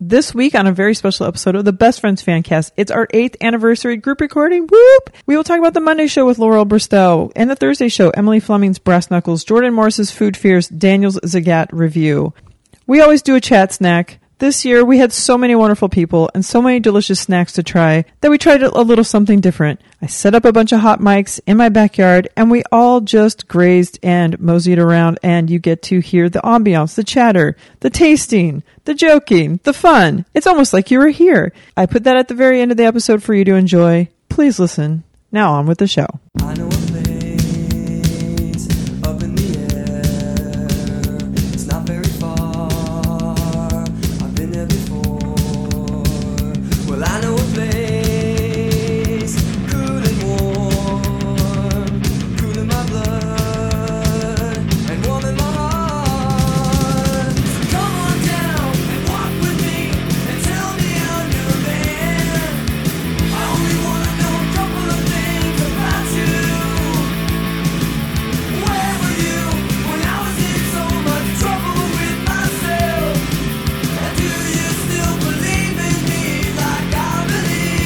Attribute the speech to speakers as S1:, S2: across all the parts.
S1: This week on a very special episode of the Best Friends Fancast, it's our eighth anniversary group recording. Whoop! We will talk about the Monday show with Laurel Bristow and the Thursday show, Emily Fleming's Brass Knuckles, Jordan Morris's Food Fears, Daniel's Zagat review. We always do a chat snack. This year we had so many wonderful people and so many delicious snacks to try that we tried a little something different. I set up a bunch of hot mics in my backyard and we all just grazed and moseyed around and you get to hear the ambiance, the chatter, the tasting, the joking, the fun. It's almost like you were here. I put that at the very end of the episode for you to enjoy. Please listen. Now on with the show.
S2: I know a place up in the air. It's not very far. I've been there before. Well, I know a place cool and warm, cool in my blood and warm in my heart. So come on down and walk with me and tell me how you're I only wanna know a couple of things about you. Where were you when I was in so much trouble with myself? And do you still believe in me like I believe?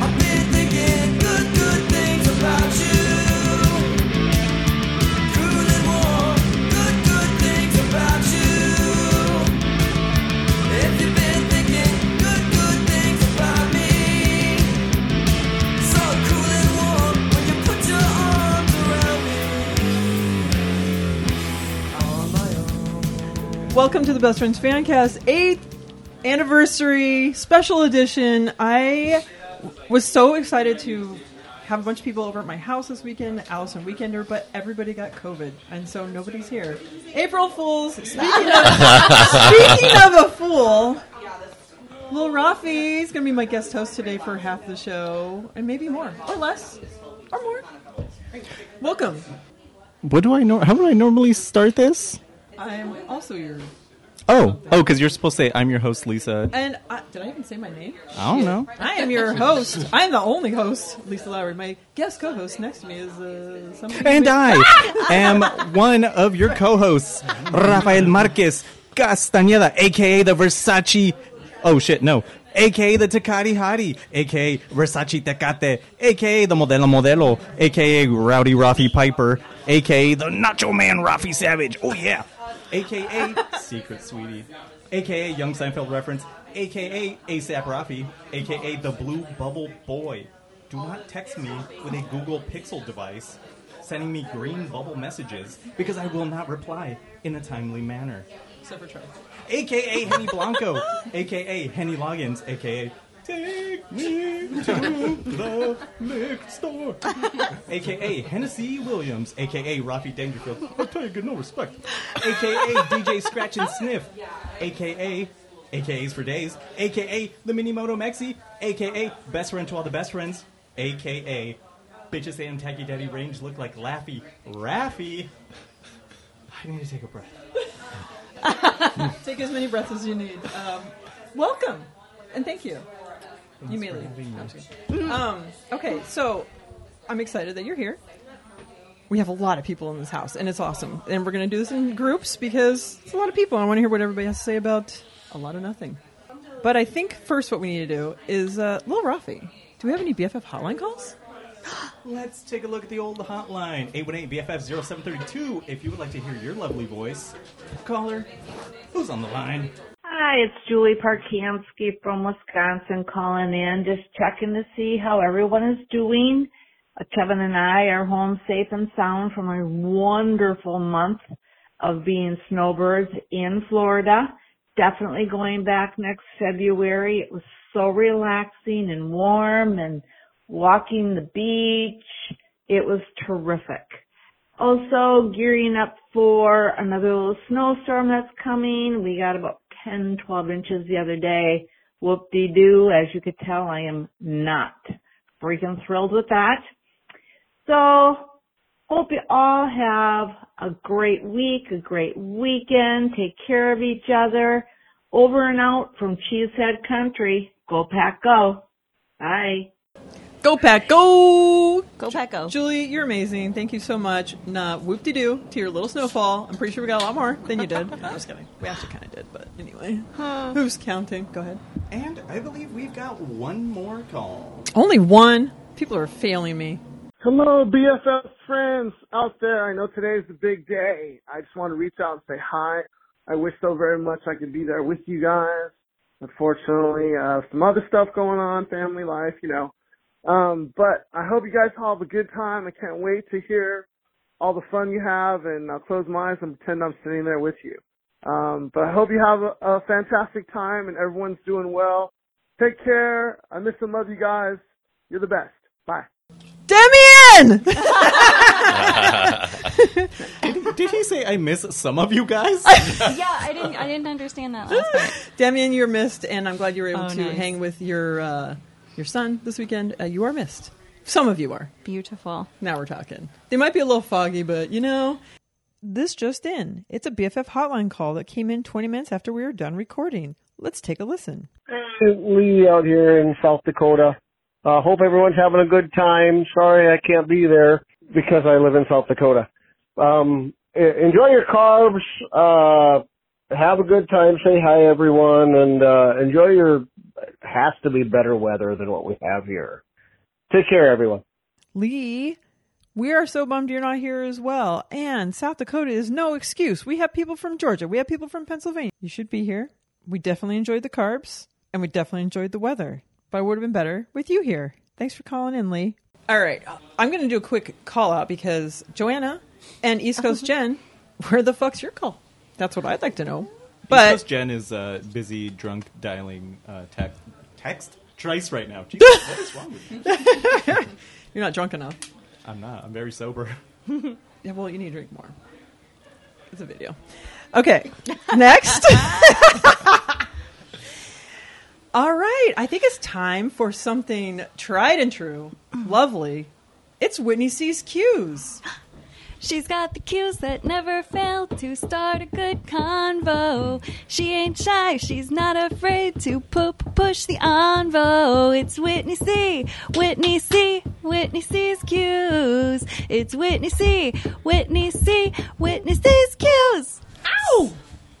S2: I've been thinking good, good things about you. Cool and warm, good, good things about you. If you've been thinking good, good things about me, so cool and warm when you put your arms around me. On my own,
S1: Welcome to the Best Friends Fancast 8th anniversary special edition. I was so excited to have a bunch of people over at my house this weekend, Allison Weekender, but everybody got COVID, and so nobody's here. April Fools, speaking of, speaking of a fool, Lil Rafi is going to be my guest host today for half the show, and maybe more, or less, or more. Welcome.
S3: What do I know? How do I normally start this?
S1: I'm also your.
S3: Oh, oh, because you're supposed to say I'm your host, Lisa.
S1: And I, did I even say my name?
S3: I don't know.
S1: I am your host. I am the only host, Lisa Lowry. My guest co-host next to me is uh, somebody.
S3: And I am one of your co-hosts, Rafael Marquez Castañeda, aka the Versace. Oh shit, no. AKA the Takati Hottie, aka Versace Tecate, aka the Modelo Modelo, aka Rowdy Rafi Piper, aka the Nacho Man Rafi Savage. Oh yeah. AKA Secret Sweetie, aka Young Seinfeld reference, aka ASAP Rafi, aka the Blue Bubble Boy. Do not text me with a Google Pixel device sending me green bubble messages because I will not reply in a timely manner
S1: Except for Charlie.
S3: aka Henny Blanco, aka Henny Loggins, aka Take me to the liquor store, aka Hennessy Williams, aka Rafi Dangerfield. I tell you, good no respect, aka DJ Scratch and Sniff, aka AKAs for days, aka the Minimoto Maxi, aka best friend to all the best friends, aka bitches and tacky daddy range look like Laffy Raffy. I need to take a breath.
S1: Take as many breaths as you need. Um, welcome, and thank you. You may leave. No, I'm just kidding. Um, okay, so I'm excited that you're here. We have a lot of people in this house, and it's awesome. And we're going to do this in groups because it's a lot of people. I want to hear what everybody has to say about a lot of nothing. But I think first, what we need to do is uh, Lil Rafi. Do we have any BFF hotline calls?
S3: Let's take a look at the old hotline 818-BFF-0732 if you would like to hear your lovely voice. Caller, who's on the line?
S4: Hi, it's Julie Parkansky from Wisconsin calling in, just checking to see how everyone is doing. Uh, Kevin and I are home safe and sound from a wonderful month of being snowbirds in Florida. Definitely going back next February. It was so relaxing and warm and walking the beach. It was terrific also gearing up for another little snowstorm that's coming. We got about 10, 12 inches the other day. Whoop-de-doo. As you could tell, I am not freaking thrilled with that. So hope you all have a great week, a great weekend. Take care of each other. Over and out from Cheesehead Country. Go Pack Go. Bye.
S1: Go Pack, go!
S5: Go Pack, go.
S1: Julie, you're amazing. Thank you so much. Nah, whoop de doo to your little snowfall. I'm pretty sure we got a lot more than you did. No, I'm just kidding. We actually kind of did, but anyway. Who's counting? Go ahead.
S3: And I believe we've got one more call.
S1: Only one. People are failing me.
S6: Hello, BFF friends out there. I know today's the big day. I just want to reach out and say hi. I wish so very much I could be there with you guys. Unfortunately, uh, some other stuff going on, family life, you know. Um, but I hope you guys all have a good time. I can't wait to hear all the fun you have, and I'll close my eyes and pretend I'm sitting there with you. Um, but I hope you have a, a fantastic time and everyone's doing well. Take care. I miss and love you guys. You're the best. Bye.
S1: Demian!
S3: Did he say I miss some of you guys?
S5: Yeah, I didn't. I didn't understand that last part.
S1: Demian, you're missed, and I'm glad you were able
S5: Oh,
S1: to
S5: nice.
S1: hang with your uh, your son this weekend. Uh, you are missed. Some of you are.
S5: Beautiful.
S1: Now we're talking. They might be a little foggy, but you know. This just in. It's a BFF hotline call that came in 20 minutes after we were done recording. Let's take a listen.
S7: Lee out here in South Dakota. Uh, hope everyone's having a good time. Sorry I can't be there because I live in South Dakota. Um, e- enjoy your carbs. Uh, have a good time. Say hi, everyone, and uh, enjoy your. Has to be better weather than what we have here. Take care, everyone.
S1: Lee, we are so bummed you're not here as well. And South Dakota is no excuse. We have people from Georgia. We have people from Pennsylvania. You should be here. We definitely enjoyed the carbs and we definitely enjoyed the weather. But it would have been better with you here. Thanks for calling in, Lee. All right. I'm going to do a quick call out because Joanna and East Coast Jen, where the fuck's your call? That's what I'd like to know.
S3: Because
S1: But
S3: Jen is uh, busy drunk dialing uh, tec- text trice right now. Jesus, what is wrong with you?
S1: you're not drunk enough.
S3: I'm not. I'm very sober.
S1: Yeah, well, you need to drink more. It's a video. Okay, next. All right, I think it's time for something tried and true, lovely. It's Whitney C's cues.
S5: She's got the cues that never fail to start a good convo. She ain't shy, she's not afraid to poop push the envo. It's Whitney C, Whitney C, Whitney C's cues. It's Whitney C, Whitney C, Whitney C's cues. Ow!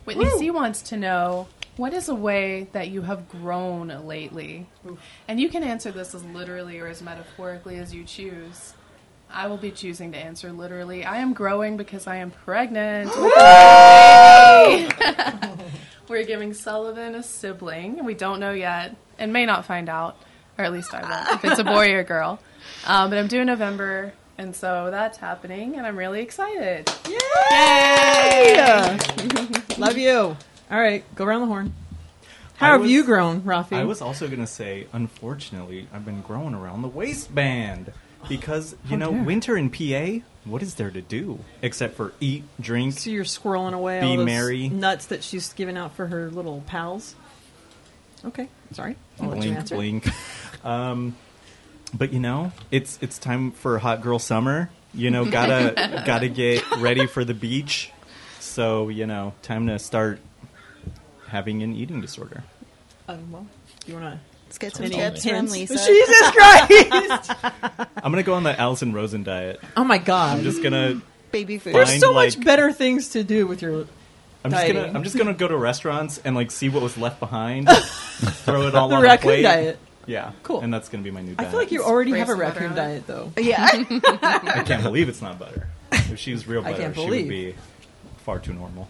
S8: Whitney C wants to know what is a way that you have grown lately? And you can answer this as literally or as metaphorically as you choose. I will be choosing to answer literally. I am growing because I am pregnant. with a baby. We're giving Sullivan a sibling. We don't know yet and may not find out, or at least I won't, if it's a boy or a girl. Um, but I'm due in November, and so that's happening, and I'm really excited.
S1: Yay! Love you. All right, go around the horn. How
S3: I
S1: have
S3: was-
S1: you grown, Rafi?
S3: I was also going to say, unfortunately, I've been growing around the waistband. Because, you know,
S1: dare.
S3: winter in PA, what is there to do except for eat, drink?
S1: so you're squirreling away
S3: Be
S1: all those
S3: merry.
S1: nuts that she's giving out for her little pals. Okay, sorry. I'll let you
S3: Blink,
S1: answer.
S3: blink. Um, but you know, it's it's time for hot girl summer. You know, gotta gotta get ready for the beach. So you know, time to start having an eating disorder.
S1: Um, well, do you want to?
S2: Let's get some
S1: Any
S2: tips from
S1: hints?
S2: Lisa.
S1: Jesus Christ!
S3: I'm gonna go on the Allison Rosen diet.
S1: oh my God!
S3: I'm just gonna
S2: Baby food.
S3: Fine.
S1: There's so much
S3: like-
S1: better things to do with your.
S3: I'm just gonna
S1: Dieting.
S3: I'm just gonna go to restaurants and like see what was left behind, throw it all
S1: The
S3: on a
S1: raccoon
S3: plate.
S1: diet.
S3: Yeah,
S1: Cool.
S3: And that's gonna be my new
S1: I
S3: diet.
S1: feel like you already have a
S8: Brace
S1: raccoon
S8: butter on
S1: diet, though.
S2: Yeah.
S3: I can't believe it's not butter. If she was real
S1: I
S3: butter,
S1: can't
S3: she
S1: believe.
S3: would be far too normal.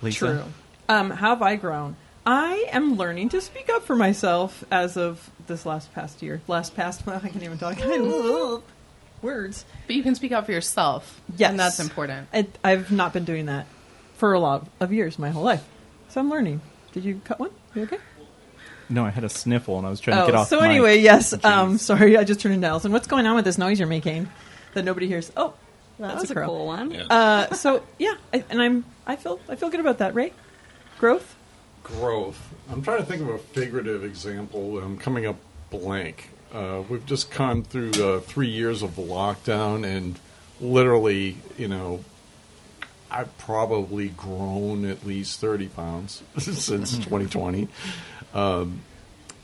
S3: Lisa?
S1: True. Um, how have I grown? I am learning to speak up for myself as of this last past year. Last past, I can't even talk. I love words.
S8: But you can speak out for yourself.
S1: Yes.
S8: And that's important.
S1: I, I've not been doing that for a lot of years, my whole life. So I'm learning. Did you cut one? You okay?
S3: No, I had a sniffle and I was trying to get off.
S1: Oh, So
S3: mic.
S1: anyway, yes. Um,
S3: Jeez.
S1: sorry, I just turned into Allison. What's going on with this noise you're making that nobody hears? Oh,
S5: That
S1: that's
S5: was a
S1: crow.
S5: cool one.
S1: Uh, so yeah, I, and I'm I feel I feel good about that, right? Growth.
S9: growth. I'm trying to think of a figurative example. I'm coming up blank. Uh, we've just gone through uh, three years of lockdown, and literally, you know, I've probably grown at least 30 pounds since 2020. Um,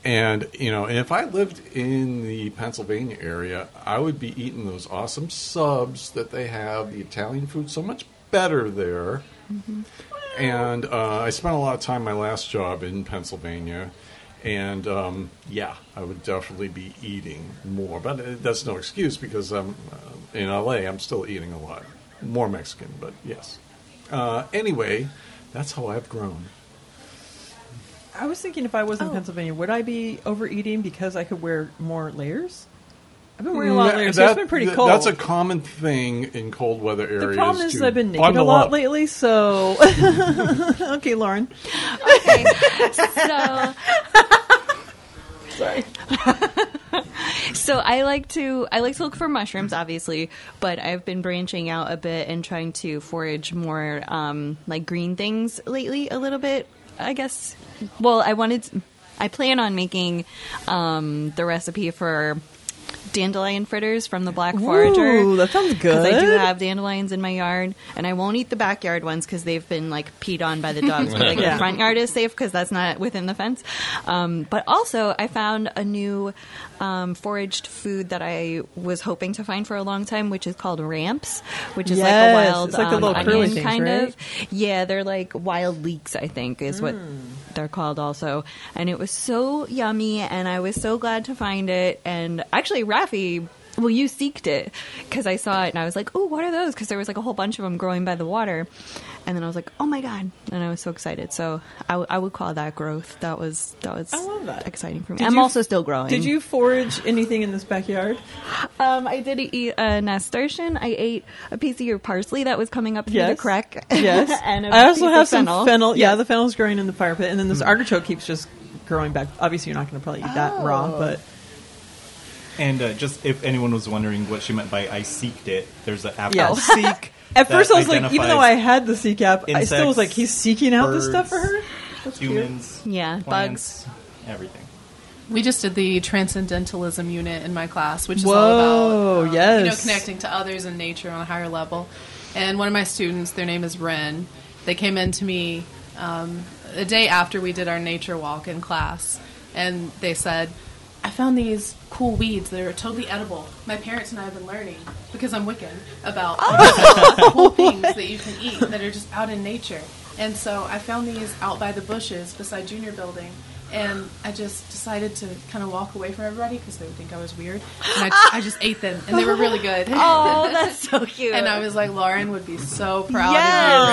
S9: And you know, and if I lived in the Pennsylvania area, I would be eating those awesome subs that they have. The Italian food so much better there. And uh, I spent a lot of time my last job in Pennsylvania, and um, yeah, I would definitely be eating more. But uh, that's no excuse because I'm uh, in LA. I'm still eating a lot more Mexican, but yes. Uh, anyway, that's how I've grown.
S1: I was thinking if I was in Pennsylvania, would I be overeating because I could wear more layers? I've been wearing a lot of layers. so it's
S9: That-
S1: been pretty
S9: th-
S1: cold.
S9: That's a common thing in cold weather areas.
S1: the problem is
S9: to
S1: I've been naked a
S9: bundle
S1: lot
S9: up.
S1: lately, so okay, Lauren.
S5: Okay. so So I like to I like to look for mushrooms, obviously, but I've been branching out a bit and trying to forage more um, like green things lately a little bit. I guess. Well, I wanted I plan on making um, the recipe for dandelion fritters from the Black Forager.
S1: Ooh, that sounds
S5: Because I do
S1: good.
S5: have dandelions in my yard, and I won't eat the backyard ones because they've been like peed on by the dogs. but like
S1: Yeah.
S5: the front yard is safe because that's not within the fence. Um, but also, I found a new um, foraged food that I was hoping to find for a long time, which is called ramps, which is like
S1: Yes,
S5: a wild
S1: it's like the
S5: um,
S1: little curly
S5: onion
S1: things,
S5: kind
S1: right?
S5: of. Yeah, they're like wild leeks, I think, is what
S1: Hmm.
S5: they're called also. And it was so yummy, and I was so glad to find it. And actually, Rafi, well, you seeked it because I saw it, and I was like, oh, what are those? Because there was like a whole bunch of them growing by the water. And then I was like, oh my God. And I was so excited. So I, w- I would call that growth. That was, that was
S1: I love that.
S5: exciting for me.
S1: Did
S5: I'm
S1: you-
S5: also still growing.
S1: Did you forage anything in this backyard?
S5: Um, I did eat a nasturtium. I ate a piece of your parsley that was coming up through
S1: Yes.
S5: the crack.
S1: Yes.
S5: and a
S1: I also
S5: piece of
S1: have some
S5: fennel.
S1: fennel. Yeah, the fennel's growing in the fire pit, and then
S10: Mm.
S1: this artichoke keeps just growing back. Obviously, you're not going to probably eat
S5: Oh.
S1: that raw, but
S3: And uh, just if anyone was wondering what she meant by "I seeked it," there's an app
S1: Yeah.
S3: called seek.
S1: at
S3: that
S1: first I was like, even though I
S3: identifies
S1: had the sea cap, I still was
S3: insects,
S1: like, he's seeking out this stuff for
S3: birds,
S1: her. cute.
S3: humans,
S5: Yeah,
S3: plants, everything.
S8: We just did the transcendentalism unit in my class, which is
S1: Whoa,
S8: all about um, you know
S1: Oh, yes.
S8: connecting to others and nature on a higher level. And one of my students, their name is Ren, they came in to me um, the day after we did our nature walk in class, and they said, "I found these cool weeds that are totally edible. My parents and I have been learning because I'm Wiccan about
S5: Oh.
S8: cool things that you can eat that are just out in nature." And so I found these out by the bushes beside Junior Building and I just decided to kind of walk away from everybody because they would think I was weird. And I, I just ate them, and they were really good.
S5: Oh, that's so cute.
S8: and I was like, Lauren would be so proud of
S5: Oh.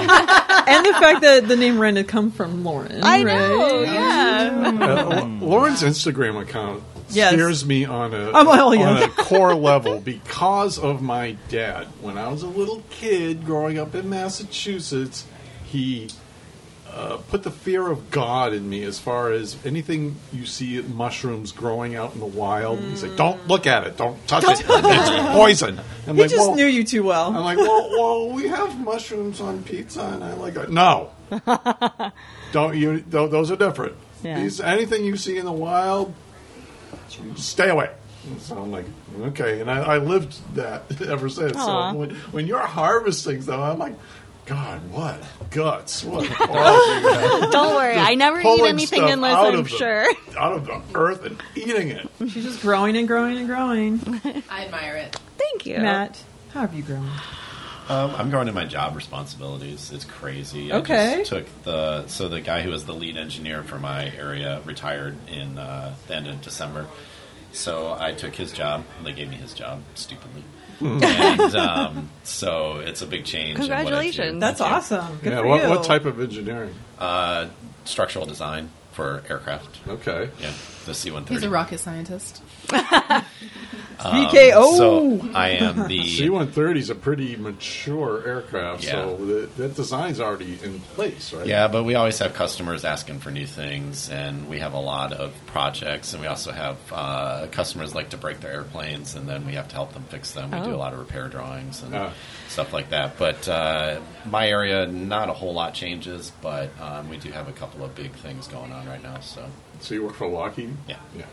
S8: you. Ren.
S1: Yeah. and the fact that the name Ren had come from Lauren. right?
S5: I know. Yeah.
S9: Uh, Lauren's Instagram account
S1: Mm. Yes.
S9: scares me on a
S1: Oh, well, yeah.
S9: on a core level because of my dad. When I was a little kid growing up in Massachusetts, he uh, put the fear of God in me as far as anything you see mushrooms growing out in the wild. He's like,
S1: Mm.
S9: "Don't look at it. Don't touch it. It's poison." I'm
S1: He
S9: like,
S1: just
S9: "Well,
S1: knew you too well.
S9: I'm like, well, well, we have mushrooms on pizza, and I like it. No, don't you? tho- those are different.
S1: Yeah.
S9: These, anything you see in the wild, stay away. And So I'm like, okay, and I, I lived that ever since.
S5: Aw.
S9: So when, when you're harvesting stuff, I'm like, God, what guts? What? Oh,
S5: Don't worry. I never eat
S9: pulling
S5: anything
S9: stuff
S5: unless
S9: out
S5: I'm
S9: of the-
S5: sure.
S9: out of the earth and eating it.
S1: Mm. She's just growing and growing and growing.
S8: I admire it.
S5: Thank you.
S1: Matt, how have you grown?
S10: Um, I'm going to my job responsibilities. It's crazy. I
S1: Okay.
S10: just took the so the guy who was the lead engineer for my area retired in uh, the end of December. So I took his job. They gave me his job stupidly,
S9: Hmm.
S10: and um, so it's a big change. in what I do.
S5: Congratulations.
S1: That's
S10: Thank you.
S1: awesome. Good
S9: yeah,
S1: for
S9: what,
S1: you.
S9: what type of engineering?
S10: Uh, structural design for aircraft.
S9: Okay,
S10: Yeah, the C-130.
S8: He's a rocket scientist.
S1: BKO.
S10: Um, So I am the
S9: C-130 is a pretty mature aircraft, so
S10: Yeah.
S9: that, that design's already in place, right?
S10: Yeah, but we always have customers asking for new things, and we have a lot of projects, and we also have uh, customers like to break their airplanes, and then we have to help them fix them. We do
S5: Oh.
S10: a lot of repair drawings and
S9: Ah.
S10: stuff like that. But uh, my area, not a whole lot changes, but um, we do have a couple of big things going on right now. So
S9: So you work for Lockheed?
S10: Yeah.
S9: Yeah.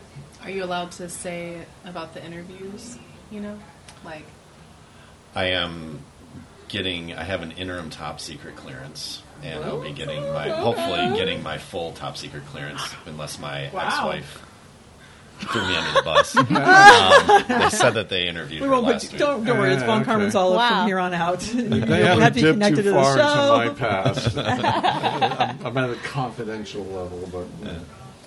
S8: Are you allowed to say about the interviews? You know, like
S10: I am getting, I have an interim top secret clearance, and I'll be getting my hopefully getting my full top secret clearance unless my
S5: Wow.
S10: ex-wife threw me under the bus. um, they said that they interviewed
S1: We
S10: her
S1: won't put,
S10: last week. Uh,
S1: don't, don't worry, it's Von
S9: Okay.
S1: Carmen's Olive
S5: Wow.
S1: from here on out. you
S9: They
S1: don't have to
S9: haven't
S1: be
S9: dipped
S1: connected
S9: too
S1: to the
S9: far into my
S1: show.
S9: past. I'm, I'm at a confidential level, but yeah.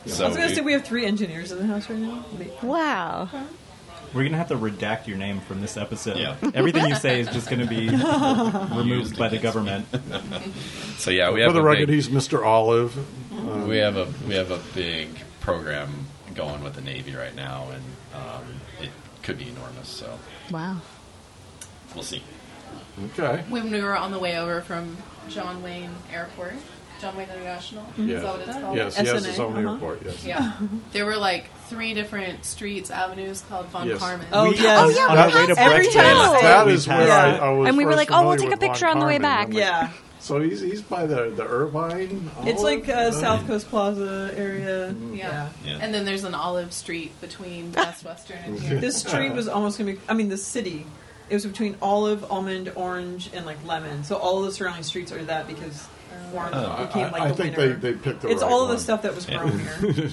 S1: I
S10: So
S1: was going to
S10: we-
S1: say we have three engineers in the house right now. Me-
S5: Wow.
S3: We're gonna have to redact your name from this episode.
S10: Yeah.
S3: Everything you say is just gonna be removed by the government.
S10: so yeah, we
S9: for
S10: have
S9: the
S10: a
S9: record,
S10: big-
S9: he's Mr. Olive. Um,
S10: we have a we have a big program going with the Navy right now, and um, it could be enormous. So
S5: Wow.
S10: we'll see.
S9: Okay.
S8: When we were on the way over from John Wayne Airport, John Wayne International,
S9: Yeah.
S8: is that what it's called?
S9: Yes, he has
S1: SNA,
S9: his own
S1: uh-huh.
S9: airport. Yes.
S8: Yeah. There were like three different streets, avenues called Von
S9: Yes.
S8: Carmen.
S1: Oh,
S3: We-
S1: yes.
S5: Oh, yeah,
S3: On
S5: we
S3: our way to
S5: passed every
S3: Brexit,
S5: time.
S9: That
S3: we
S9: is where
S3: passed
S1: Yeah.
S3: it.
S9: I, I was
S5: And we were
S9: first
S5: like, oh, we'll
S9: familiar
S5: take a
S9: with
S5: picture
S9: Von
S5: on the way
S9: Karman.
S5: back.
S9: I'm like,
S1: Yeah.
S9: So he's he's by the the Irvine.
S1: It's
S9: Olive?
S1: like uh, South
S9: Uh,
S1: Coast Plaza area.
S8: Yeah.
S10: Yeah.
S8: And then there's an olive street between Best Western and here.
S1: This street was almost going to be, I mean, the city. It was between olive, almond, orange, and like lemon. So all of the surrounding streets are that because
S8: Oh.
S1: orange became like
S9: Oh, I, I
S1: the
S9: think they,
S1: winner.
S9: they picked the
S1: it's
S9: right
S1: all of
S9: one.
S1: the stuff that was grown here.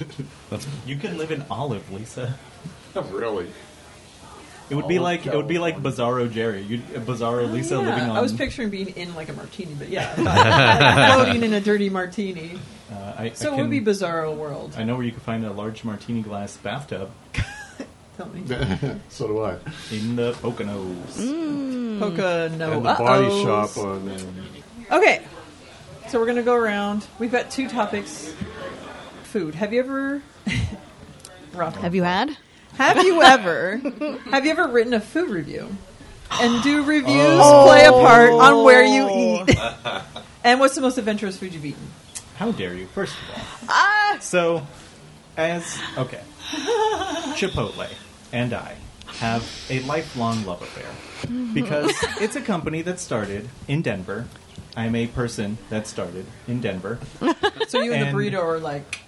S3: You could live in Olive, Lisa.
S9: really.
S3: It would be like it would be like Bizarro Jerry. You'd, uh, Bizarro Lisa
S1: Oh, Yeah,
S3: living on.
S1: I was picturing being in like a martini, but yeah, not- like, floating in a dirty martini.
S3: uh, I,
S1: So
S3: I
S1: it
S3: can,
S1: would be bizarro world.
S3: I know where you can find a large martini glass bathtub
S1: Tell me,
S9: So do I.
S3: in the Poconos.
S1: Mm. Poca no.
S9: and the body
S1: uh-ohs.
S9: shop on. Uh,
S1: Okay, so we're gonna go around. We've got two topics. Food. Have you ever? Rough.
S5: Have you had?
S1: Have you ever? have you ever written a food review? And do reviews
S3: Oh.
S1: play a part on where you eat? and what's the most adventurous food you've eaten?
S3: How dare you? First of all,
S5: Ah.
S3: so as okay, Chipotle and I have a lifelong love affair because
S1: Mm-hmm.
S3: it's a company that started in Denver. I'm a person that started in Denver.
S1: So you and,
S3: And-
S1: the burrito are like.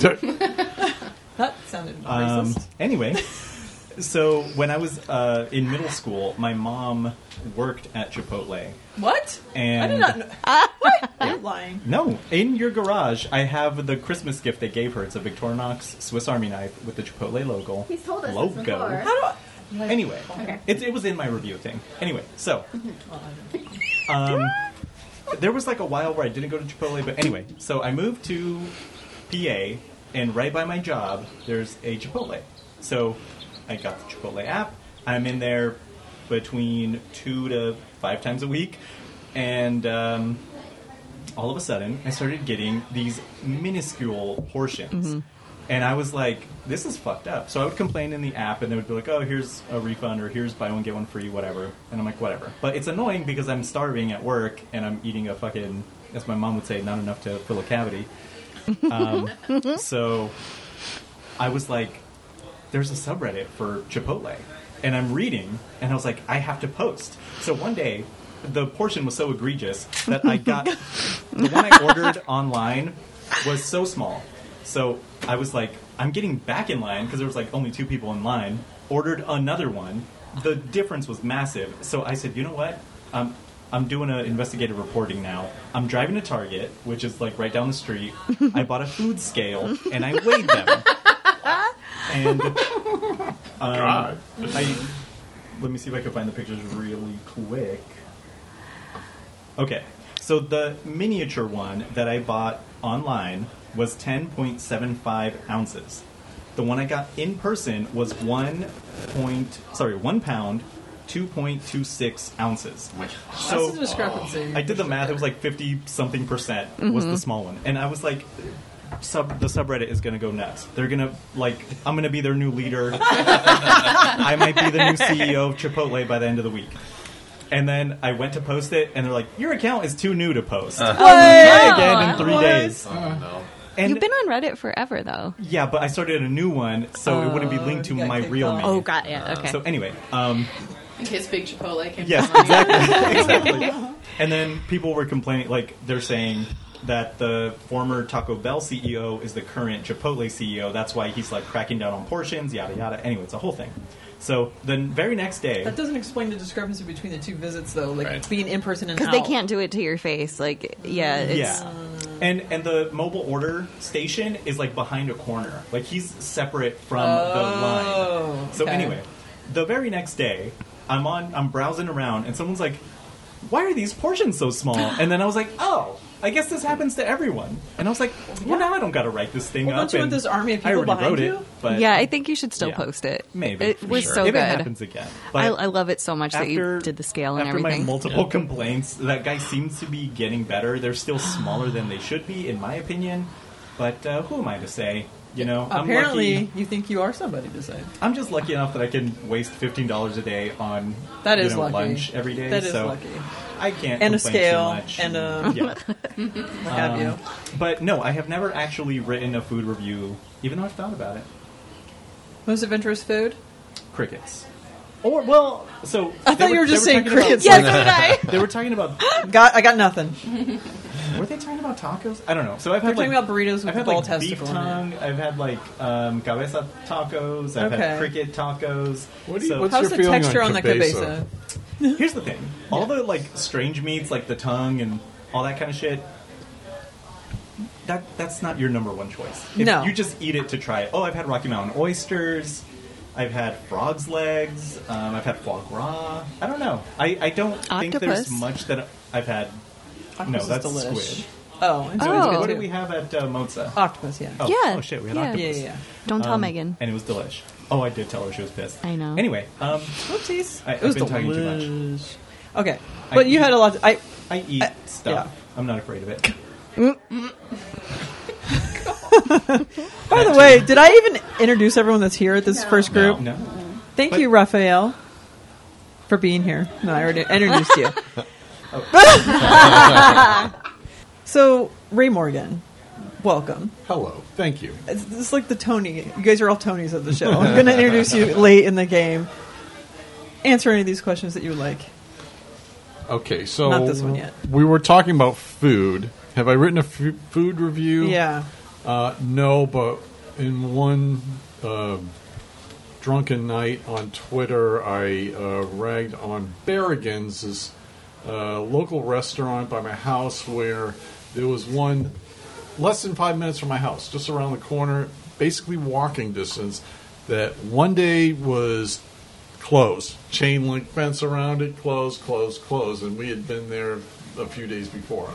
S1: that sounded
S3: Um,
S1: racist.
S3: anyway, so when I was uh, in middle school, my mom worked at Chipotle.
S1: What?
S3: And
S1: I did not know.
S5: Ah.
S1: what? You're lying.
S3: No, in your garage, I have the Christmas gift they gave her. It's a Victorinox Swiss Army knife with the Chipotle logo.
S5: He's told us this
S3: logo.
S5: before.
S1: How do I?
S3: Anyway, it, it was in my review thing. Anyway, so um, there was like a while where I didn't go to Chipotle, but anyway, so I moved to PA, and right by my job, there's a Chipotle. So I got the Chipotle app. I'm in there between two to five times a week, and um, all of a sudden, I started getting these minuscule portions. And I was like, this is fucked up. So I would complain in the app, and they would be like, oh, here's a refund, or here's buy one, get one free, whatever. And I'm like, whatever. But it's annoying because I'm starving at work, and I'm eating a fucking, as my mom would say, not enough to fill a cavity. Um,
S2: Hmm?
S3: so I was like, there's a subreddit for Chipotle. And I'm reading, and I was like, I have to post. So one day, the portion was so egregious that I got the one I ordered online was so small. So I was like, I'm getting back in line because there was like only two people in line. Ordered another one. The difference was massive. So I said, you know what? Um, I'm doing an investigative reporting now. I'm driving to Target, which is like right down the street. I bought a food scale and I weighed them. And um,
S9: God.
S3: I let me see if I can find the pictures really quick. Okay, so the miniature one that I bought online was 10.75 ounces. The one I got in person was one point, sorry, one pound, 2.26 ounces. So
S1: That's a discrepancy. Mm-hmm.
S3: I did the math. It was like fifty something percent was the small one, and I was like, sub the subreddit is gonna go nuts. They're gonna like I'm gonna be their new leader. I might be the new CEO of Chipotle by the end of the week. And then I went to post it, and they're like, "Your account is too new to post."
S1: Uh-huh.
S3: Try again in three days.
S1: Oh,
S10: no.
S3: And
S5: You've been on Reddit forever, though.
S3: yeah, but I started a new one, so it wouldn't be linked to
S1: you got
S3: my
S1: kicked
S3: real
S1: off. Uh,
S3: name.
S5: Oh, got yeah. Okay.
S3: So anyway, um,
S8: In case Big Chipotle came
S3: Yes,
S8: from
S3: exactly. exactly. And then people were complaining, like they're saying, that the former Taco Bell CEO is the current Chipotle CEO. That's why he's like cracking down on portions, yada yada. Anyway, it's a whole thing. So the very next day,
S2: That doesn't explain the discrepancy between the two visits, though. Like
S3: Right.
S2: being in person and
S5: Because they
S2: out.
S5: can't do it to your face. Like, yeah, it's.
S2: Uh,
S3: yeah. And and the mobile order station is like behind a corner. Like he's separate from the line. So
S2: Oh, okay.
S3: anyway, the very next day, I'm on I'm browsing around and someone's like, "Why are these portions so small?" And then I was like, "Oh, I guess this happens to everyone." And I was like, "Well, now I don't got to write this thing
S2: Well,
S3: up."
S2: don't you want
S3: and
S2: this army of
S3: I
S2: people
S3: already
S2: behind
S3: wrote
S2: you?
S3: It, but
S5: yeah, I think you should still
S3: yeah.
S5: post it.
S3: Maybe
S5: It
S3: for
S5: was
S3: sure.
S5: so
S3: if
S5: good.
S3: it happens again. But
S5: I, I love it so much that you did the scale and
S3: after
S5: everything.
S3: my multiple complaints, that guy seems to be getting better. They're still smaller than they should be, in my opinion. But uh, who am I to say? You know,
S2: Apparently,
S3: I'm lucky.
S2: you think you are somebody to say.
S3: I'm just lucky enough that I can waste fifteen dollars a day on
S2: That
S3: you
S2: is
S3: know,
S2: lucky.
S3: lunch every day.
S2: That is
S3: so
S2: lucky.
S3: I can't
S2: And a
S3: complain too
S2: scale
S3: much.
S2: and a
S3: Yeah.
S2: what have
S3: Um,
S2: you.
S3: But no, I have never actually written a food review, even though I've thought about it.
S2: Most adventurous food.
S3: Crickets. Or well, so
S2: I thought
S3: they
S2: you were just
S3: they
S2: saying
S3: talking about-
S2: crickets. Yes, so did I.
S3: They were talking about.
S2: Got I got nothing.
S3: Were they talking about tacos? I don't know. So I've
S2: They're
S3: had like
S2: talking about burritos with
S3: I've had
S2: ball
S3: like beef
S2: testicle in it.
S3: tongue. I've had like um, cabeza tacos. I've
S2: Okay.
S3: had cricket tacos.
S2: What do you-
S3: so,
S2: what's How's your the feeling texture on on the cabeza?
S3: Here's the thing: all the like strange meats, like the tongue and all that kind of shit. That that's not your number one choice. If
S2: No.
S3: you just eat it to try it. Oh, I've had Rocky Mountain oysters. I've had frogs legs. Um, I've had foie gras. I don't know. I, I don't think
S2: Octopus?
S3: there's much that I've had.
S2: Octopus
S3: no, that's
S2: is delish.
S3: squid.
S2: Oh, and so
S3: What
S2: it's
S3: did-
S2: good
S3: what
S2: too.
S3: did we have at uh, Moza?
S2: Octopus, yeah.
S3: Oh,
S5: Yeah,
S3: oh, shit, we had
S5: yeah.
S3: octopus. Um,
S5: Yeah, yeah, yeah. Don't tell Megan.
S3: And it was delish. Oh, I did tell her she was pissed.
S5: I know.
S3: Anyway, um,
S2: whoopsies.
S3: I,
S2: It was
S3: I've been talking too much.
S2: delish. Okay,
S3: I
S2: but you had a lot. I
S3: I eat stuff. I'm not afraid of it. Uh,
S2: Mm. By the way, did I even introduce everyone that's here at this first group?
S3: No.
S2: Thank you, Raphael, for being here. No, I already introduced you.
S3: Oh.
S2: so, Ray Morgan, welcome.
S9: Hello. Thank you.
S2: It's, it's like the Tony. You guys are all Tonys of the show. I'm going to introduce you late in the game. Answer any of these questions that you like.
S9: Okay, so
S2: Not this one yet.
S9: We were talking about food. Have I written a f- food review?
S2: Yeah.
S9: Uh, no, but in one uh, drunken night on Twitter, I uh, ragged on Berrigan's, this uh, local restaurant by my house, where there was one less than five minutes from my house, just around the corner, basically walking distance. That one day was closed. Chain link fence around it, closed, closed, closed. And we had been there a few days before.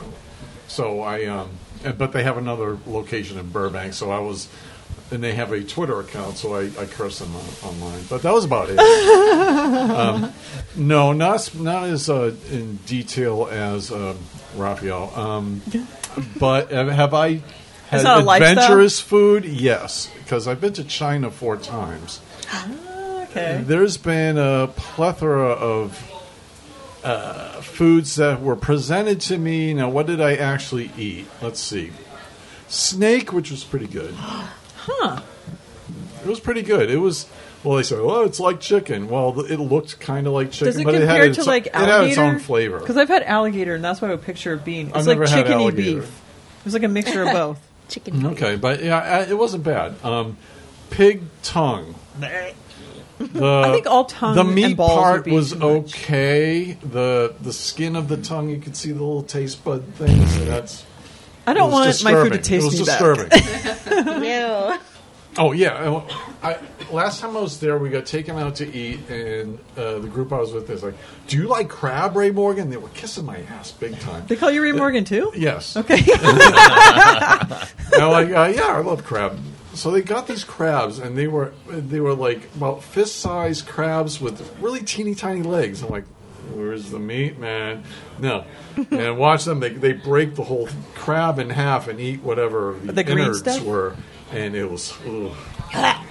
S9: So I, um, and- but they have another location in Burbank. So I was, and they have a Twitter account. So I, I cursed them on- online. But that was about it. um, no, not as- not as uh, in detail as um, Raphael. Um, but have- have I had
S2: It's not a lifestyle?
S9: adventurous food? Yes, because I've been to China four times.
S2: Okay.
S9: There's been a plethora of uh, foods that were presented to me. Now, what did I actually eat? Let's see. Snake, which was pretty good.
S2: Huh.
S9: It was pretty good. It was. Well, they said, "Well, it's like chicken." Well, th- it looked kind of like chicken,
S2: Does it
S9: but it
S2: compare
S9: had its,
S2: to like
S9: it
S2: alligator?
S9: had its own flavor.
S2: Because I've had alligator, and that's what I would picture it being. It's
S9: I've
S2: like
S9: never had
S2: chickeny
S9: alligator.
S2: beef. It was like a mixture of both.
S5: Chicken.
S9: Okay, but yeah, I, it wasn't bad. Um, pig tongue. The,
S2: I think all tongue
S9: The
S2: and
S9: meat
S2: balls would
S9: part
S2: be
S9: was
S2: too
S9: okay. The the skin of the tongue, you could see the little taste bud things. That's.
S2: I don't
S9: it was
S2: want my food to
S9: disturbing.
S2: taste
S9: It
S2: me
S9: was disturbing.
S2: back.
S5: no.
S9: Oh yeah, I, I- last time I was there, we got taken out to eat, and uh, the group I was with is like, "Do you like crab, Ray Morgan?" They were kissing my ass big time.
S2: They call you Ray Morgan too?
S9: Uh, Yes.
S2: Okay.
S9: And I'm like, uh, yeah, I love crab. So they got these crabs, and they were they were like about fist sized crabs with really teeny tiny legs. I'm like, where's the meat, man? No. And watch them; they they break the whole crab in half and eat whatever the,
S2: The green
S9: innards
S2: stuff?
S9: were. And it was, ooh,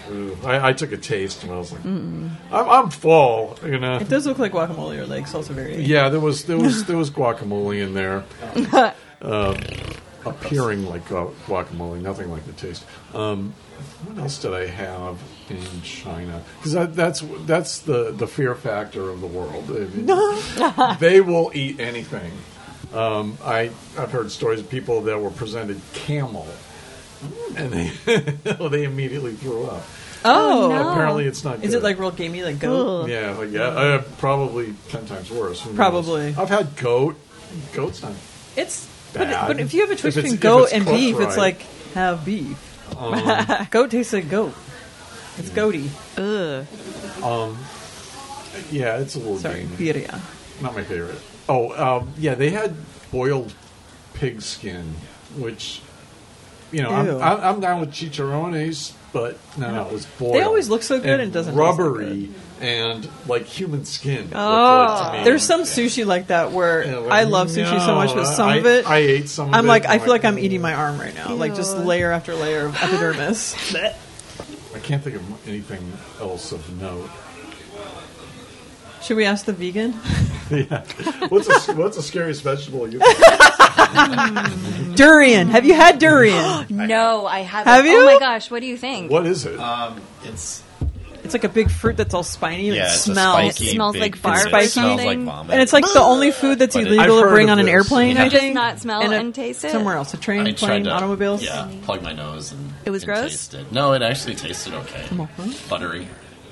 S9: Ooh. I, I took a taste, and I was like, I'm, I'm full, you know.
S2: it does look like guacamole or like salsa verde.
S9: Yeah, there was there was there was guacamole in there, uh, appearing like gu- guacamole, nothing like the taste. Um, what else did I have in China? Because that, that's that's the the fear factor of the world. I mean, they will eat anything. Um, I I've heard stories of people that were presented camel, and Oh, they they immediately threw up.
S1: Oh, no.
S9: apparently it's not.
S1: Is
S9: good.
S1: it like real gamey, like goat?
S9: Yeah, like, yeah, uh, probably ten times worse. who knows?
S1: Probably.
S9: I've had goat. Goat's not.
S1: It's but,
S9: Bad.
S1: but if you have a choice
S9: If
S1: between
S9: it's- if
S1: goat
S9: it's
S1: and
S9: cooked
S1: beef, it's
S9: right.
S1: like have beef.
S9: Um. Hmm.
S1: goat tastes like goat. It's goaty. Ugh.
S9: Um, yeah, it's a little
S1: Sorry,
S9: gamey.
S1: birria.
S9: Not my favorite. Oh, um, yeah, they had boiled pig skin, which you know I'm,
S1: Ew.
S9: I'm, I'm down with chicharrones, but no, no, it was boiled.
S1: They always look so good and it doesn't taste that
S9: rubbery and like human skin. looked like to
S1: Oh,
S9: me.
S1: there's some sushi like that where
S9: Yeah, like,
S1: I love sushi so much, but
S9: no,
S1: some
S9: I-
S1: of it
S9: I ate some of
S1: I'm
S9: it,
S1: like,
S9: and
S1: I
S9: I'm
S1: feel
S9: like, "Mm."
S1: like I'm eating my arm right now, like just
S5: Ew.
S1: layer after layer of epidermis.
S9: I can't think of anything else of note.
S1: Should we ask the vegan?
S9: yeah, what's a, what's the scariest vegetable you? Can
S1: durian. Have you had durian?
S11: no, I haven't.
S1: Have you?
S11: Oh my gosh, what do you think?
S9: What is it?
S10: Um, it's
S1: It's like a big fruit that's all spiny and
S10: Yeah,
S1: it
S10: it's a
S1: smells.
S10: spiky, It smells big like fruit.
S1: Spiky.
S10: It smells like vomit.
S1: And it's like the only food that's
S10: But it- I've
S1: illegal to
S10: heard
S1: bring
S10: of
S1: on an
S10: this.
S1: airplane,
S10: Yeah.
S1: I
S10: Just
S1: think.
S11: not smell
S1: a-
S11: and taste it?
S1: Somewhere else. A train,
S10: I tried
S1: plane,
S10: to
S1: automobiles.
S10: Yeah, plug my nose and
S5: It was
S10: and
S5: gross?
S10: taste it. No, it actually tasted okay. Buttery.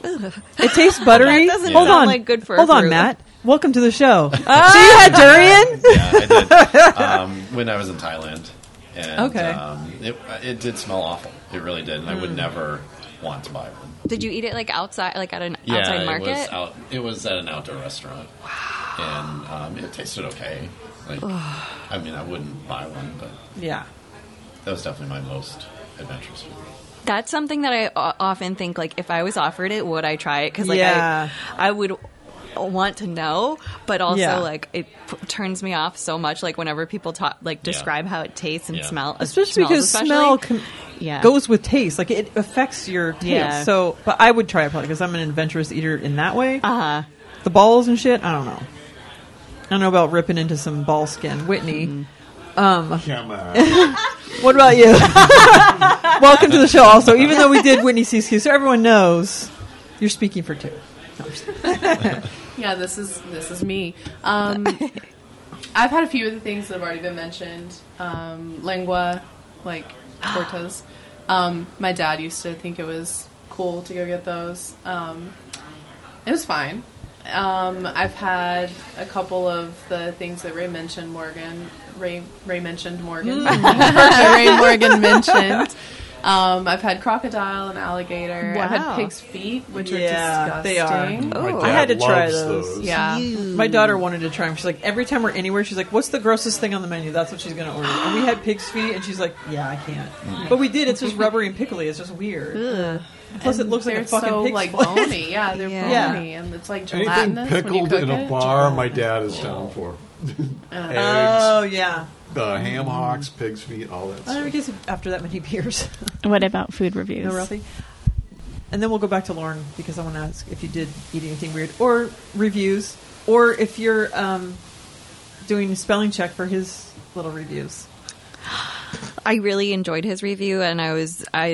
S1: It tastes buttery.
S5: That doesn't
S1: Hold
S5: sound
S1: on.
S5: like good for a
S1: Hold on,
S5: fruit.
S1: Matt. Welcome to the show. so you
S10: Ah!
S1: had durian?
S10: Yeah, I did. um, when I was in Thailand, and
S1: Okay. Hmm.
S10: um, it, it did smell awful. It really did, and I would
S5: Mm.
S10: never want to buy one.
S5: Did you eat it like outside, like at an
S10: Yeah,
S5: outside market?
S10: it was out. It was at an outdoor restaurant, and um, it tasted okay. Like, I mean, I wouldn't buy one, but
S1: Yeah.
S10: that was definitely my most adventurous food.
S5: That's something that I o- often think like if I was offered it, would I try it? Because like
S1: Yeah.
S5: I, I would want to know, but also
S1: Yeah.
S5: like it p- turns me off so much. Like whenever people talk, like describe how it tastes and
S1: Yeah.
S5: smell, uh,
S1: especially
S5: smells
S1: because
S5: especially.
S1: smell com-
S5: Yeah.
S1: goes with taste. Like it affects your taste.
S5: Yeah.
S1: So, but I would try it probably because I'm an adventurous eater in that way.
S5: Uh-huh.
S1: Uh huh. The balls and shit. I don't know. I don't know about ripping into some ball skin, Whitney.
S5: Mm-hmm.
S1: Um,
S9: Come on.
S1: what about you? Welcome to the show. Also, even though we did Whitney C's so everyone knows you're speaking for two. No, I'm just-
S8: yeah, this is this is me. Um, I've had a few of the things that have already been mentioned. Um, lengua, like tortas. Um, my dad used to think it was cool to go get those. Um, it was fine. Um, I've had a couple of the things that Ray mentioned. Morgan, Ray, Ray mentioned Morgan.
S5: Mm.
S8: Ray Morgan mentioned. Um, I've had crocodile and alligator. I've
S1: Wow.
S8: had pig's feet, which
S1: Yeah,
S8: are
S1: they are.
S8: disgusting.
S1: My Ooh. dad I had to try loves those. those.
S8: Yeah.
S1: My daughter wanted to try them. She's like, every time we're anywhere, she's like, "What's the grossest thing on the menu?" That's what she's gonna order. And we had pig's feet, and she's like, "Yeah, I can't."
S8: Mm.
S1: But we did. It's just rubbery and pickly. It's just weird. Plus, it
S8: And
S1: looks like a
S8: they're
S1: fucking
S8: so
S1: pig's
S8: like
S1: foot.
S8: bony. Yeah, they're
S1: Yeah.
S8: bony, and it's like
S9: Anything
S8: gelatinous when you
S9: pickled
S8: cook
S9: in a
S8: it.
S9: bar, my dad is down for. Eggs,
S1: Oh yeah.
S9: the ham hocks, pig's feet, all that.
S1: I
S9: Stuff.
S1: never get to- after that many beers.
S12: What about food reviews?
S1: no, Ralphie. And then we'll go back to Lauren because I want to ask if you did eat anything weird or reviews, or if you're um, doing a spelling check for his little reviews.
S5: I really enjoyed his review, and I was I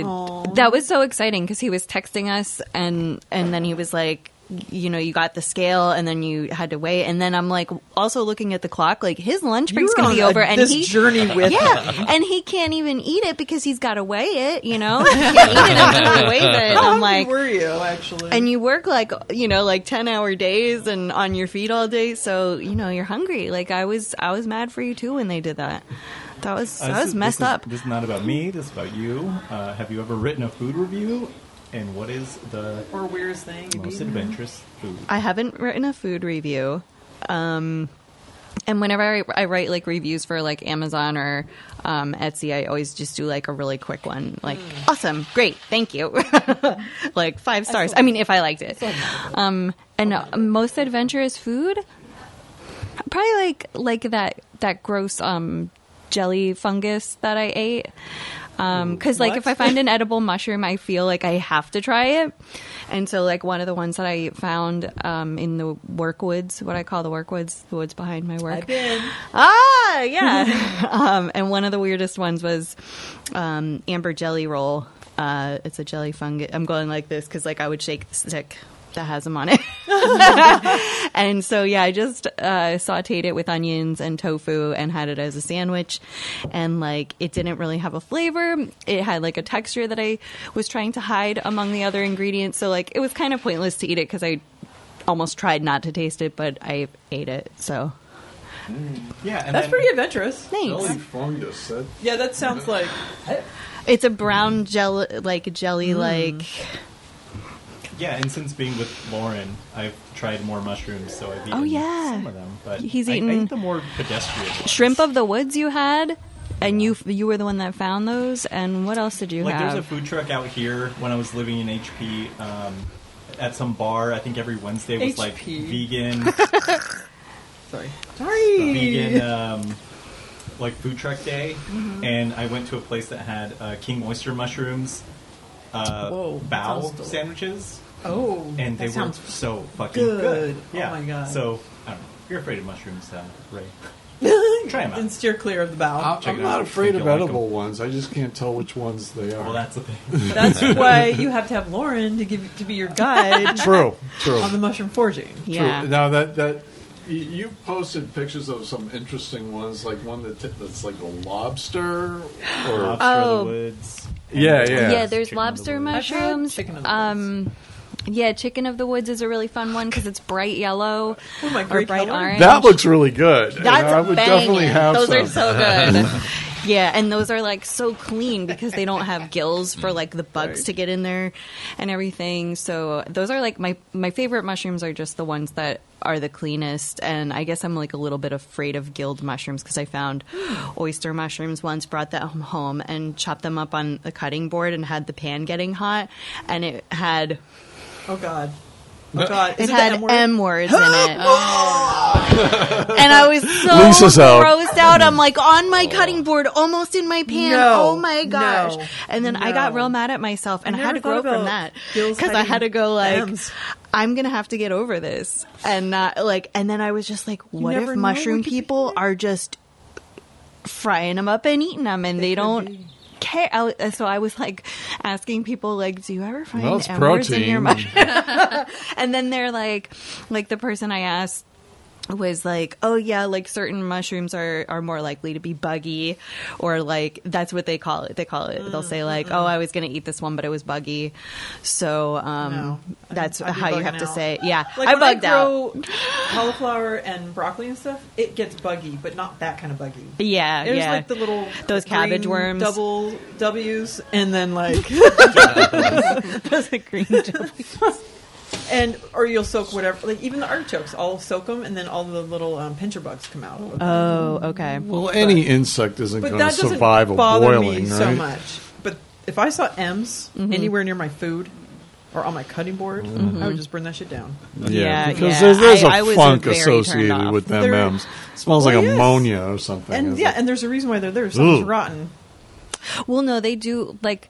S5: that was so exciting because he was texting us, and and then he was like, you know, you got the scale, and then you had to weigh, and then I'm like, also looking at the clock, like his lunch break's
S1: were
S5: gonna
S1: on
S5: be
S1: a-
S5: over, and
S1: this
S5: he
S1: journey with
S5: yeah,
S1: him.
S5: and he can't even eat it because he's got to weigh it, you know, he can't eat it until he weighs it.
S1: How hungry
S5: I'm like,
S1: were you actually?
S5: and you work like you know like 10 hour days and on your feet all day so you know you're hungry like i was i was mad for you too when they did that that was
S3: Uh,
S5: that
S3: this
S5: was
S3: is-
S5: messed
S3: this is-
S5: up
S3: This is not about me. This is about you. Uh, have you ever written a food review? And what is the
S1: or weirdest thing you've
S3: most
S1: eaten?
S3: adventurous food?
S5: i haven't written a food review um and whenever I, I write like reviews for like amazon or um, etsy i always just do like a really quick one like awesome great thank you like five stars i mean if i liked it um and uh, most adventurous food probably like like that that gross um jelly fungus that I ate. Um, cause like
S11: What?
S5: if I find an edible mushroom, I feel like I have to try it. And so like one of the ones that I found, um, in the work woods, what I call the work woods, the woods behind my work. Ah, yeah. um, and one of the weirdest ones was um, amber jelly roll. Uh, it's a jelly fungus. I'm going like this because like I would shake the stick that has them on it. and so yeah, I just uh, sautéed it with onions and tofu and had it as a sandwich. And like it didn't really have a flavor. It had like a texture that I was trying to hide among the other ingredients. So like it was kind of pointless to eat it because I almost tried not to taste it, but I ate it. So
S1: mm,
S3: Yeah, and
S2: That's
S3: then,
S2: pretty adventurous.
S5: thanks.
S9: Jelly fungus. That,
S2: Yeah, that sounds like
S5: It's a brown jelly, like
S3: Mm.
S5: jelly, like
S3: Yeah, and since being with Lauren, I've tried more mushrooms, so I've eaten
S5: Oh, yeah.
S3: some of them. But
S5: He's
S3: I- I
S5: eaten-
S3: ate the more pedestrian ones.
S5: shrimp of the woods you had, and you you were the one that found those. And what else did you
S3: Like
S5: have?
S3: there's a food truck out here when I was living in HP um, at some bar. I think every Wednesday was like
S2: HP.
S3: vegan,
S2: sorry.
S3: vegan, um, like food truck day.
S2: Mm-hmm.
S3: And I went to a place that had uh, king oyster mushrooms, uh,
S2: Whoa,
S3: bao
S2: sounds delicious.
S3: sandwiches,
S2: Oh,
S3: and
S2: that
S3: they were
S2: sounds
S3: so fucking
S2: good.
S3: good.
S2: Oh
S3: Yeah.
S2: my God.
S3: So I don't know. You're afraid of mushrooms, uh, Ray? Try them out.
S2: and steer clear of the bow.
S9: I,
S3: Check
S9: I'm
S3: it
S9: not
S3: out.
S9: afraid
S3: Think
S9: of
S3: you'll like
S9: edible ones. I just can't tell which ones they are.
S3: Well, that's the thing.
S2: That's why you have to have Lauren to give to be your guide
S9: true. True.
S2: on the mushroom foraging.
S5: yeah.
S9: True. Now that that y- you posted pictures of some interesting ones, like one that t- that's like a lobster, or
S3: Lobster
S5: Oh.
S3: of the woods.
S9: yeah, yeah,
S5: yeah, there's
S3: Chicken of the
S5: lobster
S3: woods.
S5: mushrooms.
S2: Chicken of the
S5: um, yeah, chicken of the woods is a really fun one because it's bright yellow
S2: Oh my
S5: or
S2: great
S5: bright
S2: color.
S5: orange.
S9: that looks really good. and
S5: That's
S9: I would
S5: banging.
S9: definitely have
S5: those
S9: some.
S5: are so good. yeah, and those are like so clean because they don't have gills for like the bugs to get in there and everything. So those are like my my favorite mushrooms are just the ones that are the cleanest. And I guess I'm like a little bit afraid of gilled mushrooms because I found oyster mushrooms once, brought them home and chopped them up on the cutting board and had the pan getting hot, and it had
S2: Oh god. Oh god. Is
S5: it
S2: it,
S5: had
S2: the M word?
S5: M words in it. and I was so
S9: Lisa's out.
S5: grossed out. I'm like on my cutting board, almost in my pan.
S2: Oh. No,
S5: oh my gosh.
S2: no,
S5: and then I got
S2: no.
S5: real mad at myself and I, had
S2: never
S5: to grow
S2: thought
S5: from
S2: about
S5: that.
S2: Bill's
S5: Because I had
S2: hiding
S5: to go like
S2: M's.
S5: I'm gonna have to get over this. And not like and then I was just like, what
S2: never
S5: if
S2: know
S5: mushroom
S2: what could be
S5: people are just frying them up and eating them and they, don't care I- so i was like asking people like do you ever find
S9: Well, it's
S5: M words in your
S9: protein.
S5: mushroom and then they're like like the person i asked was like oh yeah like certain mushrooms are are more likely to be buggy or like that's what they call it they call it they'll say like
S2: Mm-hmm.
S5: oh i was gonna eat this one but it was buggy so um
S2: No. I'd-
S5: that's
S2: I'd be
S5: how you
S2: bugging
S5: have to
S2: out.
S5: say yeah
S2: Like
S5: i
S2: when
S5: bugged
S2: I
S5: out
S2: grow cauliflower and broccoli and stuff, it gets buggy, but not that kind of buggy.
S5: yeah
S2: There's
S5: yeah
S2: like the little
S5: Those cabbage
S2: green
S5: worms.
S2: double W's, and then like
S5: those are green jelly.
S2: and or you'll soak whatever. Like even the artichokes, I'll soak them, and then all the little um, pincher bugs come out. of them.
S5: oh okay
S9: Well, any insect isn't
S2: but
S9: going
S2: that
S9: to
S2: doesn't
S9: survive a
S2: bother
S9: boiling,
S2: me
S9: right?
S2: so much. But if I saw M's
S5: Mm-hmm.
S2: anywhere near my food or on my cutting board, I would just burn that shit down.
S5: Mm-hmm. Yeah,
S9: because
S5: yeah.
S9: there's, there's a
S5: I- I was
S9: funk
S5: very turned
S9: associated
S5: off.
S9: with them
S2: There-
S9: M's. Smells
S2: Well,
S9: like
S2: yes.
S9: ammonia or something.
S2: And
S9: is
S2: yeah,
S9: it?
S2: and there's a reason why they're there. Something's
S9: Ugh.
S2: rotten.
S5: Well, no, they do like,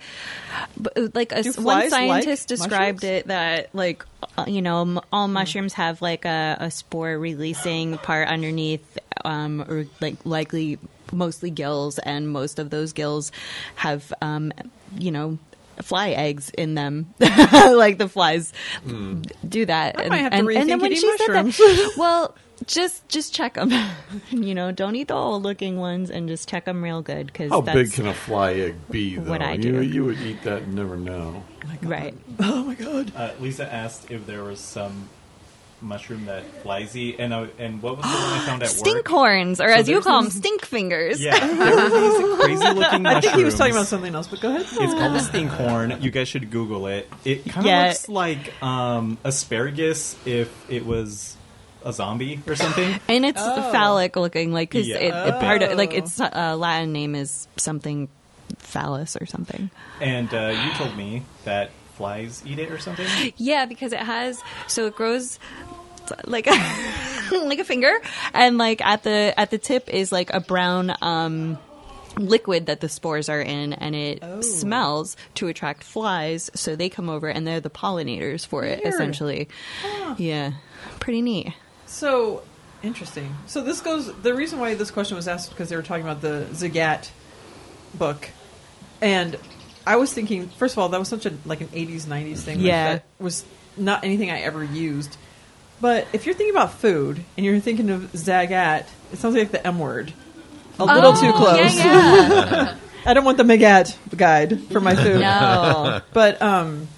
S5: b- like a,
S2: Do
S5: one
S2: flies like
S5: scientist described
S2: mushrooms?
S5: it that like uh, you know m- all mushrooms have like a, a spore releasing part underneath, um, or like likely mostly gills, and most of those gills have um, you know fly eggs in them like the flies
S9: Hmm.
S5: do that
S2: I might have to rethink eating
S5: that well just just check them you know don't eat the old looking ones and just check them real good because
S9: How big can a fly egg be, though?
S5: what I
S9: you,
S5: do.
S9: you would eat that and never know.
S5: Right.
S2: Oh my god.
S3: Uh, Lisa asked if there was some mushroom that flies eat, and I, and what was the one I found at
S5: Stink
S3: work?
S5: horns, or as you
S3: there's
S5: call them, stink fingers.
S3: Yeah, there were these crazy looking mushrooms.
S2: I think he was talking about something else, but go ahead.
S3: It's called a stink horn. You guys should Google it. It kind of
S5: Yeah.
S3: looks like um, asparagus if it was a zombie or something.
S5: And it's
S3: Oh.
S2: Oh.
S5: phallic looking, like 'cause
S3: Yeah.
S5: it, it part of like its uh, Latin name is something phallus or something.
S3: And uh, you told me that flies eat it or something.
S5: Yeah, because it has so it grows like like a finger, and like at the at the tip is like a brown um, liquid that the spores are in, and it
S11: Oh.
S5: smells to attract flies, so they come over and they're the pollinators for it
S2: Weird.
S5: essentially. Yeah, pretty neat.
S2: So interesting. So this goes. The reason why this question was asked because they were talking about the Zagat book, and I was thinking. First of all, that was such a like an '80s '90s thing. like,
S5: Yeah.
S2: that was
S1: not anything I ever used. But if you're thinking about food and you're thinking of Zagat, it sounds like the M word. A little too
S11: Oh, yeah,
S1: close.
S11: yeah.
S1: I don't want the Magat guide for my food.
S11: No.
S1: But um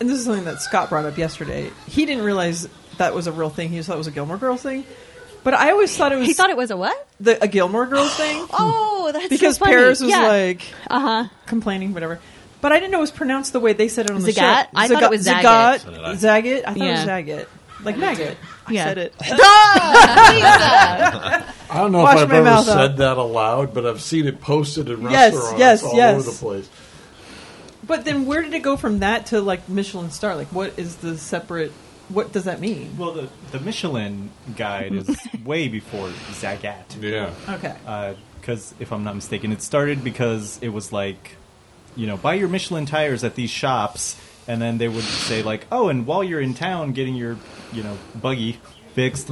S1: and this is something that Scott brought up yesterday. He didn't realize that was a real thing. He just thought it was a Gilmore Girls thing. But I always thought it was
S5: He thought it was a what?
S1: the, a Gilmore Girls thing
S5: Oh, that's so
S1: because
S5: funny.
S1: Paris was
S5: Yeah.
S1: like
S5: uh huh.
S1: complaining, whatever. But I didn't know it was pronounced the way they said it on the show.
S5: Zagat? I thought it was Zagat.
S1: Zagat.
S10: So did I.
S1: Zagat. I thought
S5: Yeah.
S1: it was Zagat. Like maggot. I
S5: Yeah.
S1: said it.
S9: I don't know
S1: Wash
S9: if I've
S1: my
S9: ever
S1: mouth
S9: said
S1: up.
S9: that aloud, but I've seen it posted in
S1: Yes,
S9: restaurants
S1: yes,
S9: all
S1: yes.
S9: over the place.
S1: But then where did it go from that to like Michelin star? Like what is the separate what does that mean?
S3: Well, the, the Michelin guide is way before Zagat.
S9: Yeah.
S1: Okay.
S3: because if I'm not mistaken, it started because it was like, you know, buy your Michelin tires at these shops, and then they would say like, oh, and while you're in town getting your, you know, buggy fixed,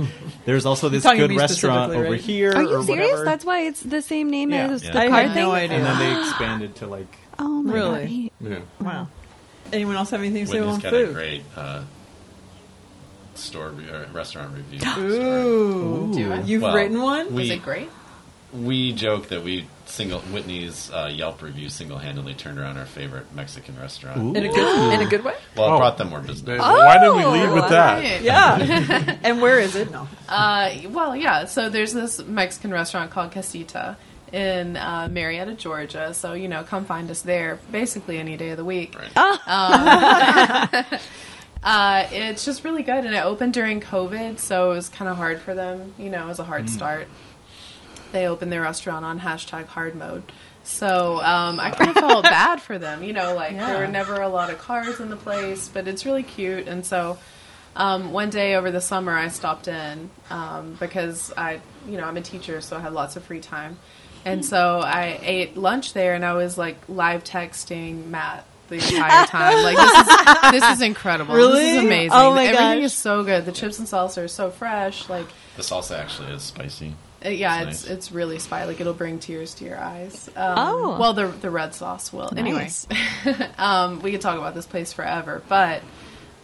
S3: there's also this
S1: Talking to
S3: good
S1: me
S3: restaurant
S1: specifically,
S3: over
S1: right?
S3: here.
S11: Are
S3: or
S11: you serious?
S3: Whatever.
S11: That's why it's the same name
S3: Yeah.
S11: as
S10: Yeah.
S11: the
S1: I
S11: car
S1: had
S11: thing.
S1: no idea.
S3: and then they expanded to like
S11: Oh my
S1: Really?
S9: Yeah.
S1: Wow. Anyone else have anything to say
S10: Whitney's
S1: on
S10: got a
S1: food?
S10: great uh, store re- or restaurant review. story.
S1: Ooh.
S8: Do I?
S1: You've
S10: Well,
S1: written one?
S10: We,
S8: Was it great?
S10: we joke that we single Whitney's uh, Yelp review single-handedly turned around our favorite Mexican restaurant.
S3: Ooh.
S2: in a good in a good way. Oh,
S10: Well,
S9: Oh.
S10: it brought them more business.
S9: Why did we lead with that?
S8: Right.
S1: Oh, Yeah. and where is it? No.
S8: Uh, well, yeah. So there's this Mexican restaurant called Casita in uh, Marietta, Georgia. So you know, come find us there basically any day of the week. Um,
S10: Right.
S1: Ah.
S8: Uh, it's just really good, and it opened during COVID, so it was kind of hard for them. You know, it was a
S9: Mm.
S8: hard start. They opened their restaurant on hashtag hard mode. So um, I kind of felt bad for them. You know, like there were never a lot of cars in the place, but it's really cute. And so um, one day over the summer, I stopped in um, because I, you know, I'm a teacher, so I had lots of free time. And so I ate lunch there, and I was like live texting Matt the entire time. Like this is this is incredible. This is
S1: Really?
S8: amazing.
S1: Oh my
S8: Everything
S1: gosh.
S8: is so good. The chips and salsa are so fresh. Like
S10: The salsa actually is spicy.
S8: uh, yeah,
S10: That's
S8: it's
S10: nice.
S8: it's really spy. Like it'll bring tears to your eyes. Um,
S5: Oh.
S8: well, the the red sauce will. Anyways, um, we could talk about this place forever, but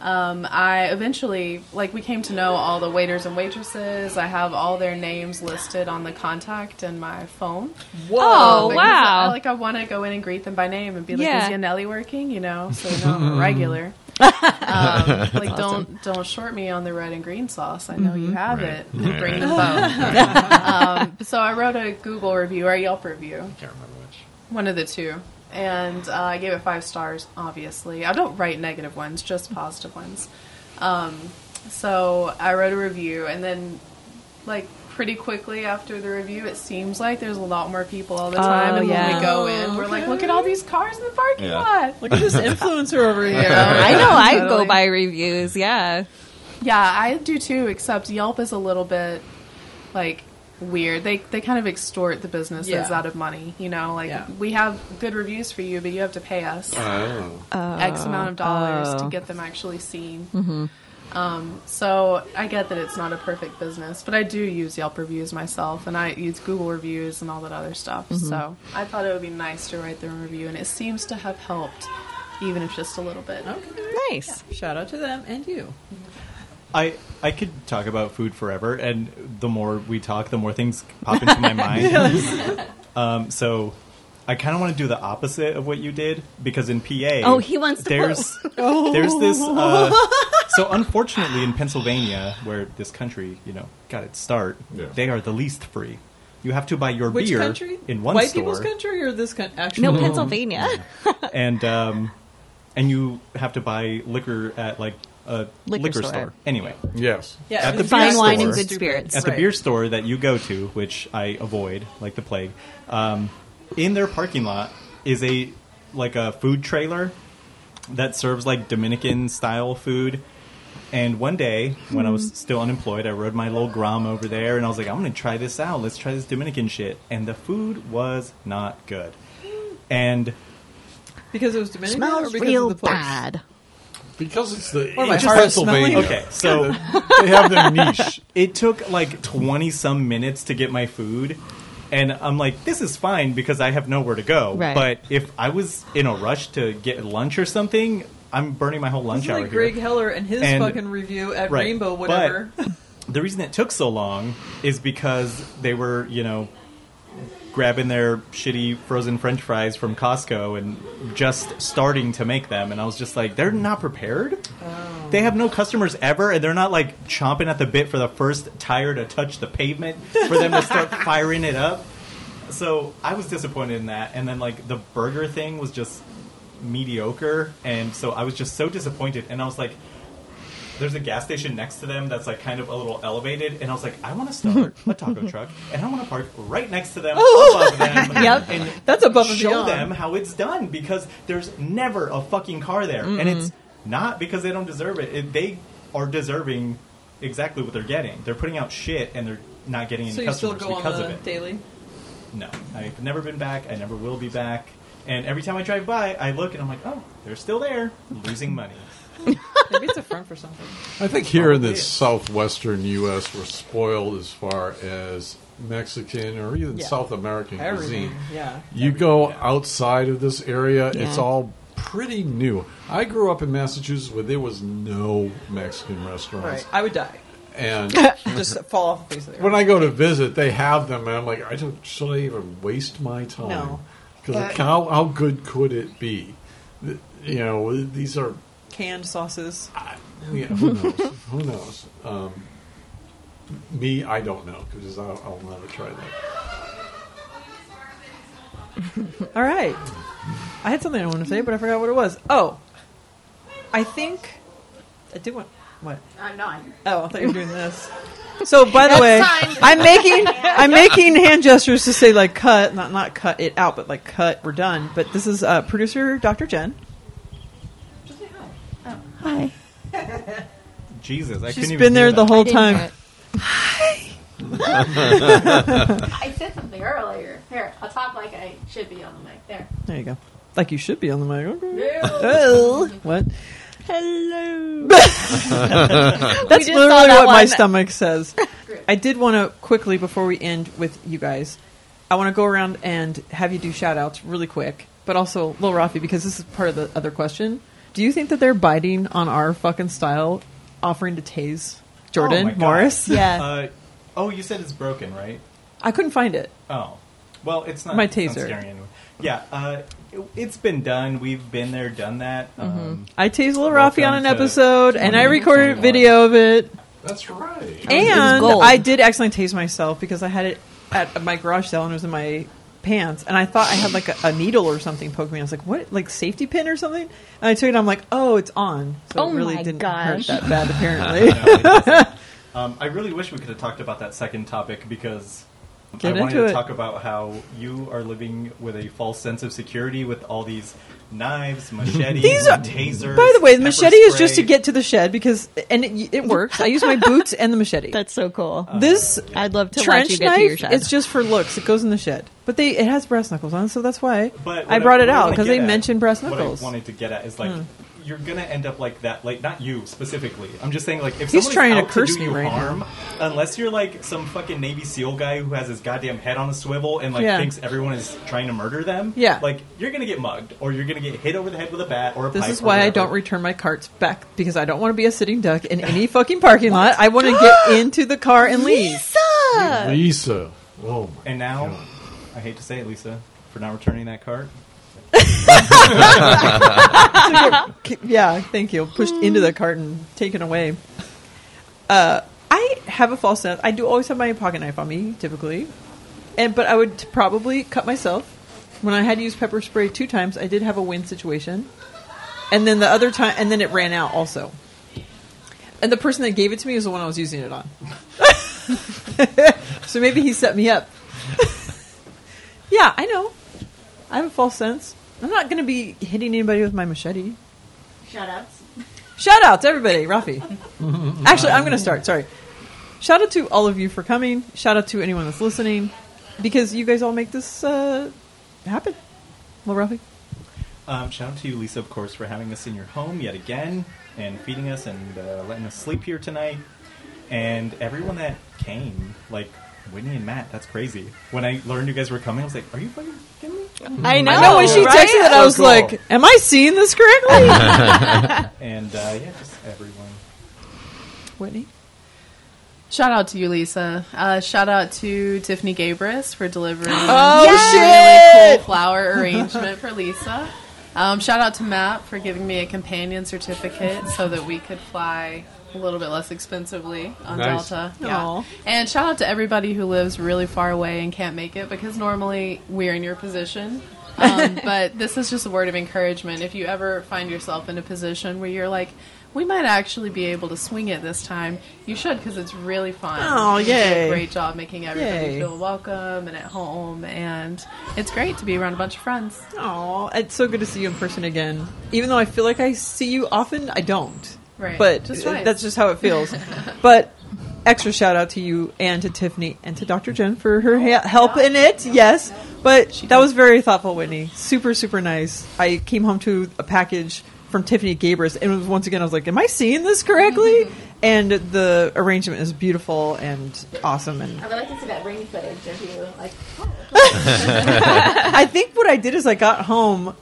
S8: um, I eventually like we came to know all the waiters and waitresses. I have all their names listed on the contact in my phone. Um,
S5: Oh,
S8: Because I,
S5: wow.
S8: like I want to go in and greet them by name and be like,
S5: Yeah.
S8: "Is Yanelli working?" You know, so you know I'm a regular. Um, like don't don't short me on the red and green sauce. I know you have
S10: Right.
S8: it.
S10: Right.
S8: Bring the boat. um, so I wrote a Google review or a Yelp review,
S10: I can't remember which.
S8: one of the two, and uh, I gave it five stars. Obviously, I don't write negative ones, just positive ones. Um, so I wrote a review, and then like pretty quickly after the review, it seems like there's a lot more people all the time. and when
S5: yeah.
S8: we go in, we're like, look at all these cars in the parking
S10: Yeah.
S8: lot.
S1: Look at this influencer over here.
S5: I know. I
S8: Totally.
S5: go by reviews. Yeah.
S8: Yeah, I do too. Except Yelp is a little bit like weird. They they kind of extort the businesses
S1: Yeah.
S8: out of money. You know, like
S1: Yeah.
S8: we have good reviews for you, but you have to pay us
S9: Oh.
S8: X amount of dollars
S1: Oh.
S8: to get them actually seen.
S1: Mm-hmm.
S8: Um, so I get that it's not a perfect business, but I do use Yelp reviews myself, and I use Google reviews and all that other stuff.
S1: Mm-hmm.
S8: So I thought it would be nice to write them a review, and it seems to have helped, even if just a little bit.
S1: Okay.
S5: Nice.
S1: Shout out to them and you.
S3: I I could talk about food forever, and the more we talk, the more things pop into my mind. um, so, I kind of want to do the opposite of what you did because in PA,
S5: Oh, he wants to
S3: there's there's this. Uh, so unfortunately, in Pennsylvania, where this country you know got its start,
S9: Yeah.
S3: they are the least free. You have to buy your
S1: Which
S3: beer
S1: country?
S3: in one
S1: White
S3: store Mm.
S1: people's country or this country? Actually,
S5: No, Pennsylvania.
S3: and um, and you have to buy liquor at like a
S5: Liquor
S3: liquor,
S5: store.
S3: store. Anyway,
S9: Yes.
S1: Yeah,
S3: At the
S1: it's
S3: fine
S1: beer
S3: wine and
S1: store.
S5: good spirits.
S3: at the beer store that you go to, which I avoid like the plague, um, in their parking lot is a like a food trailer that serves like Dominican style food. And one day, when I was still unemployed, I rode my little Grom over there, and I was like, "I'm gonna try this out. Let's try this Dominican shit." And the food was not good. Hmm. And
S1: Because it was Dominican or because of the place?
S9: Because it's the
S1: my
S9: it's
S1: heart is
S9: Pennsylvania.
S3: okay, so
S9: They have their niche.
S3: it took like 20 some minutes to get my food and i'm like this is fine because i have nowhere to go
S5: Right.
S3: but if i was in a rush to get lunch or something I'm burning my whole lunch
S1: It's
S3: hour
S1: like
S3: here.
S1: Greg Heller and his
S3: And-
S1: fucking review at
S3: Right.
S1: Rainbow,
S3: But-
S1: whatever.
S3: the reason it took so long is because they were, you know, grabbing their shitty frozen french fries from Costco and just starting to make them. And I was just like, they're not prepared. They have no customers ever, and they're not like chomping at the bit for the first tire to touch the pavement for them to start firing it up. So I was disappointed in that. And then, like, the burger thing was just mediocre. And so I was just so disappointed. And I was like, there's a gas station next to them that's like kind of a little elevated, and I was like, I want to start a taco truck, and I want to park right next to them, above them,
S1: Yep.
S3: and
S1: That's above and
S3: show
S1: beyond.
S3: them how it's done because there's never a fucking car there, and it's not because they don't deserve it. it. They are deserving exactly what they're getting. They're putting out shit, and they're not getting any
S1: so you still
S3: customers
S1: go on
S3: because of
S1: the
S3: it.
S1: daily?
S3: No, I've never been back. I never will be back. And every time I drive by, I look and I'm like, oh, they're still there, losing money.
S1: Maybe it's a front for something.
S9: I think here
S1: Oh,
S9: in
S3: Probably
S9: the
S3: is.
S9: southwestern U.S., we're spoiled as far as Mexican or even
S1: Yeah.
S9: South American
S1: Everything.
S9: cuisine.
S1: Yeah.
S9: You go outside of this area, it's
S2: Yeah.
S9: all pretty new. I grew up in Massachusetts where there was no Mexican restaurants,
S1: Right. I would die.
S9: and
S1: Just fall off the face of the earth.
S9: when I go to visit, they have them, and I'm like, I don't should I even waste my time?
S1: No. Uh,
S9: Because
S1: But-
S9: how how good could it be? Th- You know, these are
S1: Canned sauces.
S9: yeah, who knows? who knows? Um, me, I don't know because I'll, I'll never try that.
S1: All right. I had something I wanted to say, but I forgot what it was. Oh, I think I did want what?
S13: I'm not.
S1: Oh, I thought you were doing this. So, by the way,
S13: time.
S1: I'm making I'm making hand gestures to say like cut, not not cut it out, but like cut, we're done. But this is uh, producer Dr. Jen.
S14: Hi.
S3: Jesus, I couldn't
S1: She's
S3: even
S1: been
S3: hear
S1: there the
S3: that.
S1: whole
S3: Oh
S2: I didn't hear
S1: time.
S2: it.
S13: I said something earlier. Here, I'll talk like I should be on the mic. There.
S1: There you go. Like you should be on the mic. Okay.
S13: Ew.
S1: Oh, what?
S2: Hello.
S1: That's
S2: just saw
S1: literally
S2: that
S1: what my
S2: one.
S1: stomach says.
S13: Great.
S1: I did want to quickly, before we end with you guys, I want to go around and have you do shout outs really quick, but also Lil Rafi, because this is part of the other question. Do you think that they're biting on our fucking style offering to tase
S3: Oh
S1: Jordan
S3: my God.
S1: Morris?
S2: Yeah.
S3: Uh, oh, you said it's broken, right?
S1: I couldn't find it.
S3: Oh, well, it's not
S1: My
S3: it's not
S1: taser.
S3: scaring anyone. Yeah, uh, it, has been done. We've been there, done that.
S1: Mm-hmm.
S2: Mm-hmm.
S3: Um,
S1: I tased Lil
S3: Welcome
S1: Rafi on an
S3: to
S1: episode, and I
S3: 2021.
S1: recorded a video of it,
S9: That's right.
S1: and
S2: gold.
S1: I did accidentally tase myself because I had it at my garage sale and it was in my pants, and I thought I had like a, a needle or something poking me. I was like, "What? Like safety pin or something?" And I took it. and I'm like, "Oh, it's on." So
S2: Oh
S1: it really
S2: my
S1: didn't
S2: gosh.
S1: hurt that bad, apparently.
S3: um, I really wish we could have talked about that second topic because
S1: Get
S3: I wanted
S1: into
S3: to
S1: it.
S3: talk about how you are living with a false sense of security with all these knives, machetes,
S1: These are-
S3: tasers.
S1: By the way, the
S3: pepper
S1: machete is just to
S3: spray.
S1: get to the shed because, and it, it works. I use my boots and the machete.
S2: That's so cool.
S3: Uh,
S1: this
S2: I'd love to watch you
S1: trench
S2: get
S1: knife,
S2: to your shed.
S1: it's just for looks. It goes in the shed, but they it has brass knuckles on, so that's why
S3: But
S1: I brought
S3: what what
S1: it out
S3: wanna
S1: because
S3: get
S1: they
S3: at-
S1: mentioned brass
S3: What
S1: knuckles. Hmm.
S3: I wanted to get at is like you're gonna end up like that. Like not you specifically. I'm just saying like if
S1: He's
S3: someone's
S1: trying to
S3: out
S1: curse
S3: do
S1: me
S3: you
S1: right now.
S3: harm, unless you're like some fucking Navy SEAL guy who has his goddamn head on a swivel and like
S1: Yeah.
S3: thinks everyone is trying to murder them.
S1: Yeah.
S3: like you're gonna get mugged or you're gonna get hit over the head with a bat or a
S1: This
S3: pipe
S1: is
S3: or
S1: why I
S3: whatever.
S1: don't return my carts back because I don't want to be a sitting duck in any fucking parking lot. I want to get into the car and leave.
S2: Lisa!
S9: Lisa. Oh my.
S3: And now, I hate to say it, Lisa, for not returning that cart.
S1: K- Yeah, thank you. Pushed into the cart and taken away. Uh, I have a false sense. I do always have my pocket knife on me, typically, and but I would t- probably cut myself. When I had used pepper spray two times, I did have a wind situation, and then the other time, and then it ran out also. And the person that gave it to me was the one I was using it on. so maybe he set me up. yeah, I know. I have a false sense. I'm not going to be hitting anybody with my machete.
S13: Shut ups.
S1: Shout out to everybody, Rafi. Actually, I'm going to start. Sorry. Shout out to all of you for coming. Shout out to anyone that's listening because you guys all make this uh, happen. Well, Rafi.
S3: Um, shout out to you, Lisa, of course, for having us in your home yet again and feeding us and uh, letting us sleep here tonight. And everyone that came, like Whitney and Matt, that's crazy. When I learned you guys were coming, I was like, "Are you fucking kidding me?"
S5: I know.
S1: I know when she
S5: right?
S1: texted that, I
S5: So
S1: was
S5: cool.
S1: like, "Am I seeing this correctly?"
S3: and uh, yeah, just everyone.
S1: Whitney.
S8: Shout out to you, Lisa. Uh, shout out to Tiffany Gabris for delivering
S1: Oh,
S8: a really
S1: shit!
S8: cool flower arrangement for Lisa. Um, shout out to Matt for giving me a companion certificate so that we could fly a little bit less expensively on
S15: Nice.
S8: Delta.
S15: Aw.
S8: Yeah. And shout out to everybody who lives really far away and can't make it because normally we're in your position. Um, but this is just a word of encouragement. If you ever find yourself in a position where you're like, we might actually be able to swing it this time, you should because it's really fun.
S1: Oh,
S8: You did a
S1: yay.
S8: great job making everybody
S1: Yay.
S8: feel welcome and at home. And it's great to be around a bunch of friends.
S1: Oh, it's so good to see you in person again. Even though I feel like I see you often, I don't.
S8: Right.
S1: But
S8: Just
S1: uh,
S8: right.
S1: that's just how it feels. but extra shout out to you and to Tiffany and to Dr. Jen for
S8: Oh,
S1: her ha- help in it. Yes. But that was very thoughtful, Whitney. Super, super nice. I came home to a package from Tiffany Gabris, and it was, once again, I was like, Am I seeing this correctly? and the arrangement is beautiful and awesome. And
S12: I would like to see that ring footage of you. Like,
S1: I think what I did is I got home.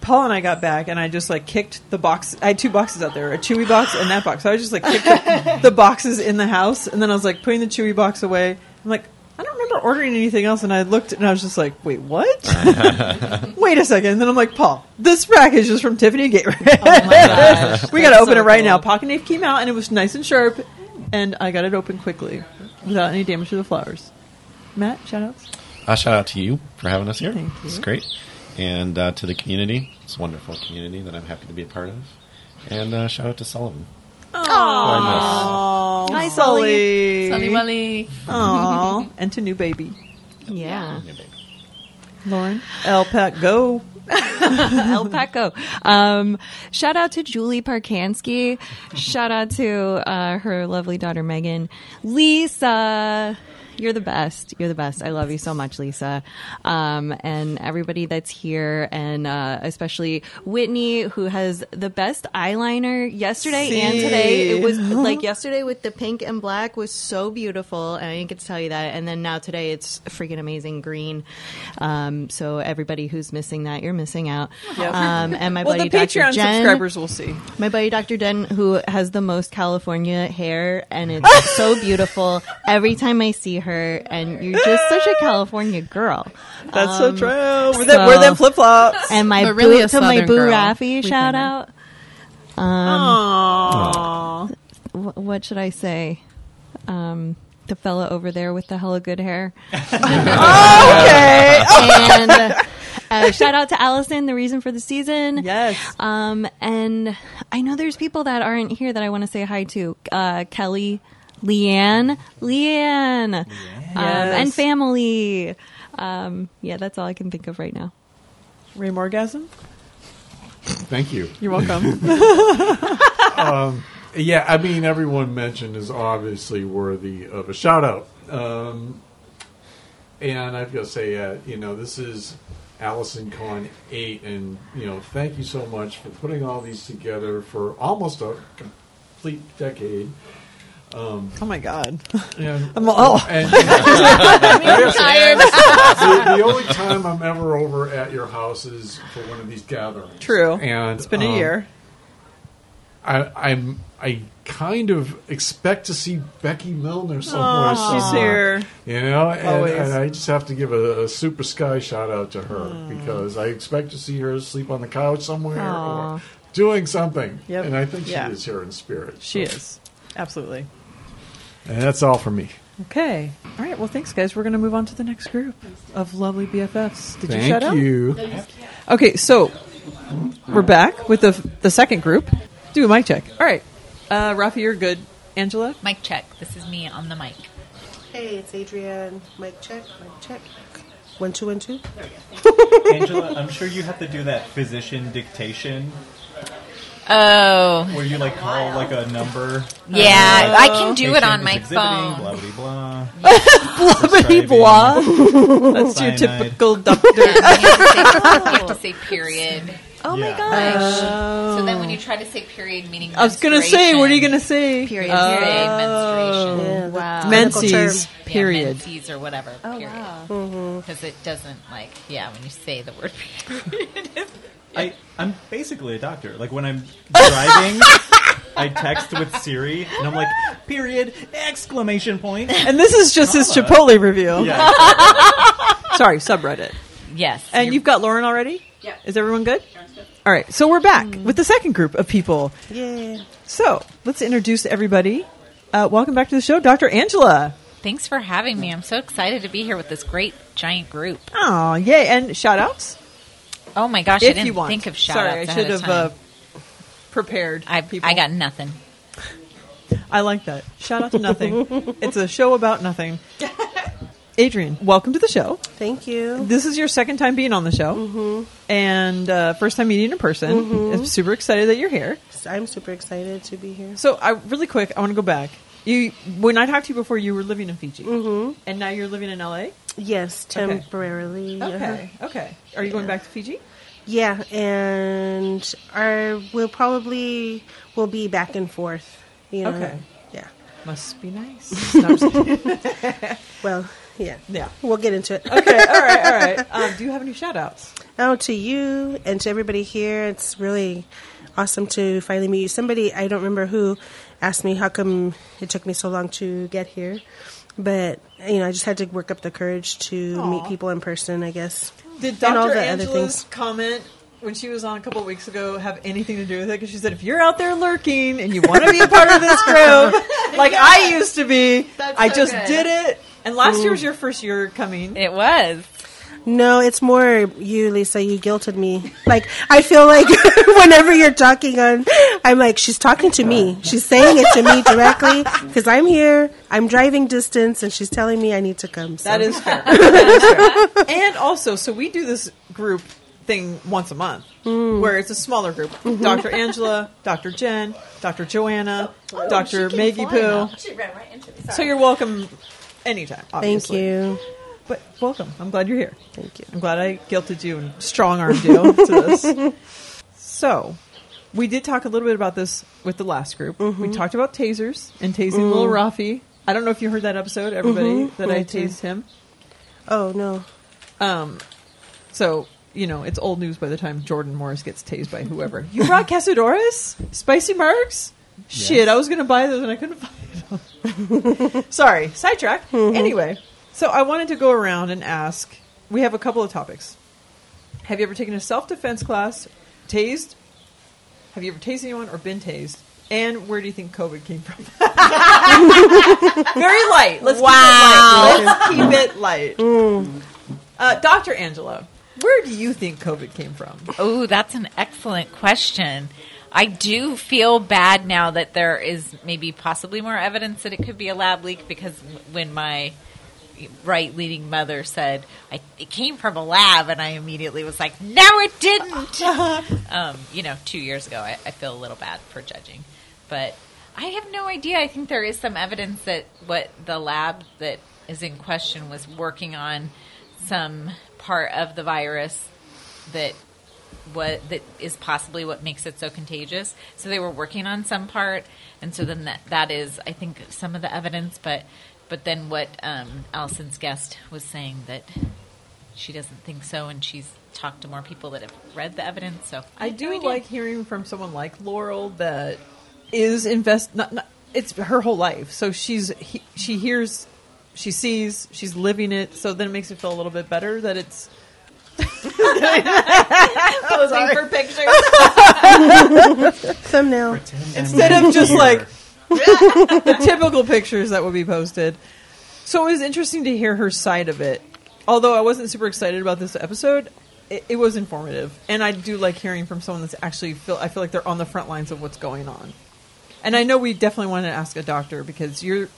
S1: Paul and I got back, and I just like kicked the box. I had two boxes out there, a Chewy box and that box. So I just like kicked the, the boxes in the house, and then I was like putting the Chewy box away. I'm like, I don't remember ordering anything else, and I looked, and I was just like, wait, what? wait a second. And then I'm like, Paul, this package is from Tiffany Gate.
S2: gosh,
S1: we got to
S2: that's
S1: open
S2: so
S1: it right
S2: cool.
S1: now. Pocket knife came out, and it was nice and sharp, and I got it open quickly without any damage to the flowers. Matt, shout outs.
S10: Uh, shout out to you for having us here.
S1: Thank you.
S10: It's great. And uh, to the community. It's a wonderful community that I'm happy to be a part of. And uh, shout out to Sullivan.
S1: Aww.
S10: Hi,
S1: Hi,
S10: Sully.
S1: Sully.
S10: Sully
S8: Welly.
S1: Aww. and to new baby.
S5: Yeah.
S1: Lauren. El Pat Go.
S5: El Paco. Um, shout out to Julie Parkansky. Shout out to uh, her lovely daughter Megan. Lisa, you're the best. You're the best. I love you so much, Lisa. Um, and everybody that's here, and uh, especially Whitney, who has the best eyeliner yesterday and
S11: See?
S5: today. It was like yesterday with the pink and black was so beautiful, and I didn't get to tell you that. And then now today, it's freaking amazing green. Um, so everybody who's missing that, you're missing out.
S1: Yep.
S5: Um, and my
S1: Well,
S5: buddy
S1: the
S5: Dr.
S1: Patreon
S5: Jen,
S1: subscribers will see.
S5: My buddy Dr. Jen, who has the most California hair, and it's so beautiful every time I see her. And you're just such a California girl.
S1: That's so true. We're
S5: them
S1: them- we're them flip-flops.
S5: And my
S1: But really
S5: boo,
S1: a
S5: to my
S1: Southern
S5: boo
S1: girl.
S5: Raffy
S1: We
S5: shout
S1: can.
S5: out.
S1: Aww.
S5: Um, wh- what should I say? Um, the fella over there with the hella good hair.
S1: Oh, okay.
S5: and uh, uh, shout out to Allison, the reason for the season.
S1: Yes.
S5: Um, and I know there's people that aren't here that I want to say hi to. Uh, Kelly, Leanne, Leanne, um, and
S1: Yes.
S5: family. Um, yeah, that's all I can think of right now.
S1: Raymorgasm?
S9: Thank you.
S1: You're welcome.
S9: um, yeah, I mean, everyone mentioned is obviously worthy of a shout out. Um, and I've got to say, uh, you know, this is Allison Con 8, and, you know, thank you so much for putting all these together for almost a complete decade. Um,
S1: oh my God!
S9: And,
S1: I'm all- oh.
S9: and-
S1: I'm tired.
S9: the, the only time I'm ever over at your house is for one of these gatherings.
S1: True.
S9: and
S1: It's been a
S9: um,
S1: year.
S9: I, I'm I kind of expect to see Becky Milner somewhere.
S1: Aw. She's
S9: somewhere.
S1: here.
S9: you know, and,
S1: Always.
S9: and I just have to give a, a super sky shout out to her because I expect to see her sleep on the couch somewhere
S1: Aw.
S9: or doing something.
S1: Yep.
S9: And I think she
S1: Yeah.
S9: is here in spirit.
S1: She is absolutely
S9: And that's all for me.
S1: okay. All right. Well, thanks, guys. We're going to move on to the next group of lovely BFFs. Did
S9: Thank
S1: you shout
S9: you. No,
S1: out? Okay, so we're back with the the second group. Do a mic check. All right, uh, Rafi, you're good. Angela,
S16: Mic check. This is me on the mic.
S15: Hey, it's Adrienne. Mic check, mic check. One, two, one, two.
S3: Angela, I'm sure you have to do that physician dictation
S16: Oh.
S3: where you like call like a number.
S16: Yeah, I
S17: Oh,
S16: can do it
S3: Patient
S16: on
S3: is
S16: my
S3: exhibiting,
S16: phone.
S3: Blah blah blah.
S1: Blubbity blah. That's your
S3: Cyanide.
S1: typical doctor.
S16: you, have to say, you have to say period.
S17: Oh my
S1: Yeah.
S17: gosh.
S1: Oh.
S17: So then when you try to say period, meaning
S1: I was gonna say, what are you gonna say?
S17: Period,
S1: Oh.
S17: period, menstruation. wow.
S1: Menses,
S17: Yeah,
S1: period.
S17: menses or whatever.
S1: Oh,
S17: period.
S1: wow.
S17: Because it doesn't like yeah when you say the word
S3: I, I'm basically a doctor. Like when I'm driving, I text with Siri, and I'm like, period, exclamation point.
S1: And this is just his
S3: comma.
S1: Chipotle review.
S3: Yeah,
S1: Sorry, subreddit.
S17: Yes.
S1: And you've got Lauren already?
S17: Yep.
S1: Is everyone good? All right, so we're back
S17: Hmm.
S1: with the second group of people.
S15: Yeah.
S1: So let's introduce everybody. Uh, welcome back to the show, Dr. Angela.
S17: Thanks for having me. I'm so excited to be here with this great giant group.
S1: Oh, yay. And shout outs?
S17: Oh my gosh, I
S1: If
S17: didn't
S1: you want.
S17: think of shout
S1: Sorry,
S17: outs
S1: I
S17: ahead
S1: should
S17: of
S1: have uh,
S17: time.
S1: prepared.
S17: I, I got nothing.
S1: uh, I like that. Shout out to nothing. it's a show about nothing. Adrian, welcome to the show.
S15: Thank you.
S1: This is your second time being on the show, mm-hmm. and uh, first time meeting in person.
S17: Mm-hmm.
S15: Mhm.
S1: I'm super excited that you're here.
S15: I'm super excited to be here.
S1: So, I really quick, I want to go back. You, when I talked to you before, you were living in Fiji, mm-hmm. and now you're living in LA.
S15: Yes,
S1: Okay.
S15: temporarily. uh-huh.
S1: Okay, okay. Are you going back to Fiji?
S15: Yeah, and I will probably will be back and forth. You know?
S1: Okay.
S15: Yeah.
S1: Must be nice. No, I'm just kidding.
S15: Well, yeah.
S1: Yeah.
S15: We'll get into it.
S1: okay, all right, all right. Um, do you have any shout outs?
S15: Now Oh, to you and to everybody here. It's really awesome to finally meet you. Somebody I don't remember who asked me how come it took me so long to get here, but you know I just had to work up the courage to
S1: Aw.
S15: meet people in person. I guess.
S1: Did
S15: And all
S1: Dr.
S15: the other
S1: Angela's
S15: things.
S1: comment when she was on a couple of weeks ago have anything to do with it? Because she said, if you're out there lurking and you want to be a part of this group, like I used to be,
S15: That's
S1: I
S15: so
S1: just
S15: good.
S1: did it. And last year
S15: Mm.
S1: was your first year coming.
S17: It was.
S15: No, it's more you, Lisa. You guilted me. Like I feel like whenever you're talking on, I'm like she's talking to me. She's saying it to me directly because I'm here. I'm driving distance, and she's telling me I need to come. So.
S1: That is fair. That is fair. and also, so we do this group thing once a month
S15: Hmm.
S1: where it's a smaller group.
S15: Mhm.
S1: Dr. Angela, Dr. Jen, Dr. Joanna,
S15: Oh,
S1: Dr.
S15: she came
S1: Maggie
S15: flying
S1: Pooh.
S15: out.
S17: She ran right into me.
S1: So you're welcome anytime.
S15: Thank
S1: Obviously.
S15: you.
S1: But welcome. I'm glad you're here.
S15: Thank you.
S1: I'm glad I guilted you and strong armed you to this. So, we did talk a little bit about this with the last group. We talked about tasers and tasing
S15: Mm-hmm. Mm.
S1: little Rafi. I don't know if you heard that episode, everybody,
S15: Mhm.
S1: that I
S15: I did.
S1: tased him.
S15: Oh no.
S1: Um, so you know it's old news by the time Jordan Morris gets tased by whoever. You brought Casadores, spicy marks. Shit, I was gonna buy those and I couldn't find them. Sorry, sidetrack. Anyway, so I wanted to go around and ask. We have a couple of topics. Have you ever taken a self defense class? Tased? Have you ever tased anyone or been tased? And where do you think COVID came from? Very light. Let's
S17: Wow.
S1: keep it light. Let's keep it light. Uh, Dr. Angela, where do you think COVID came from?
S17: Oh, that's an excellent question. I do feel bad now that there is maybe possibly more evidence that it could be a lab leak because when my right leading mother said I, it came from a lab, and I immediately was like, "No, it didn't." um, you know, two years ago, I, I feel a little bad for judging, but I have no idea. I think there is some evidence that what the lab that is in question was working on some part of the virus that what that is possibly what makes it so contagious. So they were working on some part, and so then that that is I think some of the evidence, but but then what um, Allison's guest was saying that she doesn't think so, and she's talked to more people that have read the evidence. So
S1: I do
S17: idea.
S1: like hearing from someone like Laurel that is invest. Not, not, it's her whole life, so she's he, she hears, she sees, she's living it. So then it makes me feel a little bit better that it's
S17: posing
S1: Sorry.
S17: for pictures.
S15: Thumbnail.
S1: Instead of just like the typical pictures that would be posted. So it was interesting to hear her side of it. Although I wasn't super excited about this episode, it, it was informative, and I do like hearing from someone that's actually feel. I feel like they're on the front lines of what's going on. And I know we definitely want to ask a doctor because you're.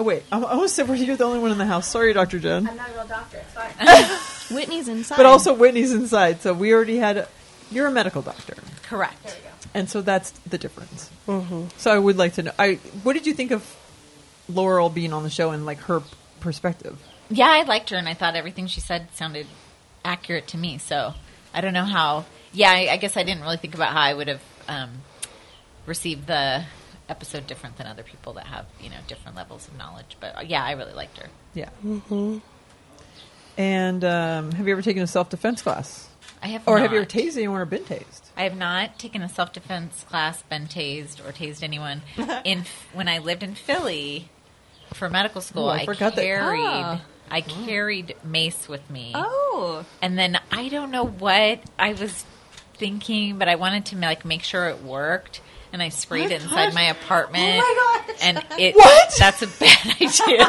S1: Oh wait, I I almost said you're the only one in the house. Sorry, Doctor Jen.
S18: I'm not a real doctor. It's fine.
S5: Whitney's inside.
S1: But also Whitney's inside, so we already had. A, you're a medical doctor,
S17: Correct. There
S1: and so that's the difference.
S15: Mhm.
S1: So I would like to know. I what did you think of Laurel being on the show and like her perspective?
S17: Yeah, I liked her, and I thought everything she said sounded accurate to me. So I don't know how yeah, I, I guess I didn't really think about how I would have um, received the episode different than other people that have you know different levels of knowledge. But uh, yeah, I really liked her.
S1: Yeah. And um, have you ever taken a self defense class?
S17: I have
S1: Or have you ever
S17: not.
S1: tased anyone or been tased?
S17: I have not taken a self defense class, been tased, or tased anyone. in when I lived in Philly for medical school,
S5: Ooh, I
S17: Oh, I,
S5: forgot that-
S17: carried
S5: Ah.
S17: I carried mace with me.
S5: Oh.
S17: and then I don't know what I was thinking, but I wanted to like make sure it worked. And I sprayed it inside my apartment.
S5: Oh
S17: my gosh! And it
S1: What?
S17: that's a bad idea.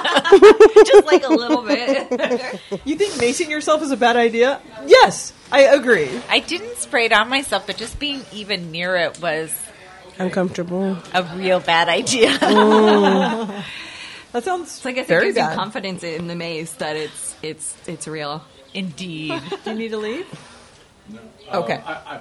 S1: Just
S17: like a little bit.
S1: you think macing yourself is a bad idea? Yes, I agree.
S17: I didn't spray it on myself, but just being even near it was
S15: Uncomfortable.
S17: a real bad idea.
S15: Mm.
S1: that sounds
S5: like I guess
S17: very
S5: it gives
S17: bad.
S5: you confidence in the maze that it's it's it's real.
S17: Indeed.
S1: Do you need to leave?
S5: Okay.
S9: Uh, I, I,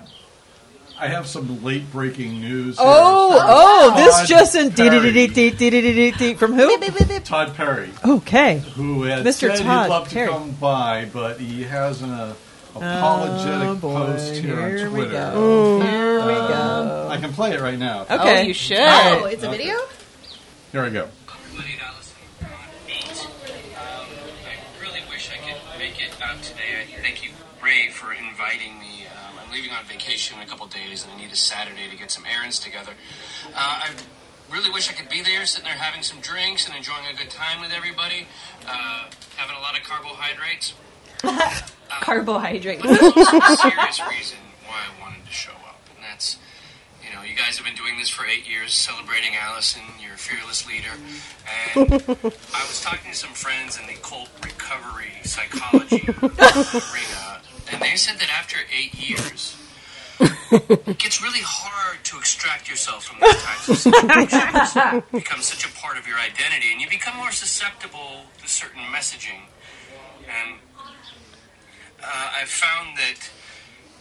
S9: I have some late breaking news. here
S1: Oh,
S9: from
S1: oh, this
S9: Todd
S1: Justin
S9: Perry.
S1: dee-dee-dee-dee-dee-dee-dee-dee from who?
S9: Todd Perry,
S1: Okay.
S9: who had
S1: Mr.
S9: said
S1: Todd
S9: he'd love
S1: Perry.
S9: to come by, but he has an uh, apologetic
S1: Oh, boy.
S9: post here,
S1: Here
S9: on
S1: we
S9: Twitter.
S1: go. Ooh. Here we
S9: go. I can play it right now. Uh,
S1: Okay. Oh, you
S17: should.
S19: Oh, it's a video?
S9: Here we go.
S20: I really wish I could make it out today. I thank you, Ray, for inviting me. Um, I'm leaving on vacation in a couple days, and I need a Saturday to get some errands together. Uh, I really wish I could be there, sitting there having some drinks and enjoying a good time with everybody, uh, having a lot of carbohydrates.
S5: Carbohydrates.
S20: But there's also a serious reason why I wanted to show up, and that's, you know, you guys have been doing this for eight years, celebrating Allison, your fearless leader, and I was talking to some friends in the cult recovery psychology arena, and they said that after eight years, it gets really hard to extract yourself from those types of situations. It becomes such a part of your identity, and you become more susceptible to certain messaging. And uh, I've found that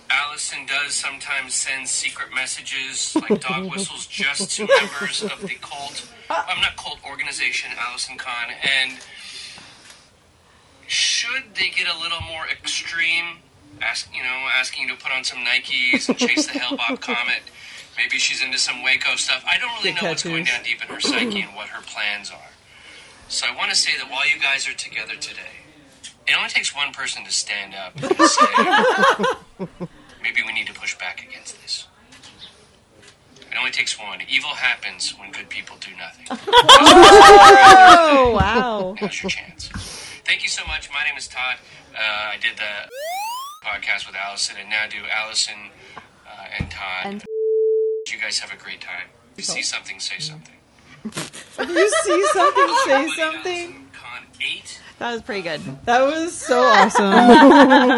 S20: Allison does sometimes send secret messages, like dog whistles, just to members of the cult. I'm not cult organization, Allison Khan. And should they get a little more extreme, ask, you know, asking you to put on some Nikes and chase the Hellbop comet? Maybe she's into some Waco stuff. I don't really
S1: Get
S20: know what's going down
S1: tattoos.
S20: deep in her psyche and what her plans are. So I want to say that while you guys are together today, it only takes one person to stand up and say, maybe we need to push back against this. It only takes one. Evil happens when good people do nothing.
S1: Oh, wow.
S20: Now's your chance. Thank you so much. My name is Todd. Uh, I did the podcast with Allison, and now do Allison uh, and Todd.
S5: And-
S20: you guys have a great time. If you see something, say something.
S1: you see something, say something.
S5: That was pretty good.
S1: That was so awesome.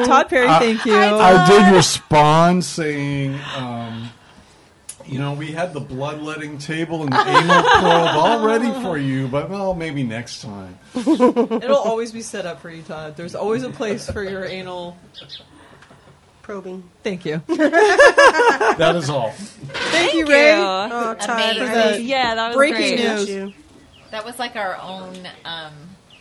S1: Todd Perry,
S9: I-
S1: thank you.
S9: I did respond saying, um, you know, we had the bloodletting table and the anal probe all ready for you, but well, maybe next time.
S1: It'll always be set up for you, Todd. There's always a place for your anal
S15: probing.
S1: Thank you.
S9: That is all.
S1: Thank you, Ray.
S15: Oh, Todd,
S17: Amazing.
S15: I-
S17: Yeah, that was
S1: breaking
S17: great.
S1: news.
S15: You.
S17: That was like our own um,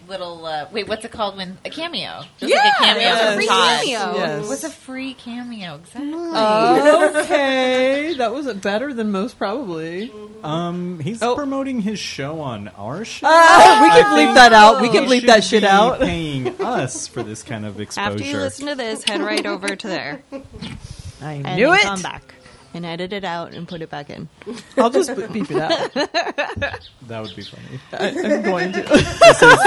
S17: little. Uh, wait, what's it called when a cameo? Just
S5: Yeah,
S17: like a cameo.
S5: it's a
S17: from
S5: free
S17: Todd.
S5: cameo. Yes.
S17: It was a free cameo. Exactly. Oh.
S1: okay, that was better than most probably.
S3: Um, he's promoting his show on our show.
S1: Ah, Oh. we can
S3: I
S1: bleep
S3: think
S1: that out. We
S3: he
S1: can bleep
S3: should
S1: that shit
S3: be
S1: out.
S3: Paying us for this kind of exposure.
S5: After you listen to this, head right over to there.
S1: I
S5: and
S1: knew
S5: then
S1: it.
S5: Come back and edit it out and put it back in.
S1: I'll just beep it out.
S3: that would be funny.
S1: I, am going to.
S3: This is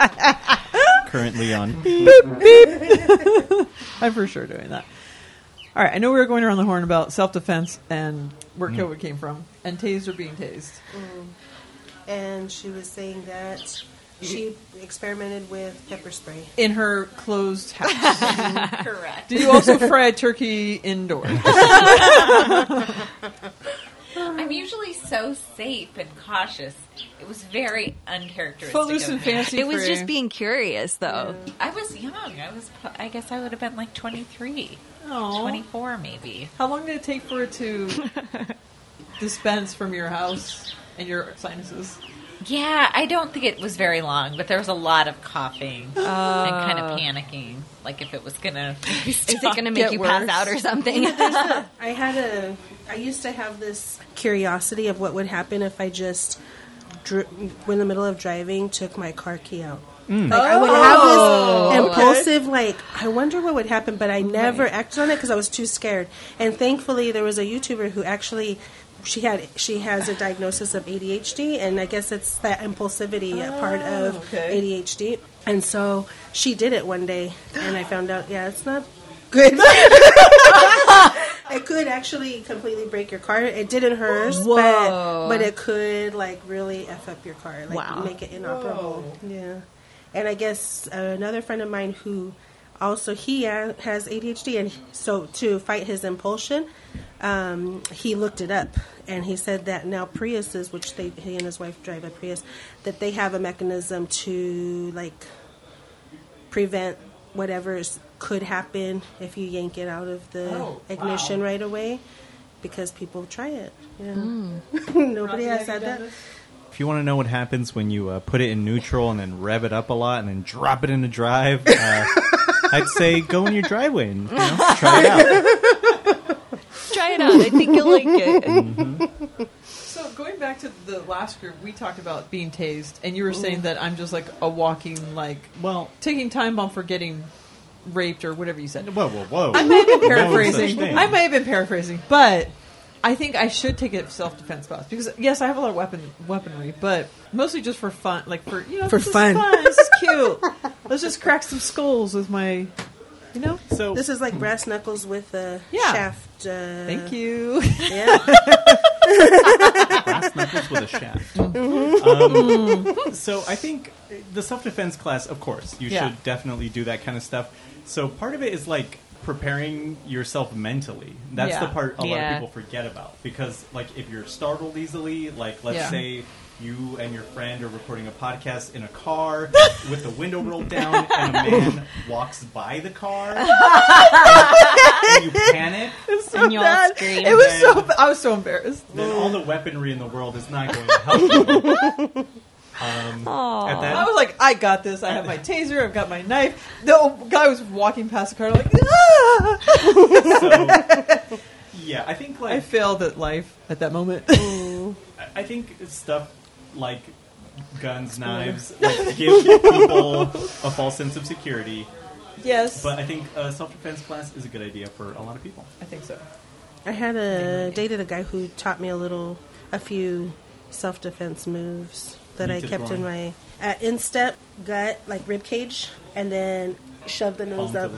S3: Todd from currently on.
S1: Beep, beep. I'm for sure doing that. All right, I know we were going around the horn about self defense and where
S3: Mm.
S1: COVID came from, and tased or being tased.
S15: Mm. And she was saying that she experimented with pepper spray.
S1: in her closed house.
S15: Correct.
S1: Do you also fry a turkey indoors?
S17: I'm usually so safe and cautious. It was very uncharacteristic.
S5: Footloose
S17: of
S5: and
S17: me.
S5: fancy It was free. just being curious, though.
S17: I was young. I was. pro- I guess I would have been like 23,
S1: Aw.
S17: 24 maybe.
S1: How long did it take for it to dispense from your house and your sinuses?
S17: Yeah, I don't think it was very long, but there was a lot of coughing and kind
S5: Oh.
S17: of panicking, like if it was gonna. Is
S5: it gonna make you pass out or something?
S15: Yeah, there's a- I had a. I used to have this curiosity of what would happen if I just, dri- in the middle of driving, took my car key out.
S2: Mm.
S15: Like I would
S2: Oh,
S15: have this
S2: okay.
S15: impulsive, like I wonder what would happen, but I never acted on it because I was too scared. And thankfully, there was a YouTuber who actually. She had she has a diagnosis of ADHD, and I guess it's that impulsivity a part
S2: Oh,
S15: of ADHD. And so she did it one day, and I found out, yeah, it's not good. it could actually completely break your car. It didn't hers,
S5: Whoa.
S15: but but it could like really f up your car, like
S5: Wow.
S15: make it inoperable. Yeah, and I guess uh, another friend of mine who also he uh, has ADHD, and so to fight his impulsion, um, he looked it up, and he said that now Priuses, which they he and his wife drive a Prius, that they have a mechanism to like prevent whatever is- could happen if you yank it out of the
S2: Oh,
S15: ignition
S2: wow.
S15: right away because people try it. Yeah.
S2: Mm.
S15: Nobody
S2: Rocky, have you
S15: has said
S2: done
S15: that.
S2: this?
S3: If you want to know what happens when you uh, put it in neutral and then rev it up a lot and then drop it into drive, uh, I'd say go in your driveway and you know, try it out.
S5: Try it out. I think you'll like it.
S3: Mm-hmm.
S1: So going back to the last group, we talked about being tased, and you were saying that I'm just like a walking like well taking time bomb for getting raped or whatever you said.
S3: Whoa, whoa, whoa!
S1: I may have been
S3: No such
S1: paraphrasing.
S3: thing.
S1: I may have been paraphrasing, but I think I should take a self defense class because yes, I have a lot of weapon weaponry, but mostly just for fun, like for you know
S21: For
S1: this is
S21: fun.
S1: This is cute. Let's just crack some skulls with my, you know.
S3: So
S15: This is like brass knuckles with a
S1: Yeah.
S15: shaft. Uh,
S1: Thank you.
S15: Yeah.
S3: brass knuckles with a shaft.
S1: Mm-hmm.
S15: Mhm.
S3: Um, so I think the self defense class, of course, you
S1: Yeah.
S3: should definitely do that kind of stuff. So part of it is like preparing yourself mentally. That's
S1: Yeah.
S3: the part a lot
S1: Yeah.
S3: of people forget about because, like, if you're startled easily, like let's
S1: Yeah.
S3: say. You and your friend are recording a podcast in a car with the window rolled down, and a man walks by the car. and you panic.
S1: It's so
S3: And you all
S1: bad.
S3: scream.
S1: It was so. ba- I was so embarrassed.
S3: Then all the weaponry in the world is not going to help you. Um, at that
S1: I was like, I got this. I have my taser. I've got my knife. The guy was walking past the car, like, ah!
S3: Yeah, I think
S1: I
S3: like
S1: failed at life at that moment.
S3: I- I think stuff like guns,
S1: Exploded.
S3: knives, like, give people a false sense of security.
S1: Yes.
S3: but I think a self-defense class is a good idea for a lot of people.
S1: I think so.
S15: I had a dated a guy who taught me a little, a few self defense moves that
S2: Me
S15: I
S2: too,
S15: kept in my
S2: Lauren.
S15: uh, instep, gut, like rib cage, and then shove the nose up.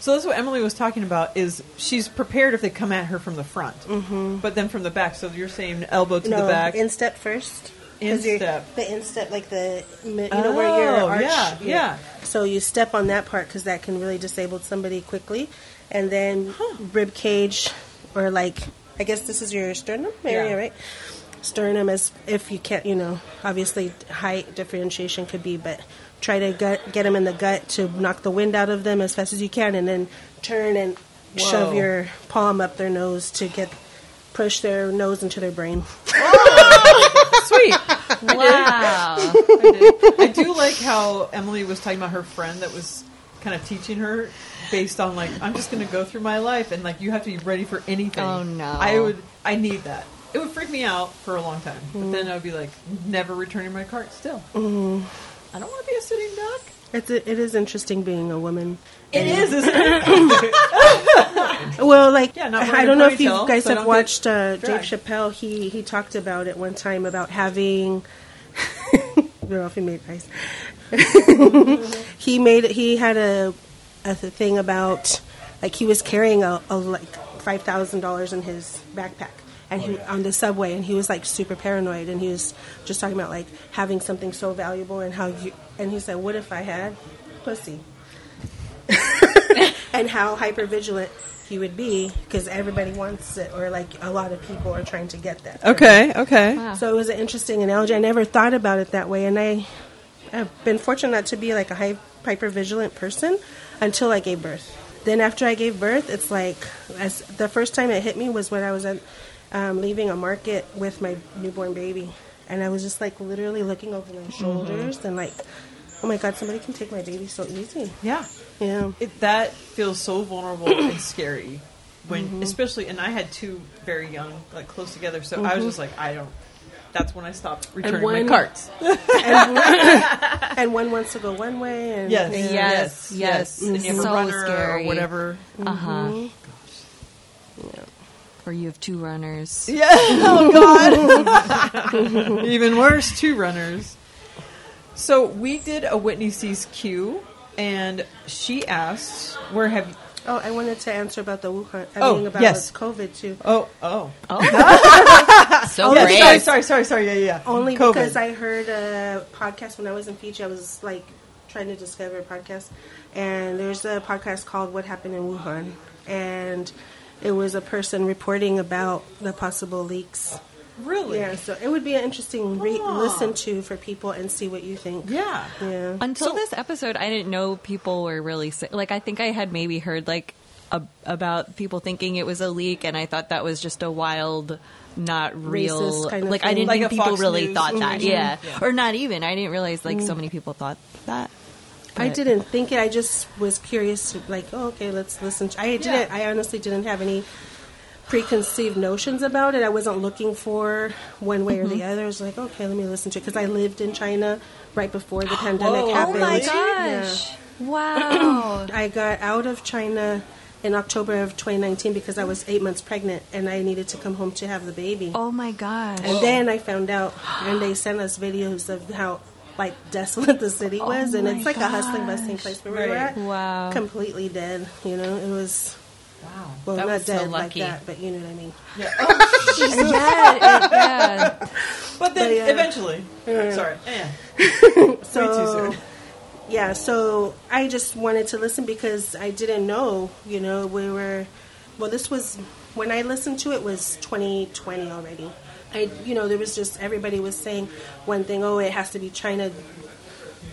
S1: So that's what Emily was talking about. Is she's prepared if they come at her from the front, mm-hmm. but then from the back. So you're saying elbow to
S15: no,
S1: the back.
S15: instep first. 'Cause you're-
S1: Instep.
S15: The instep, like the you know where your
S1: Oh,
S15: arch.
S1: yeah, yeah.
S15: So you step on that part because that can really disable somebody quickly, and then rib cage, or like I guess this is your sternum area,
S2: Yeah.
S15: right? Sternum is if you can't, you know, obviously height differentiation could be, but try to gut, get them in the gut to knock the wind out of them as fast as you can, and then turn and shove
S2: Whoa.
S15: your palm up their nose to get push their nose into their brain.
S1: Sweet.
S15: Wow.
S1: I, did. I do like how Emily was talking about her friend that was kind of teaching her based on like I'm just going to go through my life and like you have to be ready for anything.
S5: Oh, no.
S1: I would. I need that. It would freak me out for a long time, but then I would be like never returning my cart. Still,
S15: Mm-hmm.
S1: I don't want to be a sitting duck.
S15: It's a, it is interesting being a woman.
S1: It
S15: And-
S1: is, isn't it?
S15: well, like
S1: Yeah, not wearing
S15: I
S1: a
S15: don't know if you
S1: ponytail,
S15: guys
S1: so
S15: have
S1: don't
S15: watched
S1: get
S15: uh, Dave
S1: dragged.
S15: Chappelle. He he talked about it one time about having. Ralphie made eyes. he made he had a a th- thing about like he was carrying a, a like five thousand dollars in his backpack and he on the subway and he was like super paranoid and he was just talking about like having something so valuable and how you and he said what if I had pussy and how hyper vigilant he would be because everybody wants it or like a lot of people are trying to get that
S1: Okay, okay. Wow.
S15: so it was an interesting analogy I never thought about it that way and I I've been fortunate not to be like a hy- hyper vigilant person until I gave birth. Then after I gave birth, it's like as the first time it hit me was when I was at, um, leaving a market with my newborn baby, and I was just like literally looking over
S1: Mm-hmm.
S15: my shoulders and like, oh my god, somebody can take my baby so easy.
S1: Yeah.
S15: Yeah.
S1: It, that feels so vulnerable and scary when,
S5: Mm-hmm.
S1: especially, and I had two very young, like close together, so I was
S15: Mhm.
S5: Mm-hmm.
S1: just like, I don't. That's when I stopped returning
S15: And one
S1: my carts.
S15: and, one, and one wants to go one way. And
S1: Yes,
S15: yeah.
S1: yes, yes. And you have a
S5: So
S1: runner
S5: scary.
S1: or whatever. Uh-huh.
S5: Uh huh.
S15: Mhm.
S5: Or you have two runners.
S1: Yeah. Oh
S15: Oh,
S1: God. Even worse, two runners. So we did a Whitney sees Q, and she asked, "Where have?" You-
S15: Oh, I wanted to answer about the Wuhan. I
S1: Oh,
S15: mean, about
S1: yes.
S15: COVID too.
S1: oh, oh,
S15: Oh.
S1: Oh, yeah, Sorry, sorry, sorry, sorry. Yeah, yeah. yeah.
S15: Only
S1: COVID.
S15: because I heard a podcast when I was in Fiji. I was like trying to discover a podcast, and there's a podcast called "What Happened in Wuhan," and it was a person reporting about the possible leaks.
S1: Really?
S15: Yeah. So it would be an interesting re- listen to for people and see what you think.
S1: Yeah.
S15: Yeah.
S5: Until this episode, I didn't know people were really sick. Like, I think I had maybe heard like a, about people thinking it was a leak, and I thought that was just a wild, not real.
S15: Racist kind of
S5: like, I
S15: thing.
S5: didn't
S15: Like
S5: think
S15: a
S5: people
S15: Fox
S5: really
S15: News
S5: thought that.
S15: situation.
S5: Yeah.
S15: Yeah.
S5: or not even. I didn't realize like so
S15: Mm.
S5: many people thought that.
S15: I
S5: But-
S15: didn't think it. I just was curious, like, oh, okay, let's listen. to- I didn't. I honestly didn't have any preconceived notions about it. I wasn't looking for one way or the
S5: Mm-hmm.
S15: other. I was like, okay, let me listen to it because I lived in China right before the pandemic
S5: Oh
S15: happened.
S5: my
S15: Yeah.
S5: gosh! Wow.
S15: I got out of China in October of 2019 because I was eight months pregnant and I needed to come home to have the baby.
S5: Oh my gosh.
S15: And then I found out, and they sent us videos of how like desolate the city was, and
S5: Oh my
S15: it's like a hustling, bustling place where we were
S5: Right.
S15: at.
S5: Wow.
S15: Completely dead. You know, it was. Wow. Well,
S5: That
S15: not
S5: was so
S15: dead like
S5: lucky.
S15: that, but you know what I mean.
S1: Yeah. Oh,
S15: Jesus.
S1: Yeah, it- yeah. But then
S15: yeah.
S1: eventually- sorry. Yeah.
S15: so,
S1: Way too soon.
S15: Yeah, so I just wanted to listen because I didn't know, you know, we were well this was when I listened to it was 2020 already. I you know, there was just everybody was saying one thing, oh, it has to be China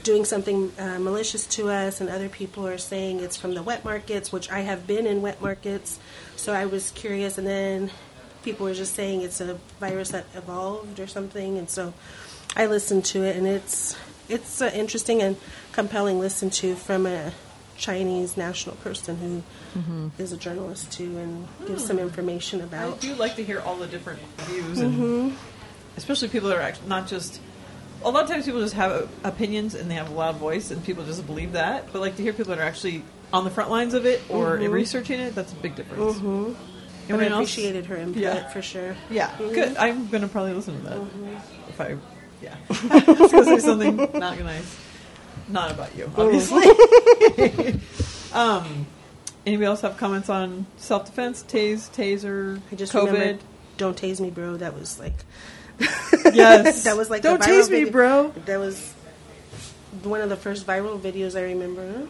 S15: doing something uh, malicious to us and other people are saying it's from the wet markets, which I have been in wet markets. So I was curious and then people were just saying it's a virus that evolved or something and so I listened to it, and it's it's an interesting and compelling listen to from a Chinese national person who is
S5: Mhm.
S15: a journalist too, and gives some information
S1: I
S15: about.
S1: do like to hear all the different views, and
S15: Mm-hmm.
S1: especially people that are actually not just. A lot of times, people just have uh, opinions and they have a loud voice, and people just believe that. But like to hear people that are actually on the front lines of it or
S15: Mhm.
S1: researching it, that's a big difference.
S15: Mm-hmm. But I
S1: Anyone else?
S15: appreciated her input
S1: Yeah.
S15: for sure. Mm-hmm.
S1: Yeah,
S15: Mhm.
S1: good. I'm gonna probably listen to that if I. Yeah,
S15: Mhm.
S1: I was gonna say something not nice, not about you, obviously. um, anybody else have comments on self defense, tase, taser,
S15: I just
S1: COVID?
S15: remembered, "Don't tase me, bro." That was like.
S1: Yes.
S15: that was like
S1: Don't
S15: the viral
S1: tase me,
S15: video-
S1: bro.
S15: That was one of the first viral videos I remember.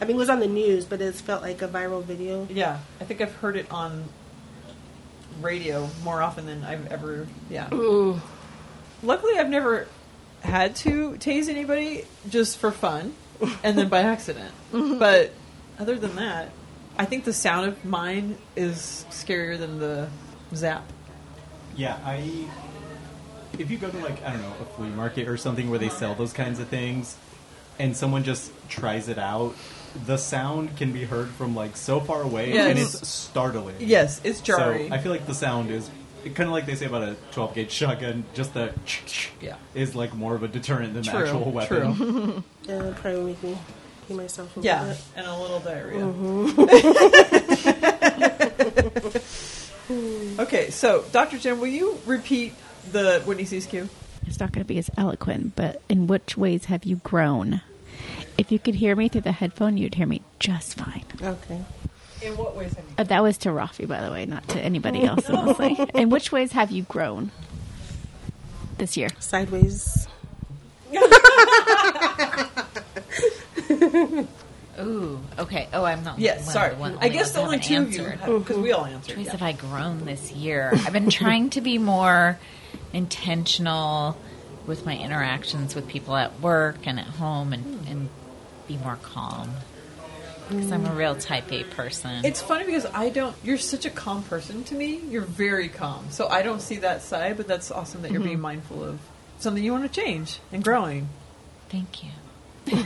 S15: I mean, it was on the news, but it felt like a viral video.
S1: Yeah, I think I've heard it on radio more often than I've ever. Yeah.
S15: Ooh.
S1: Luckily, I've never had to tase anybody just for fun and then by accident. but other than that, I think the sound of mine is scarier than the zap.
S3: Yeah, I. If you go to like I don't know a flea market or something where they sell those kinds of things, and someone just tries it out, the sound can be heard from like so far away, and
S1: Yes.
S3: it's startling.
S1: Yes, it's
S3: So
S1: jarring.
S3: I feel like the sound is kind of like they say about a 12 gauge shotgun. Just the
S1: Yeah.
S3: is like more of a deterrent than the
S1: True,
S3: actual weapon.
S15: True. yeah, it'd probably make Uh, me pee myself. A
S1: Yeah,
S15: little bit. Mm-hmm.
S1: and a little diarrhea.
S15: Mhm.
S1: Okay, so Dr. Jim, will you repeat the Whitney Sees Q?
S13: It's not going to be as eloquent, but in which ways have you grown? If you could hear me through the headphone, you'd hear me just fine.
S15: Okay.
S1: In what ways have
S13: Uh, that was to Rafi, by the way, not to anybody else, honestly. in which ways have you grown this year?
S15: Sideways.
S16: Ooh, okay. Oh, I'm not.
S1: Yes,
S16: one of
S1: sorry.
S16: The one,
S1: I guess
S16: one
S1: only
S16: that
S1: two
S16: haven't
S1: of you
S16: answered.
S1: have- 'cause we all answered,
S16: Which ways
S1: yeah.
S16: have I grown this year? I've been trying to be more intentional with my interactions with people at work and at home, and, and be more calm.
S17: because I'm a real type A person.
S1: It's funny because I don't. You're such a calm person to me. You're very calm, so I don't see that side. But that's awesome that you're
S17: Mhm.
S1: being mindful of something you want to change and growing.
S17: Thank you.
S15: Well,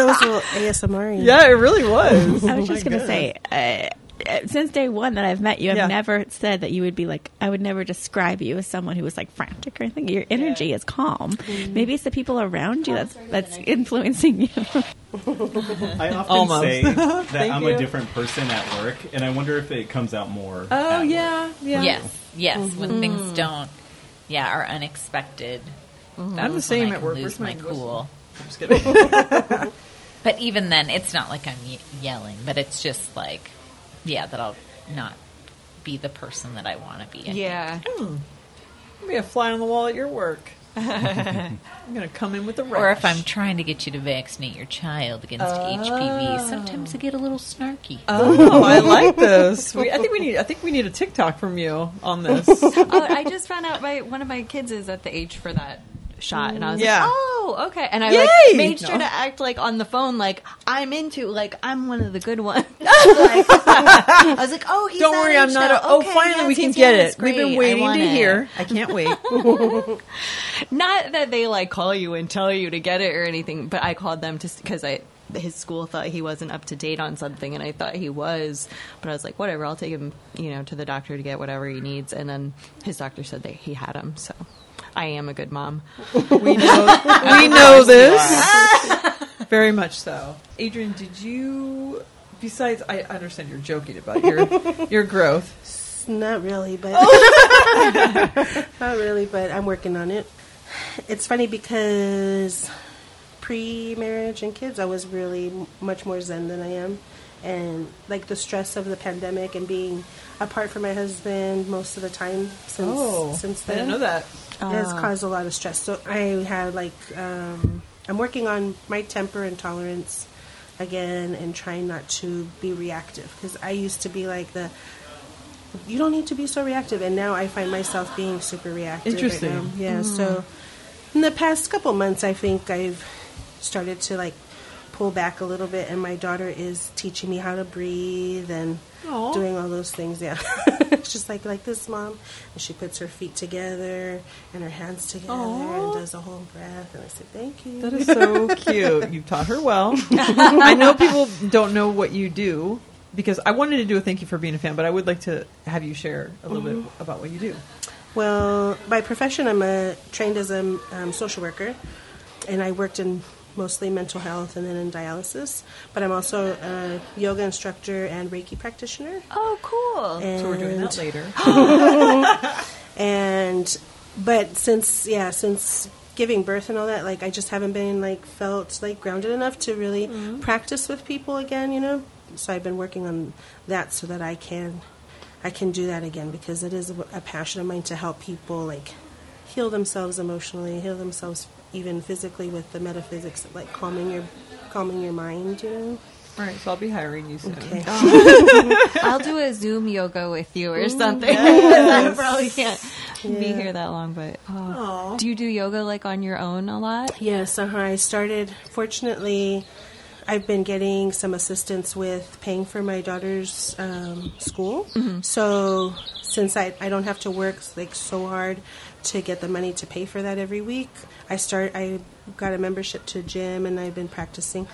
S15: it was a little ASMR.
S1: Yeah, it really was.
S13: I was
S1: Oh
S13: just
S1: my
S13: going to say, uh, uh, since day one that I've met you, I've
S1: Yeah.
S13: never said that you would be like, I would never describe you as someone who was like frantic or anything. Your energy is calm. Maybe it's the people around you that's, that's influencing you.
S3: I often
S13: Almost.
S3: say that
S13: Thank
S3: I'm
S13: you.
S3: a different person at work, and I wonder if it comes out more.
S17: Uh,
S1: Oh yeah, yeah.
S17: Yes, yes. When
S1: Mhm.
S17: things don't, yeah, are unexpected.
S1: Mhm.
S17: that
S1: I'm the
S17: is when
S1: same
S17: I
S1: at
S17: can
S1: work.
S17: Lose
S1: Where's my
S17: my cool.
S1: I'm just kidding.
S17: but even then, it's not like I'm ye- yelling. But it's just like, yeah, that I'll not be the person that I want to be. I think.
S1: Hmm. I'll be a fly on the wall at your work. I'm gonna come in with the
S17: Or
S1: rush.
S17: if I'm trying to get you to vaccinate your child against HPV, sometimes I get a little snarky.
S1: Oh, I like this. We, I think we need. I think we need a TikTok from you on this.
S5: oh, I just found out my one of my kids is at the age for that shot, and I was
S1: Yeah.
S5: like, oh, okay. And I
S22: Yay!
S5: like made sure
S22: No.
S5: to act like on the phone, like I'm into, like I'm one of the good ones.
S22: I
S5: was like, oh, he's
S1: Don't
S5: that
S1: worry, I'm
S5: age
S1: not.
S5: now.
S1: A, oh,
S5: Okay,
S1: finally,
S5: yes,
S1: we can
S5: yes,
S1: get
S5: yes,
S1: it. We've
S5: great.
S1: been
S5: I
S1: waiting
S5: want
S1: to
S5: it.
S1: hear. I can't wait.
S5: Not that they like call you and tell you to get it or anything, but I called them to because I his school thought he wasn't up to date on something, and I thought he was. But I was like, whatever, I'll take him, you know, to the doctor to get whatever he needs. And then his doctor said that he had him, so I am a good mom.
S1: we know, we know this very much so. Adrian, did you? Besides, I understand you're joking about your your growth.
S15: Not really, but
S1: Oh.
S15: not really, but I'm working on it. It's funny because pre-marriage and kids, I was really m- much more zen than I am, and like the stress of the pandemic and being apart from my husband most of the time since
S1: Oh,
S15: since
S1: I
S15: then.
S1: didn't know that.
S15: has
S1: Ah.
S15: caused a lot of stress. So I had like um, I'm working on my temper and tolerance again, and trying not to be reactive because I used to be like the you don't need to be so reactive and now i find myself being super reactive right
S1: Interesting.
S15: now. yeah
S1: Mm.
S15: so in the past couple months i think i've started to like pull back a little bit and my daughter is teaching me how to breathe and
S1: Aw.
S15: doing all those things yeah it's just like like this mom and she puts her feet together and her hands together and does a whole breath and i said thank you
S1: That is so cute. You've taught her well. I know people don't know what you do because I wanted to do a thank you for being a fan, but I would like to have you share a little
S15: Mhm.
S1: bit about what you do.
S15: Well, by profession, I'm a, trained as a um, social worker, and I worked in mostly mental health and then in dialysis. But I'm also a yoga instructor and Reiki practitioner.
S5: Oh, cool!
S1: So we're doing that later.
S15: and but since yeah, since giving birth and all that, like I just haven't been like felt like grounded enough to really
S1: Mm-hmm.
S15: practice with people again. You know, so I've been working on that so that I can I can do that again because it is a a passion of mine to help people like heal themselves emotionally, heal themselves even physically with the metaphysics of like calming your calming your mind, you know.
S1: All right, so I'll be hiring you soon. Oh.
S15: Okay.
S5: I'll do a Zoom yoga with you or
S22: Ooh,
S1: Mm,
S5: something.
S22: yes.
S5: I probably can't be
S15: Yeah.
S5: here that long, but oh. do you do yoga like on your own a lot?
S15: Yes, uh-huh. I started. Fortunately, I've been getting some assistance with paying for my daughter's um, school.
S5: Mm-hmm.
S15: So since I, I don't have to work like so hard to get the money to pay for that every week, I start. I got a membership to a gym, and I've been practicing.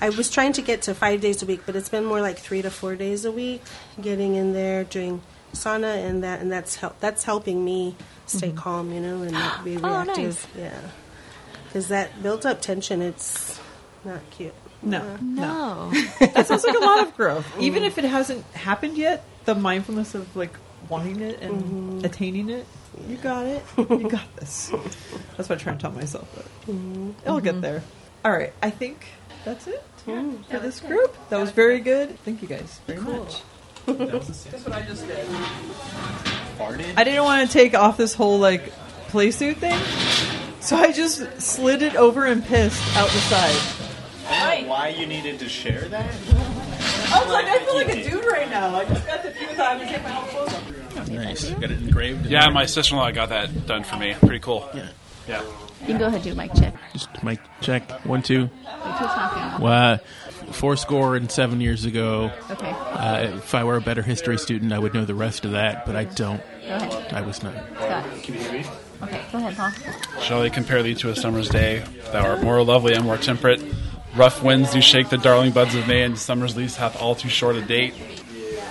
S15: I was trying to get to five days a week, but it's been more like three to four days a week. Getting in there, doing sauna, and that, and that's help. That's helping me stay
S1: Mm-hmm.
S5: Mhm.
S15: calm, you know, and not be
S5: Oh,
S15: reactive.
S5: nice.
S15: Yeah. Because that built up tension, it's not cute. Uh-huh. Uh,
S1: No,
S5: no.
S1: that sounds like a lot of growth. Even if it hasn't happened yet, the mindfulness of like wanting it and attaining it, you got it. You got this. That's what I try and tell myself. But I'll get there. All right, I think that's it for this group. That was very good. Thank you guys very much.
S2: That's
S1: what I just did.
S3: Farted.
S1: I didn't want to take off this whole like playsuit thing, so I just slid it over and pissed out the side.
S3: I don't know why you needed to share that.
S1: I was like, I feel like a dude right now. I just got the few times to take my whole clothes off.
S3: Nice. Got it engraved.
S23: Yeah, my sister-in-law got that done for me. Pretty cool. Yeah. Yeah.
S13: You can go ahead and do a mic check.
S23: Just mic check. One, two.
S13: Wait till it's not gone.
S23: Wow.
S24: four score and seven years ago.
S16: Okay.
S24: Uh, if I were a better history student, I would know the rest of that, but I don't.
S16: ahead.
S24: I was not.
S16: Scott. Okay, go ahead, Paul.
S23: Shall they compare thee to a summer's day? Thou art more lovely and more temperate. Rough winds do shake the darling buds of May, and summer's lease hath all too short a date.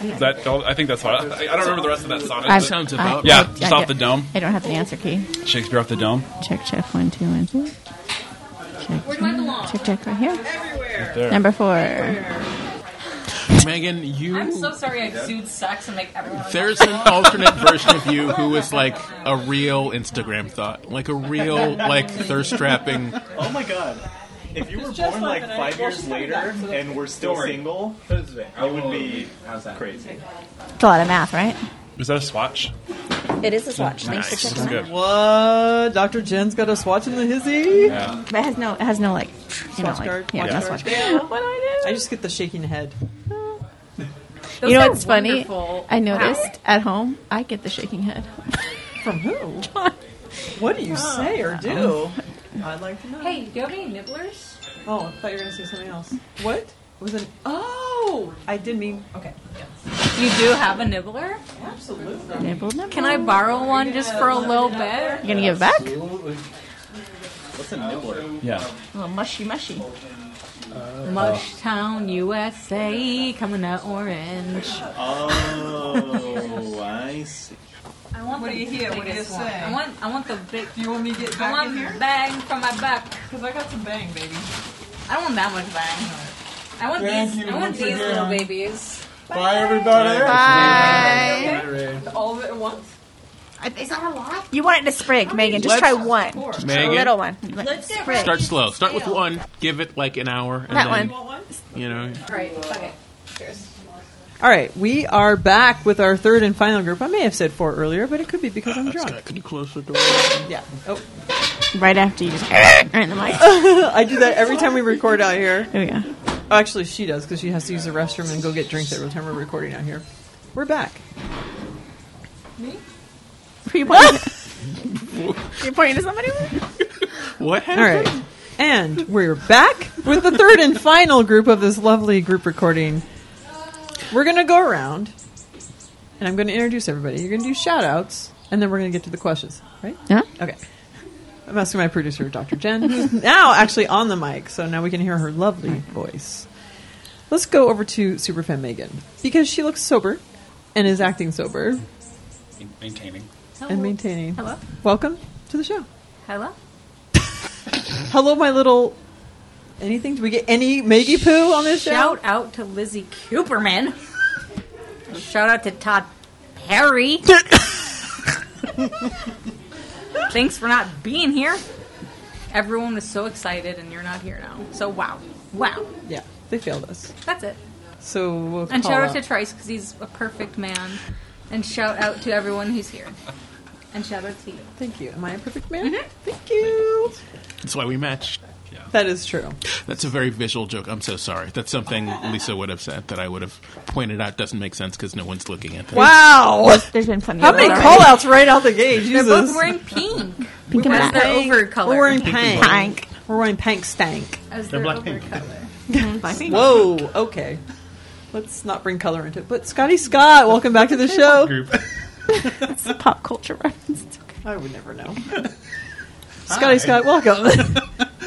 S23: Is that all? I think that's what I, I don't remember the rest of that sonnet.
S13: I've-
S23: but-
S13: Sounds about
S23: yeah.
S13: right.
S23: Just off the dome.
S13: I don't have the answer key.
S23: Shakespeare off the dome.
S13: Check, check, one, two, one, two. Check,
S23: Where do I
S13: check.
S23: belong?
S13: Check, check, right here.
S23: Right there.
S13: Number four.
S24: Megan, you.
S16: I'm so sorry I sued sucks and make everyone.
S24: There's an alternate version of you who is like a real Instagram thought, like a real like thirst trapping.
S3: Oh my god. If you were born like five years later and were still single, it would be crazy.
S13: It's a lot of math, right?
S23: Is that a swatch?
S13: It is a swatch.
S23: Thanks for Nice. checking. Good.
S1: What? Dr. Jen's got a swatch in the hizzy?
S23: Yeah.
S13: But it has no, it has no like, you know,
S1: Swatch
S13: like-
S1: card.
S13: yeah, no swatch card.
S1: What do I do? I just get the shaking head.
S13: You know what's funny? I noticed at home, I get the shaking head.
S1: From who? What do you
S13: Oh.
S1: say or do?
S13: Uh-huh.
S1: I'd like to know.
S16: Hey, do you have any nibblers?
S1: Oh, I thought you were going to say something else. What? Was an oh? I didn't mean. Okay.
S16: You do have a nibbler?
S1: Absolutely.
S13: Nibble, nibble.
S16: Can I borrow one just for a little bit?
S13: You're gonna give it back?
S3: What's a nibbler?
S23: Yeah.
S13: A little mushy, mushy.
S1: Uh,
S16: Mushtown, USA, coming out orange.
S3: Oh, I see.
S16: I want
S2: What
S16: the
S2: do you hear? What do you
S16: biggest
S2: say?
S16: one. I want, I want the big.
S2: Do you want me to get
S16: I
S2: back
S16: want
S2: in here?
S16: bang from my back.
S2: Because I got some bang, baby.
S16: I don't want that much bang. I want
S2: Thank
S16: these.
S2: you
S16: I want
S2: once
S16: these
S2: again.
S16: little babies.
S2: Bye,
S13: everybody. Bye.
S2: All of it at once.
S16: Is that a lot?
S13: You want it to sprig, Megan. Just
S24: Let's-
S13: try one. Just a
S24: Megan?
S13: little one.
S16: Let's get
S13: sprig.
S24: Start slow. Start with one. Give it like an hour. And
S13: That
S24: then,
S13: one.
S24: You know.
S16: Right. Okay. Cheers.
S1: All right, we are back with our third and final group. I may have said four earlier, but it could be because I'm drunk.
S24: Ah, Can you close the door?
S1: Yeah. Oh.
S13: Right after you just right in the mic.
S1: I do that every time we record out here.
S13: Oh yeah.
S1: Oh, actually, she does because she has to use the restroom and go get drinks every time we're recording out here. We're back.
S2: Me?
S13: Were you pointing? you pointing to somebody?
S24: What
S1: All right. And we're back with the third and final group of this lovely group recording. We're going to go around and I'm going to introduce everybody. You're going to do shout outs and then we're going to get to the questions, right?
S13: Yeah.
S1: Okay. I'm asking my producer, Dr. Jen, who's now actually on the mic, so now we can hear her lovely voice. Let's go over to Superfan Megan because she looks sober and is acting sober
S23: Main- Maintaining.
S1: and maintaining.
S16: Hello.
S1: Welcome to the show.
S16: Hello.
S1: Hello, my little. Anything? Do we get any Maggie poo on this show?
S16: Shout out to Lizzie Cooperman. Shout out to Todd Perry. Thanks for not being here. Everyone was so excited, and you're not here now. So wow, wow.
S1: Yeah, they failed us.
S16: That's it.
S1: So we'll
S16: And
S1: call
S16: shout out
S1: out-
S16: to Trice because he's a perfect man. And shout out to everyone who's here. And shout out to you. Mm-hmm.
S1: Thank you. Am I a perfect man? Thank you.
S24: That's why we matched.
S1: That is true.
S24: That's a very visual joke. I'm so sorry. That's something Lisa would have said that I would have pointed out doesn't make sense because no one's looking at that.
S1: Wow.
S13: There's been plenty.
S1: How
S13: of
S1: many
S13: those
S1: call
S13: already.
S1: outs right out the gate? Jesus.
S16: They're both wearing pink.
S13: Pink and
S16: as
S13: black.
S16: their over color.
S1: We're wearing
S13: Pink
S1: pank.
S13: and black.
S1: We're wearing pank stank.
S16: As their over color.
S13: Mm-hmm.
S1: Whoa. Okay. Let's not bring color into it. But Scotty Scott, welcome back to the show.
S13: it's a pop culture reference. It's okay.
S1: I would never know. Scotty Scott, welcome.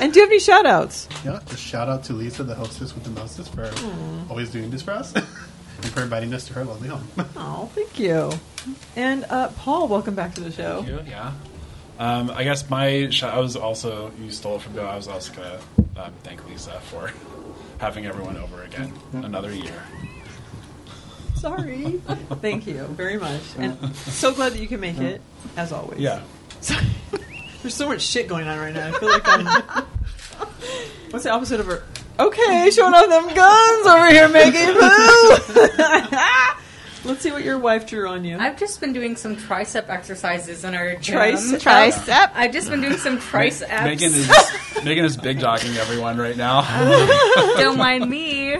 S1: and do you have any shout outs?
S11: Yeah, just shout out to Lisa, the hostess with the mostest, for
S1: Aw.
S11: always doing this for us and for inviting us to her lovely home.
S1: Oh, thank you. And uh, Paul, welcome back to the show.
S23: Yeah. Um, I guess my shot, I was also, you stole it from Bill. I was also going to um, thank Lisa for having everyone over again another year.
S1: Sorry. Thank you very much. And so glad that you can make it, as always.
S23: Yeah.
S1: There's so much shit going on right now. I feel like I'm. What's the opposite of a. Okay, showing off them guns over here, Megan. Woo! Let's see what your wife drew on you.
S16: I've just been doing some tricep exercises in our gym.
S1: Trice- tricep?
S16: I've just been doing some tricep.
S23: Megan is Megan is big dogging everyone right now.
S16: Don't mind me.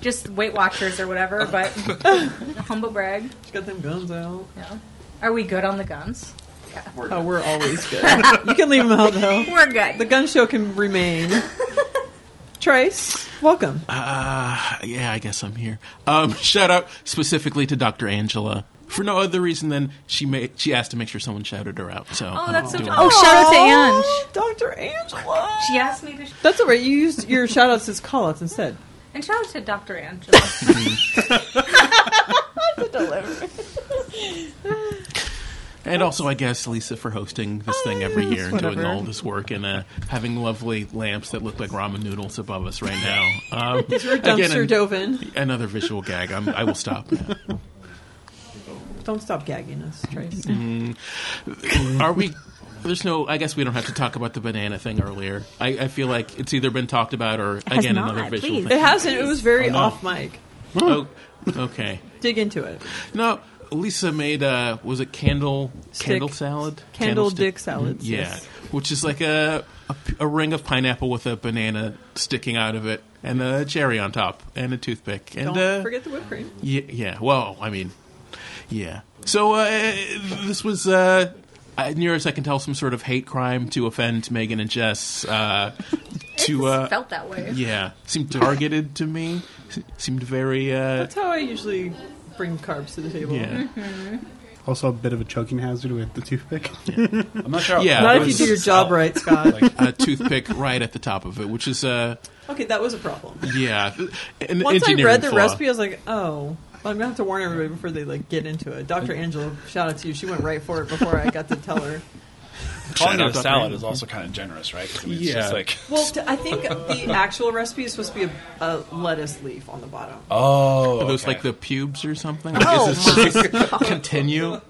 S16: Just Weight Watchers or whatever, but humble brag.
S1: got them guns out.
S16: Yeah. Are we good on the guns? Yeah.
S1: Oh, we're always good. you can leave them out, though.
S16: We're good.
S1: The gun show can remain. Trace, welcome.
S24: Uh, yeah, I guess I'm here. Um, shout out specifically to Dr. Angela for no other reason than she made she asked to make sure someone shouted her out. So
S1: Oh,
S24: I'm
S1: that's so
S24: doing
S1: cool.
S24: that.
S1: Oh, shout out to
S2: Ange.
S1: Dr. Angela.
S2: She
S1: asked me to. That's all right. You used your shout outs as call outs instead.
S12: And shout out to Dr. Angela. the
S1: delivery.
S24: And also, I guess Lisa for hosting this thing
S1: Oh,
S24: every year and doing
S3: Whatever.
S24: all this work and uh, having lovely lamps that look like ramen noodles above us right now. Um,
S1: These were
S24: again,
S1: dumpster
S24: an-
S1: dove-in.
S24: Another visual gag. I'm, I will stop. now.
S1: Don't stop gagging us, Trace.
S24: Mm-hmm. Mm. Are we? There's no. I guess we don't have to talk about the banana thing earlier. I, I feel like it's either been talked about or
S1: has
S24: again
S1: not,
S24: another visual.
S1: please.
S24: thing.
S1: It hasn't. It was very
S24: no.
S1: off mic.
S24: Oh, okay.
S1: Dig into it.
S24: No, Lisa made uh was it candle
S1: Stick.
S24: candle salad?
S1: Candle
S24: stick-
S1: dick salads,
S24: Yeah,
S1: yes.
S24: which is like a, a p- a ring of pineapple with a banana sticking out of it and a cherry on top and a toothpick and
S1: Don't
S24: uh,
S1: forget the whipped cream.
S24: yeah, yeah. Well, I mean, yeah. So uh, this was, uh, I- nearest I can tell, some sort of hate crime to offend Megan and Jess. Uh, to uh,
S12: felt that way.
S24: Yeah, seemed targeted to me. Se- Seemed very. Uh,
S1: That's how I usually bring carbs to the table.
S24: Yeah.
S1: Mm-hmm.
S11: Also, a bit of a choking hazard with the toothpick.
S24: I'm
S1: not sure how- Not if you do your job right, Scott.
S24: a toothpick right at the top of it, which is uh,
S1: Okay, that was a problem.
S24: yeah. An
S1: Once I
S24: engineering
S1: read the
S24: flaw.
S1: recipe, I was like, oh. I'm gonna have to warn everybody before they like get into it. Dr. Angela, shout out to you. She went right for it before I got to tell her.
S23: Calling
S24: Shout
S23: it
S24: out
S23: a
S24: to
S23: salad
S24: Brandon.
S23: is also kind of generous, right? 'Cause I mean, it's
S24: Yeah.
S23: just like
S1: Well, t- I think the actual recipe is supposed to be a, a lettuce leaf on the bottom.
S24: Oh, are those like the pubes or something? Like,
S1: Oh,
S24: is this
S1: my
S24: just
S1: God. Uh,
S24: continue?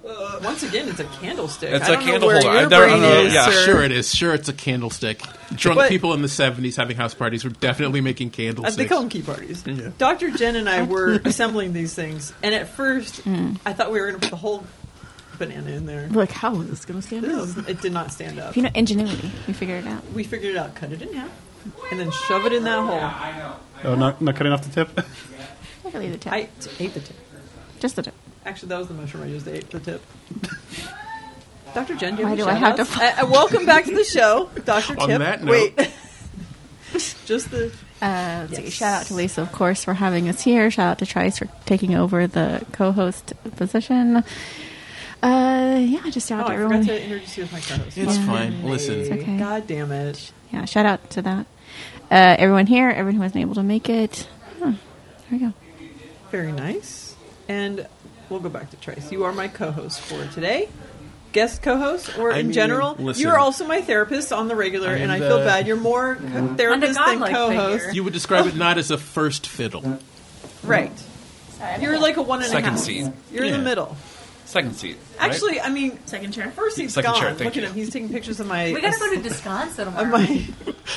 S1: Once again, it's a candlestick.
S24: It's
S1: I
S24: a
S1: don't
S24: candle
S1: know where
S24: holder.
S1: your
S24: I've never- I
S1: brain
S24: don't know.
S1: is,
S24: yeah,
S1: or-
S24: sure it is. Sure, it's a candlestick. Drunk
S1: But-
S24: people in the '70s having house parties were definitely making
S1: Uh,
S24: candlesticks.
S1: they call them key parties.
S24: Yeah.
S1: Dr. Jen and I were assembling these things, and at first, I thought we were going to put the whole banana in there.
S13: Hmm. Like, how is this going to stand
S1: This
S13: up?
S1: is- It did not stand up.
S13: You know, ingenuity. We figured it out.
S1: we figured it out. Cut it in half, and then shove it in that hole.
S11: Oh, not, not cutting off the tip?
S1: I could the tip. I t- ate the tip.
S13: Just the tip.
S1: Actually, that was the mushroom I used. I ate the tip. Dr. Jen, do you
S13: Why
S1: have
S13: do
S1: any
S13: I have
S1: shout-outs?
S13: to-
S1: Uh, uh, welcome back to the show, Dr.
S13: On
S1: Tip.
S13: that
S1: Wait. Just the. oh,
S13: Uh, let's see. Shout out to Lisa, of course, for having us here. Shout out to Trice for taking over the co-host position. Uh, yeah, just shout
S1: Oh,
S13: out to
S1: I
S13: everyone.
S1: forgot to introduce you as my co-host.
S13: It's
S1: Fucking
S13: fine. Listen.
S1: A.
S13: It's okay.
S1: God damn it.
S13: yeah, shout out to that. Uh, everyone here, everyone who wasn't able to make it. Huh. There we go.
S1: Very nice. And we'll go back to Trace. You are my co-host for today. Guest co-host, or
S24: I
S1: in
S24: mean,
S1: general,
S24: listen.
S1: you're also my therapist on the regular,
S24: I am
S1: and I feel
S24: the-
S1: bad. You're more co- therapist than
S13: godlike
S1: co-host,
S24: You would describe it not as a first fiddle.
S1: right? You're like a one and a
S23: Second
S1: half.
S23: seat.
S1: You're in
S23: Yeah.
S1: the middle.
S23: second seat. right?
S1: Actually, I mean, second chair. First seat's
S24: Second
S1: gone.
S24: chair, thank
S1: Look at
S24: you.
S1: him. He's taking pictures of my.
S11: We gotta go
S1: to
S11: Descanso
S1: Of my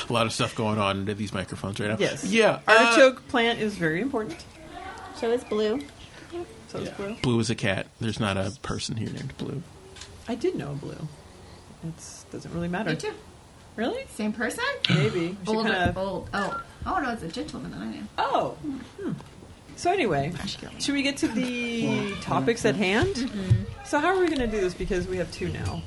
S24: A lot of stuff going on into these microphones right now.
S1: yes.
S24: Yeah. Uh,
S1: Artichoke plant is very important.
S13: So is blue.
S1: So is blue.
S24: blue is a cat. There's not a person here named Blue.
S1: I did know blue. It doesn't really matter.
S12: Me too.
S1: Really?
S12: Same person?
S1: Maybe. We should
S12: Bold.
S1: kinda-
S12: bold. Oh. Oh, no, it's a gentleman than I am.
S1: Oh. So anyway, should we get to the topics at hand? So how are we going to do this? Because we have two now.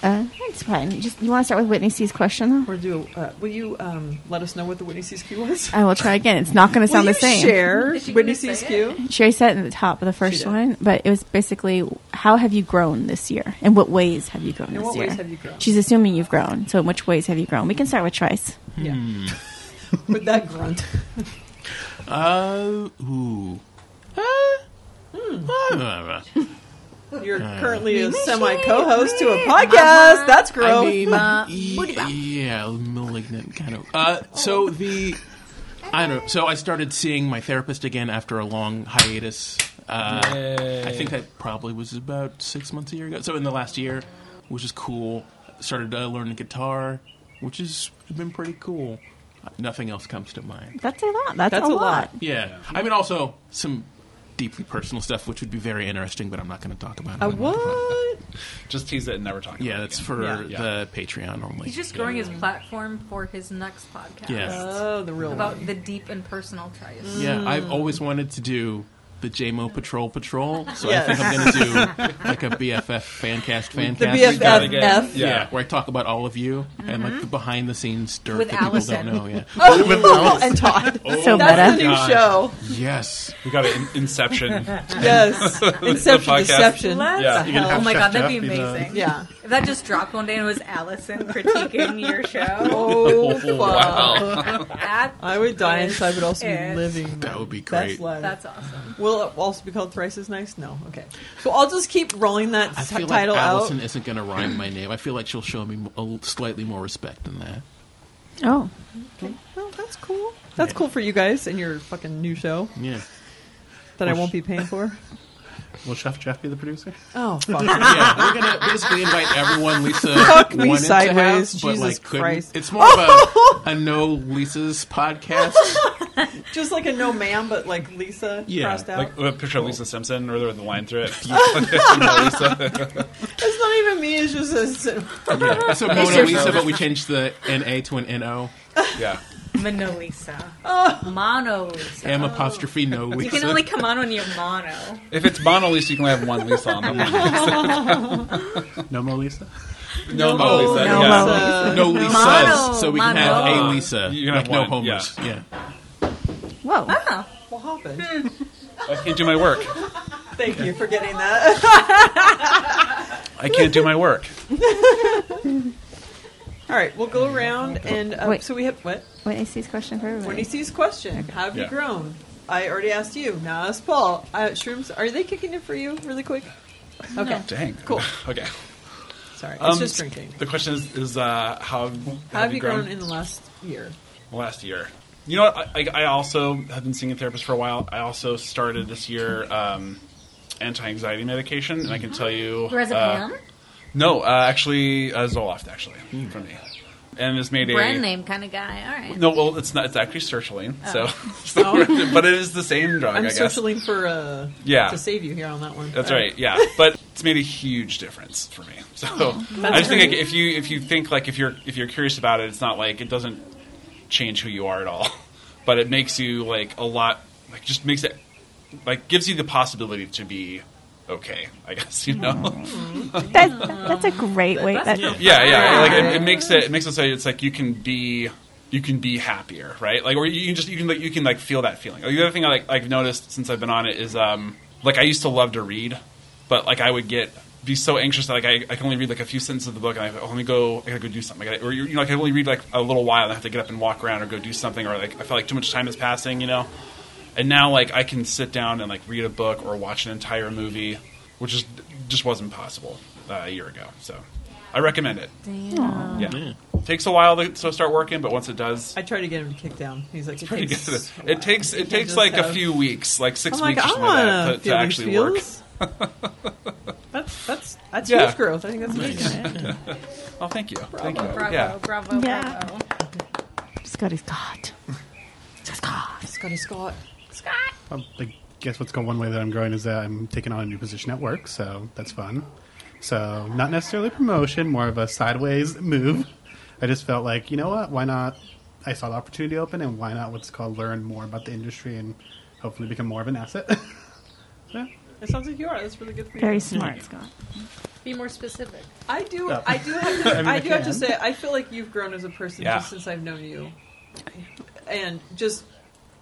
S13: Uh, it's fine. You just you want to start with Whitney C's question though?
S1: Or do uh, will you um, let us know what the Whitney C's Q was?
S13: I will try again. It's not going to
S1: Will
S13: sound
S1: you
S13: the same.
S1: Share Whitney C's Q.
S13: Sherry said it at the top of the first one, but it was basically how have you grown this year? In what ways have you grown
S1: In
S13: this
S1: what
S13: year?
S1: ways have you grown?
S13: She's assuming you've grown. So in which ways have you grown? We can start with Trice.
S1: Yeah.
S24: Hmm.
S1: With that grunt.
S24: Uh, ooh.
S1: Hmm.
S24: Uh,
S1: You're
S24: Uh,
S1: currently a semi co-host to a podcast. That's
S24: I
S1: gross.
S24: mean, ye- yeah, malignant kind of. Uh, so the, I don't know. So I started seeing my therapist again after a long hiatus. Uh,
S23: Yay.
S24: I think that probably was about six months a year ago. So in the last year, which is cool. Started uh, learning guitar, which has been pretty cool. Nothing else comes to mind.
S13: That's a lot. That's,
S1: That's a
S13: a, lot.
S1: lot.
S24: Yeah, I mean also some deeply personal stuff, which would be very interesting, but I'm not going to talk about it.
S1: A what?
S24: Just tease it and never talk. Yeah, that's for
S23: Yeah.
S24: the Patreon only.
S11: He's just growing his platform for his next podcast.
S24: Yeah.
S1: Oh, the real
S11: About
S1: one.
S11: the deep and personal tries.
S1: Mm.
S24: Yeah, I've always wanted to do the JMO Patrol Patrol. So
S1: Yes.
S24: I think I'm going to do like a BFF fan cast fan
S1: The
S24: cast.
S1: BFF.
S24: yeah.
S1: Yeah. Mm-hmm.
S24: where I talk about all of you and like the behind the scenes dirt
S1: With
S24: that
S1: Allison.
S24: people don't know. Yeah,
S1: Oh,
S24: Oh,
S1: and Todd. So That's meta. the new
S24: God.
S1: show.
S24: Yes,
S23: we got an Inception.
S1: Yes. Inception, deception.
S23: What
S1: Yeah.
S23: the hell?
S1: Oh my God,
S23: Jeff
S1: that'd
S23: Jeff
S1: be
S23: be the-
S1: amazing. Yeah.
S16: If that just dropped one day and it was Allison critiquing your show.
S1: Oh,
S23: Wow.
S1: fuck. I would die inside, but also be living.
S24: That would be
S1: That's
S24: great.
S1: life.
S16: That's awesome.
S1: Will it also be called Thrice as Nice? No. Okay. So I'll just keep rolling that
S24: I feel
S1: t-
S24: like
S1: title
S24: Allison
S1: out.
S24: isn't going to rhyme my name. I feel like she'll show me mo- a l- slightly more respect than that.
S1: Oh. Okay. Well, that's cool. That's cool for you guys and your fucking new show
S24: Yeah.
S1: that I
S24: Well,
S1: won't be paying for.
S24: Will Chef Jeff be the producer?
S1: Oh, fuck.
S24: yeah, we're gonna basically invite everyone Lisa
S1: Fuck me
S24: wanted to have,
S1: sideways.
S24: but
S1: Jesus
S24: like couldn't.
S1: Christ.
S24: It's more of a, a no Lisa's podcast.
S1: Just like a no ma'am, but like Lisa crossed out.
S23: like a picture of Lisa Simpson, where they're the line through it. Lisa.
S1: It's not even me. It's just a.
S24: Yeah. So Mona Lisa, but we changed the NA to an NO.
S23: Yeah.
S16: Monolisa. Oh. Monolisa.
S24: M apostrophe no Lisa.
S16: You can only come on when you're mono.
S23: If it's Mona Lisa, you can only have one Lisa on the
S24: No Mona Lisa?
S23: No
S24: Mona
S23: Mona
S24: No,
S23: Lisa, yeah.
S24: Lisa.
S23: No
S24: no
S23: Mono,
S24: Lisas. so we can
S23: mono.
S24: have a
S23: Ah.
S24: Lisa.
S23: You can
S24: like
S23: have
S24: no
S23: one,
S24: homers. Yeah.
S1: Whoa. Ah. What happened?
S23: I can't do my work.
S1: Thank you for getting that.
S23: I can't do my work.
S1: All right, we'll go around and um,
S13: Wait.
S1: so we have what?
S13: Whitney sees question for everybody.
S1: Whitney C's question: How have
S13: Yeah.
S1: you grown? I already asked you. Now ask Paul. Uh, shrooms, are they kicking in for you really quick? Okay.
S23: Dang.
S1: Cool.
S23: Okay.
S1: Sorry, it's
S23: Um,
S1: just drinking.
S23: The question is, is uh, how,
S1: How have you grown, in the last year?
S23: last year. You know, what? I, I I also have been seeing a therapist for a while. I also started this year um, anti-anxiety medication, and I
S17: Mm-hmm.
S23: can tell you,
S17: Lorazepam?
S23: uh, no, uh, actually, uh, Zoloft, actually, for me, and it's made a
S17: Hmm. Brand name kind of guy. All right.
S23: No, well, it's not. It's actually sertraline. So,
S17: Oh.
S23: so-
S1: Oh.
S23: but it is the same drug.
S1: I'm
S23: I guess.
S1: searching for uh,
S23: Yeah.
S1: to save you here on that one.
S23: That's
S1: Uh,
S23: right. Yeah, but it's made a huge difference for me. So
S1: That's
S23: I just think
S1: great.
S23: like, if you if you think like if you're if you're curious about it, it's not like it doesn't change who you are at all, but it makes you like a lot like just makes it like gives you the possibility to be okay. I guess you know.
S16: That, that's a great way. That,
S23: yeah, yeah. Like it, it makes it, it makes it so it's like you can be you can be happier, right? Like or you can just you can like you can like feel that feeling. Like, the other thing I like I've noticed since I've been on it is um like I used to love to read, but like I would get be so anxious that like I, I can only read like a few sentences of the book and I go, oh, let me go I gotta go do something I gotta, or you you know like I can only read like a little while and I have to get up and walk around or go do something or like I feel like too much time is passing you know and now like I can sit down and like read a book or watch an entire movie which is just wasn't possible uh, a year ago so I recommend it
S1: Damn.
S23: yeah. Takes a while to so start working, but once it does,
S1: I tried to get him to kick down. He's like, it
S23: pretty
S1: takes
S23: good. It takes it takes like a few weeks, like 6
S1: I'm like,
S23: weeks or
S1: I
S23: something like
S1: wanna
S23: that, to, to
S1: feel these
S23: actually
S1: feels. That's that's that's
S23: Yeah.
S1: huge growth. I think that's amazing.
S23: work. oh, thank you, thank you.
S16: bravo,
S1: Oh,
S23: Yeah.
S16: bravo,
S1: Yeah.
S16: bravo.
S13: Scotty's got.
S1: Scott. Scotty Scott.
S16: Scott.
S11: Um, I guess what's going one way that I'm growing is that I'm taking on a new position at work, so that's fun. So not necessarily promotion, more of a sideways move. I just felt like, you know what, why not? I saw the opportunity open, and why not? What's called learn more about the industry and hopefully become more of an asset.
S1: It sounds like you are. That's really good for you.
S11: Very smart, Scott.
S16: Be more specific.
S1: I do.
S11: Oh.
S1: I do have. To, I,
S11: I mean, I
S1: do have to
S11: can.
S1: say. I feel like you've grown as a person
S11: Yeah.
S1: just since I've known you, and just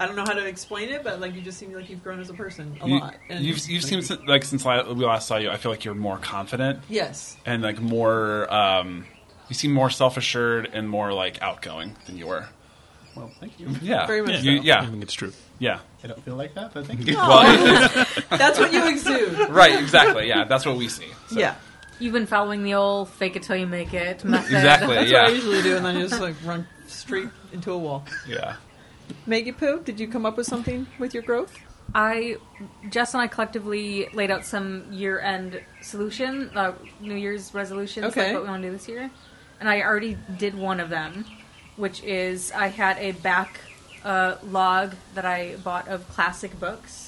S1: I don't know how to explain it, but like you just seem like you've grown as a person a
S23: You,
S1: lot. And
S23: you've you've seen sin- like since la- we last saw you, I feel like you're more confident.
S1: Yes.
S23: and like more. Um, you seem more self assured and more like outgoing than you were.
S11: Well, thank you.
S23: Yeah,
S11: Very much
S23: You-
S11: so.
S23: Yeah,
S11: I
S24: think it's true.
S23: Yeah,
S11: I don't feel like that, but thank you.
S23: Well-
S1: That's what you exude.
S23: right, exactly. Yeah, that's what we see. So.
S1: Yeah.
S16: You've been following the old fake it till you make it method.
S23: Exactly,
S1: That's
S23: yeah.
S1: what I usually do, and then I just like run straight into a wall.
S23: Yeah.
S1: Maggie Pooh, did you come up with something with your growth?
S16: I, Jess and I collectively laid out some year-end solution, uh, New Year's resolutions,
S1: Okay.
S16: like what we want to do this year. And I already did one of them, which is I had a back uh, log that I bought of classic books.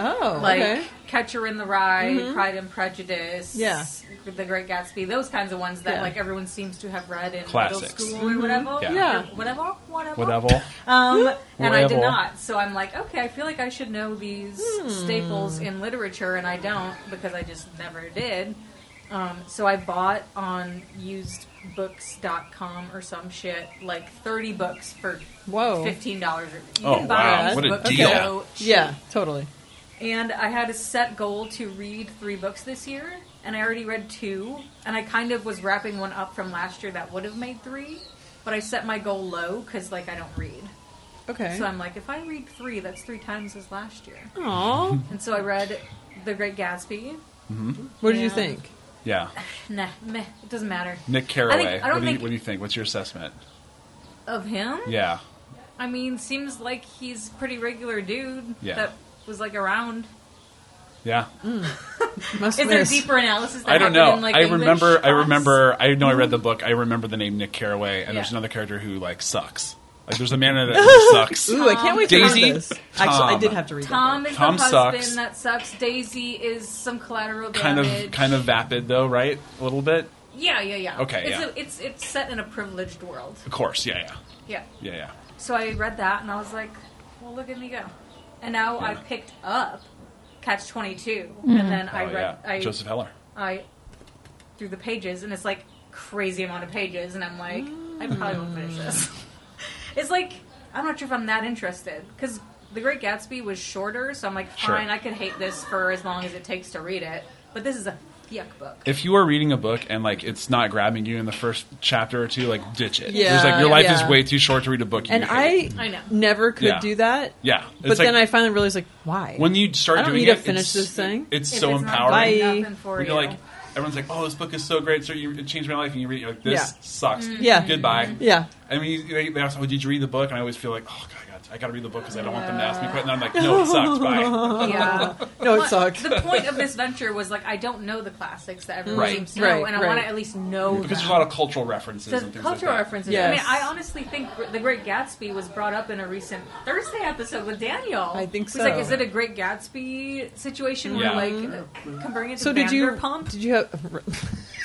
S1: Oh,
S16: like
S1: okay.
S16: Catcher in the Rye,
S1: Mhm.
S16: Pride and Prejudice,
S1: Yeah.
S16: The Great Gatsby, those kinds of ones that
S1: Yeah. Mm-hmm.
S16: like everyone seems to have read in
S23: Classics.
S16: middle school or
S23: Mhm.
S16: whatever.
S23: Yeah.
S1: Yeah.
S16: whatever, whatever,
S23: Whatever.
S16: Um, and I did
S23: Whatever.
S16: not, so I'm like, okay, I feel like I should know these
S1: Hmm.
S16: staples in literature, and I don't because I just never did. Um, so I bought on usedbooks.com or some shit, like 30 books for
S1: Whoa.
S16: $15. Or, you
S1: Oh,
S16: can buy
S1: wow,
S16: these
S1: what a
S16: books
S1: deal.
S16: so cheap.
S1: Yeah, totally.
S16: And I had a set goal to read three books this year, and I already read two, and I kind of was wrapping one up from last year that would have made three, but I set my goal low because, like, I don't read.
S1: Okay.
S16: So I'm like, if I read three, that's three times as last year.
S1: Aw.
S16: And so I read The Great Gatsby.
S23: Mhm.
S1: What did you
S16: and-
S1: think?
S23: Yeah.
S16: Nah, meh, it doesn't matter.
S23: Nick
S16: I,
S23: Carraway.
S16: think, I
S23: What
S16: don't
S23: do, you,
S16: think
S23: what do you think? What's your assessment?
S16: of him.
S23: Yeah.
S16: I mean, seems like he's a pretty regular dude
S23: Yeah.
S16: that was like around.
S23: Yeah.
S1: Mm. Must
S16: Is there
S1: miss.
S16: deeper analysis? That
S23: I don't
S16: happened
S23: know.
S16: In, like,
S23: I
S16: English?
S23: remember. I remember. I know. I
S16: Mhm.
S23: read the book. I remember the name Nick Carraway, and there's
S16: Yeah.
S23: another character who like sucks. Like there's a man in it who sucks.
S1: Ooh, I can't wait to read
S23: Daisy.
S1: this. Actually, I did
S23: Tom.
S1: have to read
S16: Tom is
S23: Tom
S16: the husband
S23: sucks.
S16: that sucks. Daisy is some collateral
S23: Kind
S16: damage.
S23: of, kind of vapid though, right? A little bit.
S16: Yeah, yeah, yeah.
S23: Okay,
S16: It's
S23: yeah.
S16: A, it's it's set in a privileged world.
S23: Of course. Yeah. Yeah.
S16: Yeah.
S23: Yeah. Yeah.
S16: So I read that and I was like, well, look at me go. And now I picked up Catch 22.
S23: Mhm.
S16: And then I
S23: Oh,
S16: read
S23: yeah.
S16: I,
S23: Joseph Heller.
S16: I through the pages and it's like crazy amount of pages. And I'm like, I probably won't finish this. it's like, I'm not sure if I'm that interested. Because The Great Gatsby was shorter. So I'm like,
S23: Sure.
S16: fine, I could hate this for as long as it takes to read it. But this is a yuck book.
S23: If you are reading a book and like it's not grabbing you in the first chapter or two, like ditch it.
S1: Yeah,
S23: There's like your life
S1: yeah.
S23: is way too short to read a book. You
S1: And I,
S23: hate.
S1: never could
S23: Yeah.
S1: do that.
S23: Yeah. It's
S1: But
S23: like-
S1: then I finally realized, like, why?
S23: when you start
S1: I don't
S23: doing
S1: need
S23: it,
S1: to finish
S23: it's-
S1: this thing.
S23: It's so empowering.
S1: Bye.
S23: When you're like, everyone's like, "Oh, this book is so great!" So you it changed my life, and you read, it, you're like, "This
S1: Yeah.
S23: sucks."
S16: Mm-hmm.
S1: Mhm. Yeah.
S23: Goodbye.
S1: Yeah.
S23: I mean, they, they ask, "Oh, did you read the book?" And I always feel like, "Oh God, I got, I got to read the book because I don't want them to ask me." But and I'm like, "No, it sucks." Bye.
S16: Yeah.
S1: No, it
S16: But
S1: sucks.
S16: The point of this venture was like I don't know the classics that everyone
S23: Right.
S16: seems to
S1: Right,
S16: know, and I
S1: right.
S16: want to at least know
S23: because there's
S16: them.
S23: a lot of cultural references
S16: So
S23: and things
S16: cultural
S23: like that.
S16: references. I mean, I honestly think The Great Gatsby was brought up in a recent Thursday episode with Daniel.
S1: I think
S16: He's like,
S1: so.
S16: is it a Great Gatsby situation
S1: Yeah.
S16: where like uh, comparing it to
S1: Mm. So did you?
S16: Vanderpump?
S1: Did you have?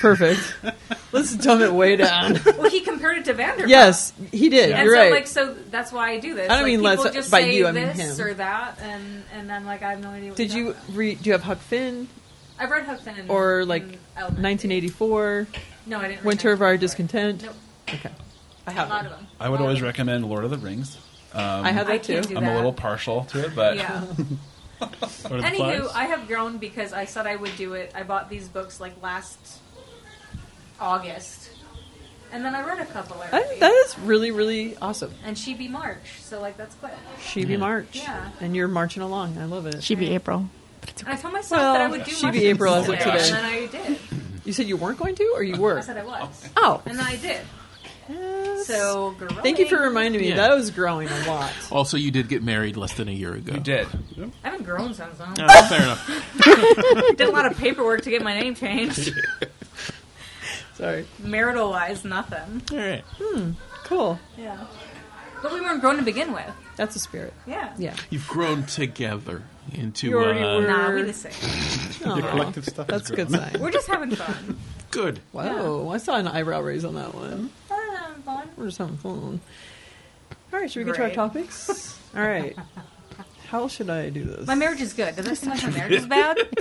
S1: Perfect. Let's dumb it way down.
S16: well, he compared it to Vanderpump.
S1: yes, he did.
S16: And
S1: You're
S16: so,
S1: right.
S16: like, so that's why I do this.
S1: I don't
S16: like,
S1: mean
S16: people
S1: let's-
S16: just
S1: by
S16: say
S1: you, I mean
S16: this
S1: him.
S16: or that, and and I'm like, I have no idea. What
S1: did you read? Do you have Huck Finn
S16: I've read Huck Finn and-
S1: or like
S16: and Elmer.
S1: 1984?
S16: No, I didn't read
S1: Winter of Our
S16: 1984.
S1: Discontent.
S16: Nope.
S1: Okay. I
S16: a lot
S1: have.
S16: of them.
S23: I would always recommend Lord of the Rings. Um,
S1: I have that I can't too. do
S23: I'm
S1: that.
S23: a little partial to it, but
S16: Yeah.
S23: Lord of the
S16: Anywho,
S23: Flies?
S16: I have grown because I said I would do it. I bought these books like last August, and then I read a couple.
S1: That,
S16: already.
S1: that is really, really awesome.
S16: And she be March, so like that's quick.
S1: She be March,
S16: Yeah.
S1: and you're marching along. I love it.
S13: She be April.
S16: And I told myself
S1: Well,
S16: that I would do.
S1: she be
S16: mushrooms
S1: April as of
S16: today,
S1: today.
S16: and then I did.
S1: You said you weren't going to, or you were?
S16: I said I was.
S1: Oh.
S16: and then I did. So growing.
S1: Thank you for reminding me.
S24: Yeah.
S1: That was growing a lot.
S24: Also, you did get married less than a year ago. You
S23: did.
S16: I haven't grown since then.
S24: Oh, fair enough.
S16: did a lot of paperwork to get my name changed.
S1: Sorry.
S16: Marital wise, nothing.
S24: All right.
S1: Hmm. Cool.
S16: Yeah. But we weren't grown to begin with.
S1: That's a spirit.
S16: Yeah.
S1: Yeah.
S24: You've grown together into.
S1: You already
S24: uh,
S1: were.
S16: Nah, we the same.
S1: Aw,
S24: collective stuff is
S1: That's a good
S24: grown.
S1: sign.
S16: We're just having fun.
S24: Good.
S1: Wow. I saw an eyebrow raise on that one.
S16: We're having fun.
S1: We're just having fun. All right, should we get to our topics? All right. How should I do this?
S16: My marriage is good. Does that seem like my marriage is bad?
S1: No.
S24: It did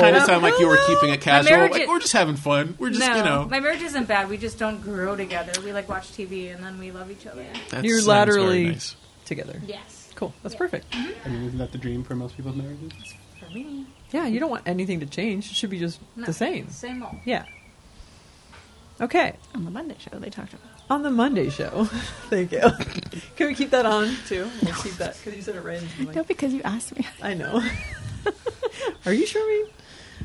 S24: kind of sound like you were keeping it casual.
S16: marriage
S24: Like,
S16: is-
S24: we're just having fun. We're just,
S16: no,
S24: you know.
S16: my marriage isn't bad. We just don't grow together. We like watch TV and then we love each other.
S24: That
S1: You're
S24: sounds
S1: laterally
S24: very nice.
S1: together.
S16: Yes.
S1: Cool. That's perfect.
S11: I mean, isn't that the dream for most people's marriages?
S16: For me,
S1: Yeah, you don't want anything to change. It should be just
S16: No,
S1: the same.
S16: same old.
S1: Yeah. Okay.
S13: On the Monday show, they talked about.
S1: On the Monday show. Thank you. Can we keep that on too? We'll keep that because you said it right. Into my...
S13: No, because you asked me.
S1: I know. Are you sure me?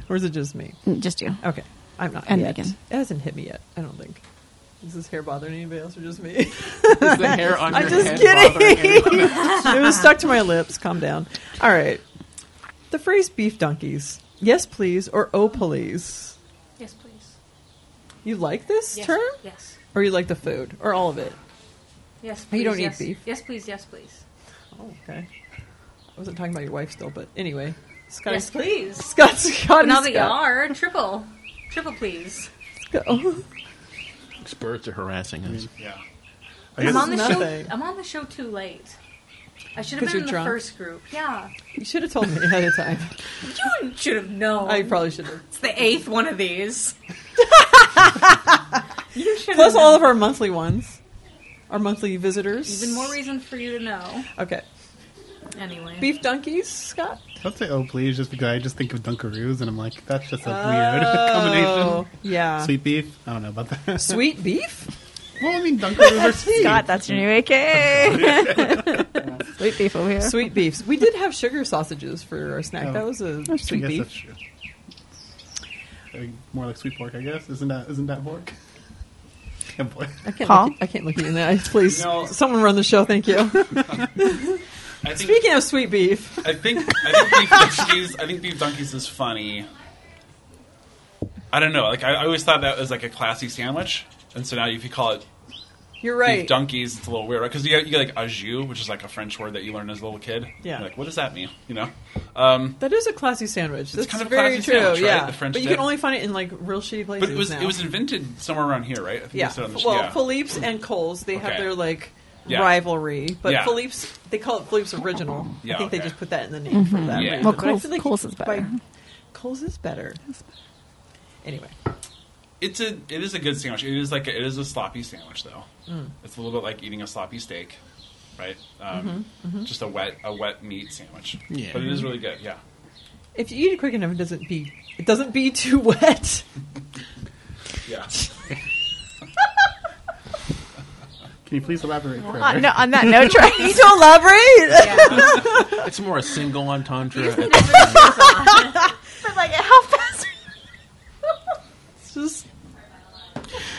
S1: Or is it just me?
S13: Mm, Just you.
S1: Okay. I'm not
S13: And
S1: yet.
S13: Megan.
S1: It hasn't hit me yet. I don't think. Is this hair bothering anybody else or just me? Is
S24: the hair on
S1: I'm
S24: your
S1: just
S24: head bothering
S1: kidding.
S24: anyone else?
S1: it was stuck to my lips. Calm down. All right. The phrase "beef donkeys," yes please, or oh please.
S16: Yes, please.
S1: You like this
S16: Yes,
S1: term?
S16: yes.
S1: Or you like the food, or all of it?
S16: Yes,
S1: Oh,
S16: please.
S1: you don't eat
S16: yes.
S1: beef. Oh,
S16: Yes, please. Yes, please.
S1: Okay. wasn't talking about your wife still, but anyway. Scott,
S2: Yes,
S1: please. Scott, Scott, and
S2: Now
S1: Scott.
S2: that you
S16: are triple, triple please.
S1: Oh.
S24: These birds are harassing us.
S25: Yeah.
S24: guess-
S16: I'm on the
S1: Nothing.
S16: show. I'm on the show too late. I
S1: 'Cause
S16: should have been
S1: you're
S16: in the
S1: drunk?
S16: first group. Yeah,
S1: You should have told me ahead of time.
S16: you should have known.
S1: I probably should have.
S16: It's the eighth one of these. you should.
S1: Plus
S16: have
S1: all of our monthly ones. Our monthly visitors.
S16: Even more reason for you to know.
S1: Okay.
S16: Anyway,
S1: Beef donkeys, Scott?
S11: I'll say oh please just because I just think of Dunkaroos and I'm like that's just a
S1: Oh,
S11: weird combination.
S1: yeah.
S11: sweet beef. I don't know about that.
S1: Sweet beef?
S11: Well, I mean, Dunkaroos are sweet.
S16: Scott, that's your new AKA. Sweet beef over here.
S1: Sweet beefs. We did have sugar sausages for our snack. That was a
S11: Oh. I
S1: sweet
S11: guess
S1: beef.
S11: that's true. Uh, More like sweet pork, I guess. Isn't that isn't that pork? Yeah, boy.
S1: I can't,
S11: Paul?
S1: Look, I can't look you in the eyes, please.
S11: No.
S1: Someone run the show, thank you.
S23: I think-
S1: Speaking of sweet beef,
S23: I think I think beef donkeys. I think beef donkeys is funny. I don't know. Like I, I always thought that was like a classy sandwich, and so now if you call it
S1: you're
S23: beef
S1: right.
S23: donkeys, it's a little weird, right? Because you got, you got like au jus, which is like a French word that you learn as a little kid.
S1: Yeah.
S23: You're like what does that mean? You know. Um,
S1: That is a classy sandwich. That's
S23: kind of a
S1: very
S23: classy
S1: true.
S23: sandwich, right?
S1: Yeah,
S23: The French
S1: but you
S23: dip.
S1: can only find it in like real shitty places.
S23: but it was
S1: now.
S23: it was invented somewhere around here, right? I think they
S1: yeah.
S23: said on the-
S1: well,
S23: yeah.
S1: Philippe's and Cole's they have
S23: Okay.
S1: their like
S23: Yeah.
S1: rivalry, but
S23: Yeah.
S1: Philippe's they call it Philippe's original.
S23: Yeah,
S1: I think they
S23: okay.
S1: just put that in the name for
S23: Mhm.
S1: that.
S23: Yeah.
S1: reason.
S23: Well,
S1: But I
S16: Cole's-
S1: feel like
S16: Cole's is
S1: by-
S16: better.
S1: Cole's is better. Anyway,
S23: It's a it is a good sandwich. It is like a, it is a sloppy sandwich though.
S1: Mm.
S23: It's a little bit like eating a sloppy steak, right?
S1: Mhm,
S23: Um,
S1: mhm.
S23: Just a wet a wet meat sandwich.
S1: Yeah.
S23: But it is really good. Yeah.
S1: if you eat it quick enough, it doesn't be it doesn't be too wet.
S23: Yeah.
S11: Can you please elaborate? further?
S16: Uh, no, on that note, try
S1: Need to elaborate.
S24: it's more a single entendre.
S16: but like, how fast?
S1: it's just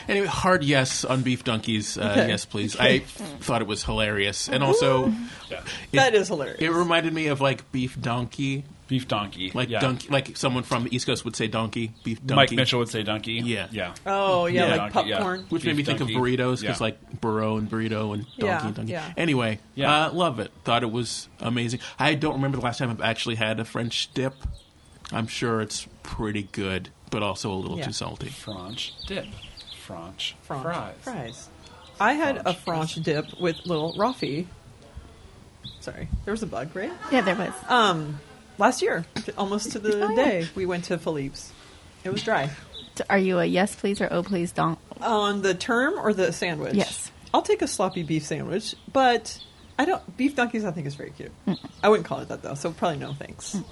S24: Anyway, hard yes on beef donkeys. Uh,
S1: Okay.
S24: Yes, please.
S1: Okay.
S24: I thought it was hilarious, and also it-
S1: that is hilarious.
S24: It reminded me of like beef donkey,
S23: beef donkey,
S24: like
S23: yeah.
S24: donkey, like someone from the East Coast would say donkey, beef donkey.
S23: Mike Mitchell would say donkey. Yeah. Yeah.
S1: Oh, yeah, like
S23: Donkey,
S1: popcorn.
S24: which made me
S23: Beef
S24: think of
S23: donkey.
S24: burritos because
S23: Yeah.
S24: like burro and burrito and donkey
S1: Yeah,
S24: and donkey.
S1: yeah.
S24: Anyway,
S23: Yeah.
S24: uh, love it. Thought it was amazing. I don't remember the last time I've actually had a French dip. I'm sure it's pretty good, but also a little
S1: Yeah.
S24: too salty.
S23: French dip, French
S1: French
S23: fries.
S1: fries. I had a French dip with little Rafi. Sorry, there was a bug, right?
S16: Yeah, there was.
S1: Um, last year, almost to the day, we went to Philippe's. It was dry.
S16: Are you a yes please or oh please don't?
S1: On the term or the sandwich?
S16: Yes.
S1: I'll take a sloppy beef sandwich, but I don't. Beef donkeys, I think, is very cute. I wouldn't call it that though, so probably no thanks.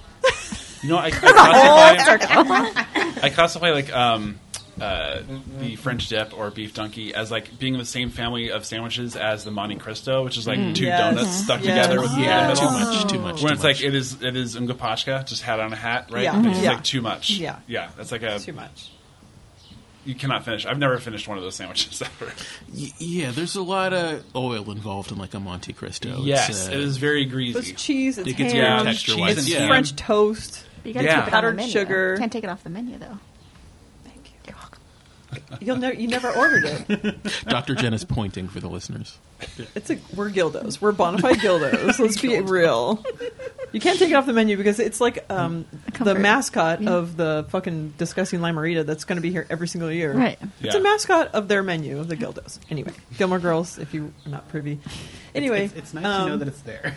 S23: You know, I, I
S1: Full
S23: classify, I classify like um, uh, the French dip or beef donkey as like being in the same family of sandwiches as the Monte Cristo, which is like
S24: Mm.
S23: two
S24: Yes.
S23: donuts stuck
S24: Yes.
S23: together with meat in
S24: Yeah,
S23: the middle.
S24: too much, too much,
S23: When
S24: too
S23: it's like it is it is Ungapashka, just hat on a hat, right?
S1: Yeah.
S23: But It's just,
S1: Yeah.
S23: like too much.
S1: Yeah.
S23: yeah, that's like a
S1: too much.
S23: You cannot finish. I've never finished one of those sandwiches ever.
S24: Y- yeah, there's a lot of oil involved in like a Monte Cristo. It's,
S23: Yes,
S24: uh,
S23: it is very greasy.
S1: It's cheese. It's
S24: It gets
S1: ham.
S24: weird texture-wise.
S1: It's
S24: Yeah.
S1: French toast.
S24: You gotta Yeah. keep it on the
S1: powdered
S13: menu, though.
S1: sugar.
S13: Can't take it off the menu though.
S1: You'll never. You never ordered it.
S24: Dr. Jen is pointing for the listeners.
S1: It's a we're gildos. We're bonafide gildos. Let's be real. You can't take it off the menu because it's like um, the mascot of the fucking disgusting Limerita that's going to be here every single year.
S2: Right.
S1: It's a
S2: Yeah.
S1: mascot of their menu of the gildos. Anyway, Gilmore Girls, if you're not privy. Anyway,
S11: it's, it's nice to know
S1: um,
S11: that it's there.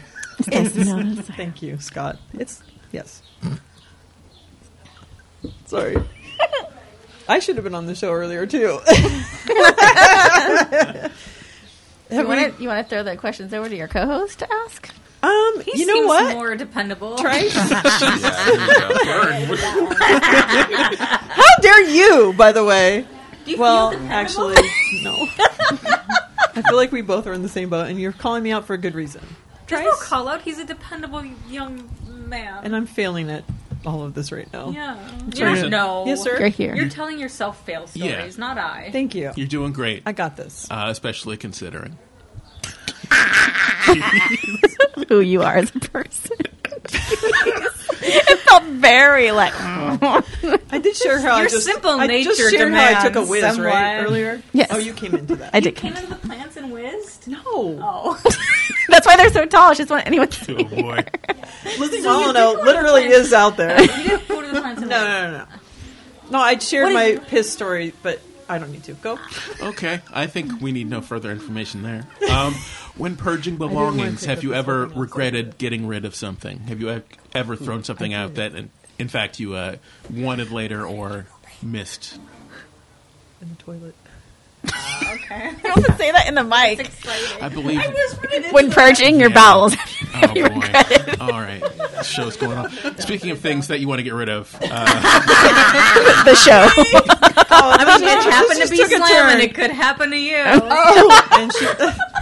S1: it's- Thank you, Scott. It's yes. Sorry. I should have been on the show earlier too.
S13: You want to you want to throw the questions over to your co-host to ask?
S1: Um,
S13: He
S1: you know
S13: seems
S1: what?
S13: more dependable.
S1: Trace.
S13: Burn.
S1: How dare you? By the way.
S13: Do you
S1: well,
S13: feel dependable?
S1: actually, no. I feel like we both are in the same boat, and you're calling me out for a good reason,
S13: There's no call out. He's a dependable young man.
S1: and I'm failing at all of this right now.
S13: Yeah.
S1: I'm
S13: You're-
S1: sorry.
S13: no.
S1: Yes, sir.
S13: You're telling yourself fail stories,
S24: Yeah.
S13: not I.
S1: Thank you.
S24: You're doing great. I
S1: got this.
S24: Uh, especially considering.
S16: Who you are as a person. it felt very like.
S1: I did share how I
S13: Your
S1: just
S13: simple
S1: I just
S13: nature
S1: shared how I took a
S13: demands
S1: whiz right
S13: someone.
S1: earlier.
S13: Yes.
S1: Oh, you came into that.
S13: You came into the plants and whizzed?
S1: No.
S13: Oh. That's why they're so tall. She doesn't want anyone to see.
S24: Oh boy.
S1: Lizzie Molyneux literally is out there.
S2: go to the
S1: no, no, no, no. No, I shared my piss story, but I don't need to. Go.
S24: Okay, I think we need no further information there. Um, when purging belongings,
S1: pick
S24: have
S1: up
S24: you
S1: on
S24: ever regretted getting rid of something? Have you ev- ever thrown something out that, in, in fact, you uh, wanted later or missed?
S1: In the toilet.
S13: okay. You don't have to say that in the mic.
S24: I believe- I
S13: when purging your
S24: Yeah.
S13: bowels.
S24: Oh
S13: you
S24: boy!
S13: regret it.
S24: All right, This show's going on. Speaking of things that you want to get rid of, uh,
S13: the show.
S16: Oh, I mean, it
S24: This
S16: happened
S24: just
S16: to be
S24: Oh, took a
S16: Slim,
S24: turn.
S16: and it could happen to you.
S24: Oh.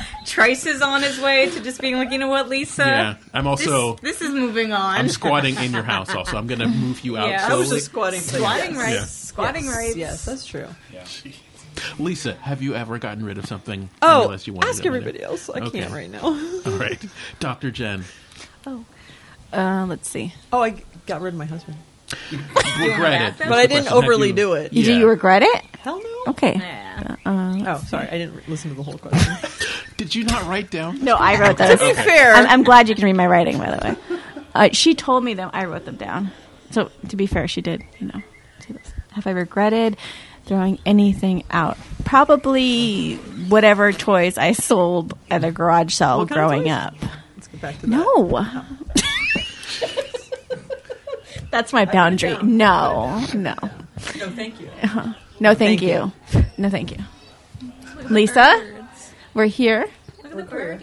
S16: Trace is on his way to just being like, you know what, Lisa?
S24: Yeah, I'm also-
S16: This, this is moving on.
S24: I'm squatting in your house. Also, I'm going to move you out.
S16: Yeah. I
S24: slowly.
S16: was just squatting, but Squatting yes. rights.
S24: Yeah.
S16: Squatting
S1: yes.
S16: rights.
S1: Yes, that's true.
S24: Lisa, have you ever gotten rid of something?
S1: Oh,
S24: unless you wanted
S1: ask
S24: it later?
S1: everybody else. I can't right now.
S24: All right, Doctor Jen,
S13: Uh, let's see.
S1: Oh, I got rid of my husband.
S24: regret it.
S1: But I didn't overly do it.
S13: You, Do you regret it?
S1: Hell no.
S13: Okay. Uh,
S1: oh, sorry. I didn't re- listen to the whole question.
S24: Did you not write down?
S13: No, I wrote those.
S1: To be fair.
S13: I'm, I'm glad you can read my writing, by the way. Uh, she told me them. I wrote them down. So to be fair, she did. You know, say this. have I regretted throwing anything out? Probably whatever toys I sold at a garage sale
S1: What kind of
S13: growing
S1: toys?
S13: up.
S1: Let's get back to that.
S13: No. That's my boundary. No, no.
S1: No, thank you.
S13: Uh-huh. No, thank, you. No, thank you. Lisa, we're here.
S1: We're queer.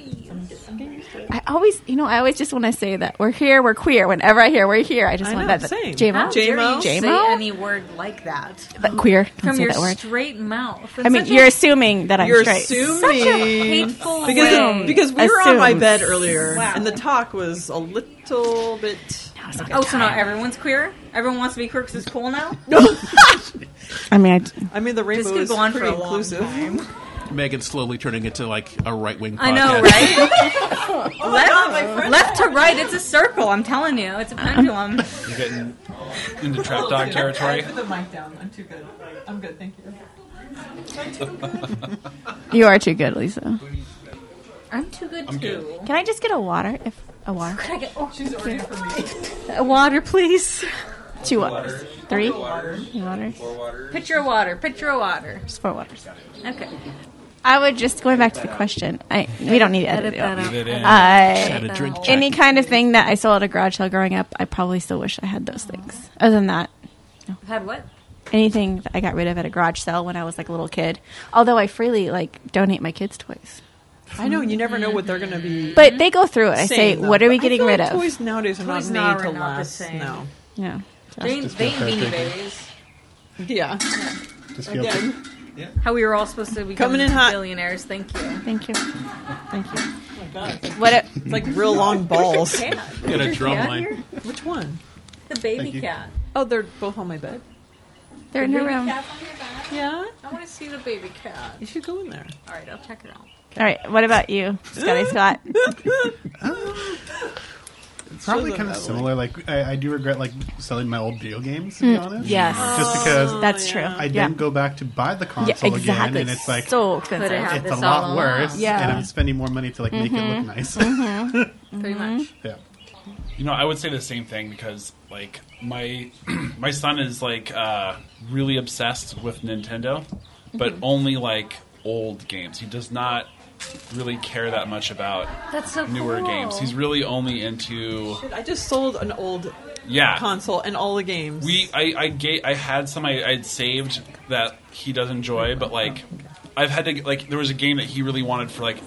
S13: I always, you know, I always just want to say that we're here, we're queer. Whenever I hear we're here, I just
S16: I
S13: want
S16: know,
S13: that.
S16: same.
S13: JMO,
S16: How dare you say
S13: JMO,
S16: any word like that?
S13: But queer, don't
S16: from
S13: say
S16: your
S13: that word.
S16: straight mouth.
S13: I mean,
S16: Such a-
S13: you're assuming that I'm
S1: You're
S13: straight.
S1: assuming
S16: Such a hateful
S1: because
S16: way.
S1: because we were on my
S13: Assumes.
S1: bed earlier,
S16: Wow.
S1: and the talk was a little bit.
S16: Oh, so now everyone's queer. Everyone wants to be queer because it's cool now.
S13: I mean, I,
S1: I mean, the rainbow
S16: could
S1: is
S16: go on for
S1: pretty
S16: a long
S1: inclusive.
S24: Megan's slowly turning into like a right wing.
S16: I know, right?
S1: Oh my
S16: left,
S1: God, my friend-
S16: left to right, it's a circle. I'm telling you, it's a pendulum.
S23: You're getting into trap dog territory.
S1: Put the mic down. I'm too good. I'm good. Thank you.
S13: you are too good, Lisa.
S16: I'm too good
S13: I'm
S16: too.
S13: Can I just get a water? If a water,
S16: Can I get? Oh, she's ordering for me.
S13: A water, please. two
S16: Two
S13: waters,
S16: water.
S13: three
S16: Four water.
S13: Two waters,
S16: Picture of water. Picture of water.
S13: just four waters.
S16: Okay.
S13: I would just going back to the question. I we don't need to edit,
S16: Edit that out. Leave it in. Just add a
S13: I, uh,
S16: drink check.
S13: any kind of thing that I sold at a garage sale growing up, I probably still wish I had those things. Other than that,
S16: Had what?
S13: anything that I got rid of at a garage sale when I was like a little kid. Although I freely like donate my kids toys,
S1: I know you never know what they're going to be.
S13: but they go through it. I say,
S1: saying, though.
S13: what are we
S1: But I
S13: getting
S1: feel
S13: rid
S1: like
S13: of?
S1: Toys nowadays are
S16: Toys
S1: not
S16: now are
S1: made to
S16: not the
S1: last.
S16: same.
S1: No.
S13: Yeah.
S16: They,
S1: Just
S16: they
S1: feel fair
S16: beanie
S1: thinking.
S16: babies.
S1: Yeah.
S16: Just
S1: feel Again.
S16: How we were all supposed to be
S1: Coming in hot. Oh
S16: billionaires. Thank you.
S13: Thank you. Thank you.
S1: What? A, it's like real long balls.
S16: Get
S24: Get a drum line.
S1: Which one?
S16: The baby cat.
S1: Oh, they're both on my bed.
S13: They're in
S16: the
S13: her
S16: baby
S13: room.
S16: cat's on your back?
S1: Yeah.
S16: I want to see the baby cat.
S1: You should go in there.
S16: All right, I'll check it out.
S13: All right. What about you, Scotty Scott?
S11: It's probably
S13: Shows
S11: kind
S13: up
S11: of
S13: that way.
S11: similar. Like I, I do regret like selling my old video games. To be
S13: Mm,
S11: honest,
S13: yes. Oh,
S11: just because
S13: That's true.
S11: I didn't
S13: Yeah.
S11: go back to buy the console again,
S13: exactly.
S11: and it's like
S13: So expensive. Could've had
S11: It's
S13: this
S11: a
S13: all
S11: lot
S13: along.
S11: worse,
S13: Yeah.
S11: and I'm spending more money to like make it
S1: Mm-hmm.
S13: Mhm.
S11: look nice.
S16: Pretty much.
S11: yeah.
S23: You know, I would say the same thing because like my my son is like uh, really obsessed with Nintendo, but
S1: Mm-hmm.
S16: Mhm.
S23: only like old games. He does not really care that much about
S1: That's so
S23: newer
S1: cool.
S23: games. He's really only into
S1: Shit, I just sold an old
S23: Yeah.
S1: console and all the games.
S23: we. I I, ga- I had some I, I'd saved that he does enjoy, but like I've had to like there was a game that he really wanted for like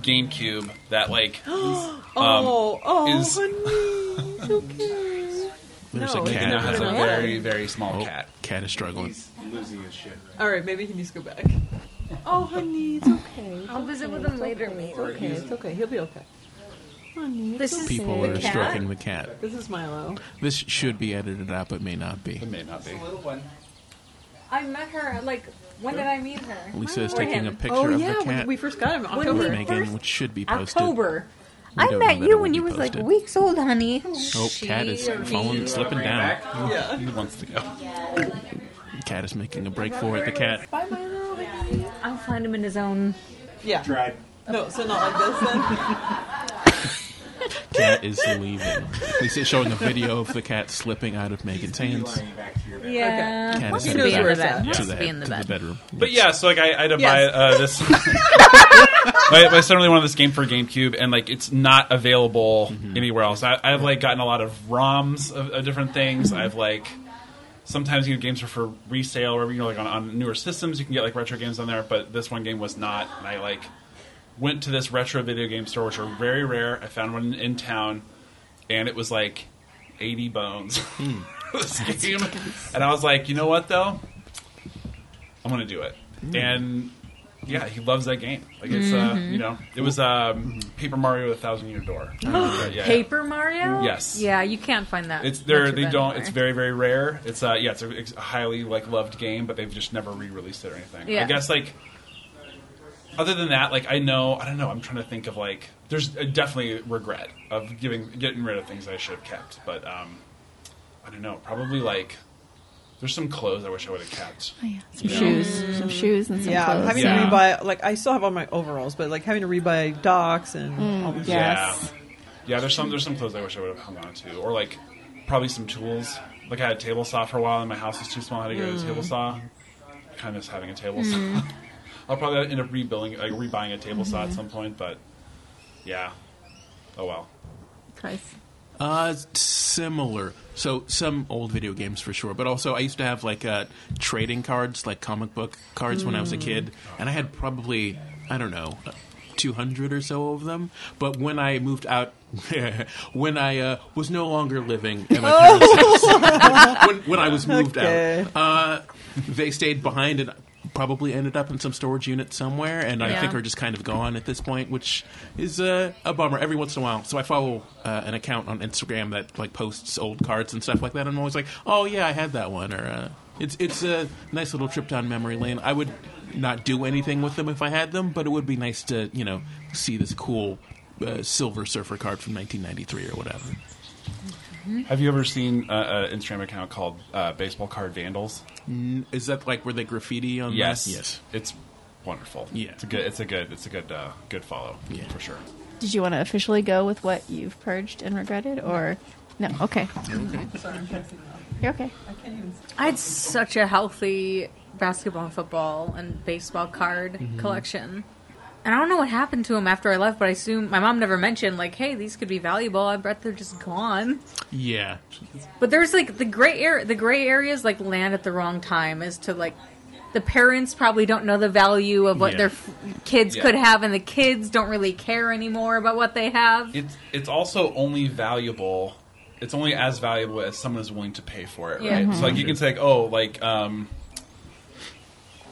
S23: GameCube that like
S1: oh,
S23: um,
S1: oh,
S23: is-
S1: honey, so cute.
S24: There's
S1: No,
S24: a Oh,
S1: it's
S24: cat.
S1: not
S23: has a
S1: gonna
S23: very
S1: work.
S23: very small cat.
S24: Cat is struggling.
S11: Losing his shit.
S1: All right, maybe he needs to go back. Oh, honey, it's okay. It's
S16: I'll visit
S1: okay,
S16: with him
S1: it's
S16: later,
S1: okay, It's
S16: maybe.
S1: okay. It's okay. He'll be okay. Honey, it's
S16: This is
S1: okay.
S24: People are stroking the cat.
S1: This is Milo.
S24: This should be edited out, but may not be. It
S23: may not be.
S16: I met her. Like, when did I meet her?
S24: Lisa
S16: When
S24: is
S16: or
S24: taking
S16: him?
S24: a
S1: Oh,
S24: picture of the cat.
S1: first got him
S16: When we
S24: Megan,
S16: first-
S24: which should be posted.
S16: October.
S24: We
S16: I
S24: don't
S16: met
S24: know
S16: you
S24: that
S16: when
S24: it
S16: you
S24: will
S16: was
S24: be
S16: like
S24: posted.
S16: weeks old, honey.
S24: Oh, cat is
S16: She-
S24: falling, slipping down.
S1: Yeah.
S23: He wants to go.
S24: Cat is making a break for it. The cat.
S16: I'll find him in his own.
S1: Yeah.
S11: Tried.
S1: No, so not like this then.
S24: Cat is leaving. We see it showing a video of the cat slipping out of Megan's hands.
S2: Yeah.
S24: Cat
S2: Wants
S24: is
S2: to be in the
S24: headed back
S2: bed.
S24: To
S2: Wants
S24: the,
S2: to be in the
S24: to
S2: bed.
S24: the bedroom.
S23: But yeah, so like I, I had to buy
S2: Yes.
S23: uh, this. my, my son really wanted this game for GameCube, and like it's not available anywhere else. I, I've like gotten a lot of ROMs of, of different things. I've like sometimes you know, games are for resale or you know like on, on newer systems you can get like retro games on there, but this one game was not. And I like went to this retro video game store, which are very rare. I found one in, in town, and it was like eighty bones. this game, and I was like, you know what though. I'm gonna do it.
S10: Mm.
S23: And yeah, he loves that game. Like it's uh,
S2: Mhm.
S23: you know, it was um, Paper Mario: The Thousand Year Door. Yeah, yeah.
S2: Paper Mario?
S23: Yes.
S2: Yeah, you can't find that.
S23: It's they're,
S2: much of
S23: they
S2: it
S23: don't.
S2: anymore.
S23: It's very very rare. It's uh yeah, it's a, it's a highly like loved game, but they've just never re-released it or anything. I
S2: Yeah.
S23: guess like other than that, like I know I don't know. I'm trying to think of like there's uh, definitely regret of giving getting rid of things I should have kept, but um, I don't know. Probably like there's some clothes I wish I would have kept.
S13: Oh, yeah. Some
S23: You know?
S13: shoes. Some shoes and some
S1: yeah,
S13: clothes.
S1: having
S23: Yeah.
S1: to rebuy like I still have all my overalls, but like having to rebuy docs and all this
S23: Yeah. Yeah, there's some there's some clothes I wish I would have hung on to, or like probably some tools. Like I had a table saw for a while, and my house was too small. I had to get rid of the
S10: Mm.
S23: table saw. Kind of miss having a table
S10: Mm. Mm-hmm.
S23: saw. I'll probably end up rebuilding, like rebuying a table saw at some point, but yeah. Oh well.
S13: Christ.
S24: Uh, similar. So some old video games for sure, but also I used to have like uh, trading cards, like comic book cards, when I was a
S10: Mm.
S24: kid, and I had probably I don't know. 200 or so of them but when i moved out when i uh, was no longer living at my parents' house, when, when i was moved
S10: Okay.
S24: out uh, they stayed behind and probably ended up in some storage unit somewhere and i
S10: Yeah.
S24: think are just kind of gone at this point, which is uh, a bummer every once in a while. So I follow uh, an account on Instagram that like posts old cards and stuff like that. And I'm always like, oh yeah, I had that one. Or uh, it's it's a nice little trip down memory lane. I would not do anything with them if I had them, but it would be nice to you know see this cool uh, Silver Surfer card from 1993 or whatever.
S10: Mm-hmm.
S23: Have you ever seen uh, an Instagram account called uh, Baseball Card Vandals?
S24: N- Is that like where they graffiti on?
S23: Yes.
S24: that? Yes.
S23: It's wonderful.
S24: Yeah.
S23: It's a good. It's a good. It's a good. Uh, good follow. Yeah. For sure.
S13: Did you want to officially go with what you've purged and regretted, or no? Okay. You're okay.
S16: I had such a healthy basketball, and football, and baseball card
S24: Mm-hmm.
S13: Mhm.
S16: collection. And I don't know what happened to them after I left, but I assume my mom never mentioned, like, hey, these could be valuable. I bet they're just gone.
S24: Yeah.
S16: But there's like the gray area. The gray areas like land at the wrong time as to like the parents probably don't know the value of what
S23: Yeah.
S16: their f- kids
S23: Yeah.
S16: could have, and the kids don't really care anymore about what they have.
S23: It's it's also only valuable. It's only as valuable as someone is willing to pay for it,
S16: Yeah.
S23: right?
S16: Mhm.
S23: So
S24: Mm-hmm.
S23: like you can say, like, oh, like um,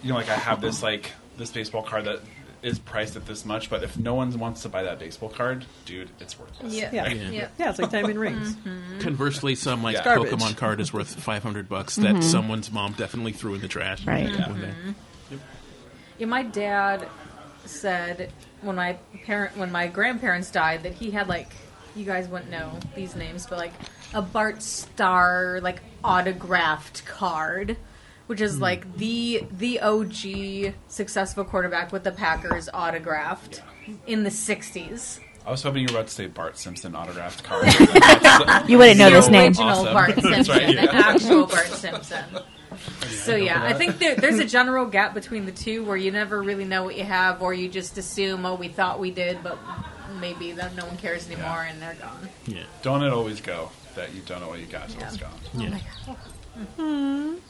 S23: you know, like I have this like this baseball card that is priced at this much, but if no one wants to buy that baseball card, dude, it's worthless.
S1: Yeah. Yeah.
S24: Yeah.
S1: Yeah. Yeah, it's like diamond rings.
S16: Mm-hmm.
S24: Conversely, some like
S1: It's garbage.
S24: Pokemon card is worth 500 bucks that
S16: Mhm.
S24: someone's mom definitely threw in the trash.
S13: Right.
S24: One day.
S1: Mm-hmm.
S16: Yeah, my dad said when my parent when my grandparents died that he had like you guys wouldn't know these names, but like a Bart Starr like autographed card, which is
S13: Hmm.
S16: like the the OG successful quarterback with the Packers autographed in the '60s.
S23: I was hoping you were about to say Bart Simpson autographed card.
S13: You wouldn't know this name.
S16: Original
S23: Awesome.
S16: Bart
S23: That's
S16: Simpson,
S23: right,
S16: the
S23: yeah.
S16: actual Bart Simpson. So yeah, I
S23: that.
S16: think there, there's a general gap between the two where you never really know what you have, or you just assume, oh, we thought we did, but maybe that no one cares anymore, and they're gone.
S24: Yeah.
S23: Don't it always go that you don't know what you got till it's gone.
S16: Oh my
S23: Mm-hmm.
S13: Hmm.
S16: Mm-hmm.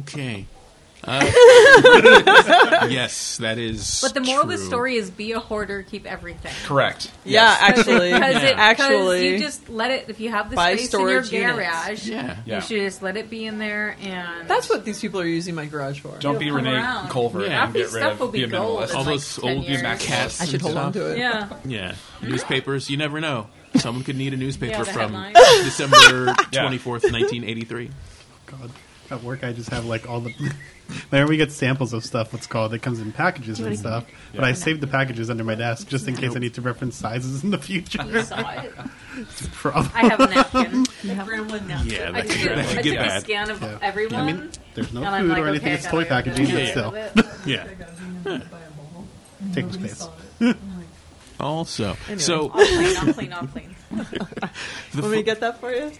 S24: Okay. Uh, yes, that is.
S16: But the moral of the
S24: true.
S16: story is be a hoarder, keep everything.
S24: Correct.
S1: Yeah, actually.
S16: Because
S1: Yeah. Actually.
S16: you just let it. If you have the
S1: Buy
S16: space in your
S1: storage units.
S16: garage,
S1: Yeah. Yeah.
S16: you should just let it be in there. And
S1: That's what these people are using my garage for.
S16: Don't It'll be come Renee around. Culver
S24: Yeah.
S16: and get rid of- be a minimalist.
S24: All
S16: in, like,
S24: those
S16: 10
S24: old
S16: years.
S24: cats.
S16: I should
S24: and
S16: hold on
S24: stuff.
S16: to it. Yeah.
S24: Yeah. Newspapers. You never know. Someone could need a newspaper
S16: Yeah, the
S24: from
S16: headlines.
S24: December twenty fourth, nineteen eighty three.
S11: Oh, God. At work, I just have like all the. Whenever we get samples of stuff, what's called that comes in packages
S24: Do you
S11: and
S24: wanna-
S11: stuff.
S24: Yeah.
S11: But I save the packages under my desk just in case I need to reference sizes in the future.
S16: You saw it.
S11: It's a problem.
S16: I have a napkin. The gremlin napkin.
S11: Yeah,
S16: I
S11: that
S16: took,
S11: could-
S16: a,
S11: that could
S16: I
S11: get
S16: took a
S11: bad.
S16: scan of
S11: Yeah.
S16: everyone.
S11: I mean, there's no
S16: and I'm
S11: food
S16: like,
S11: or anything.
S16: okay,
S11: It's
S16: I
S11: toy
S16: gotta get rid of
S11: packaging,
S16: it.
S11: but
S16: Get rid of
S11: still.
S16: it.
S11: Yeah. Taking space.
S24: Also,
S1: Anyway.
S24: so
S1: All clean, all clean, all clean.
S24: The
S1: Want me to
S24: fu-
S1: get that for you?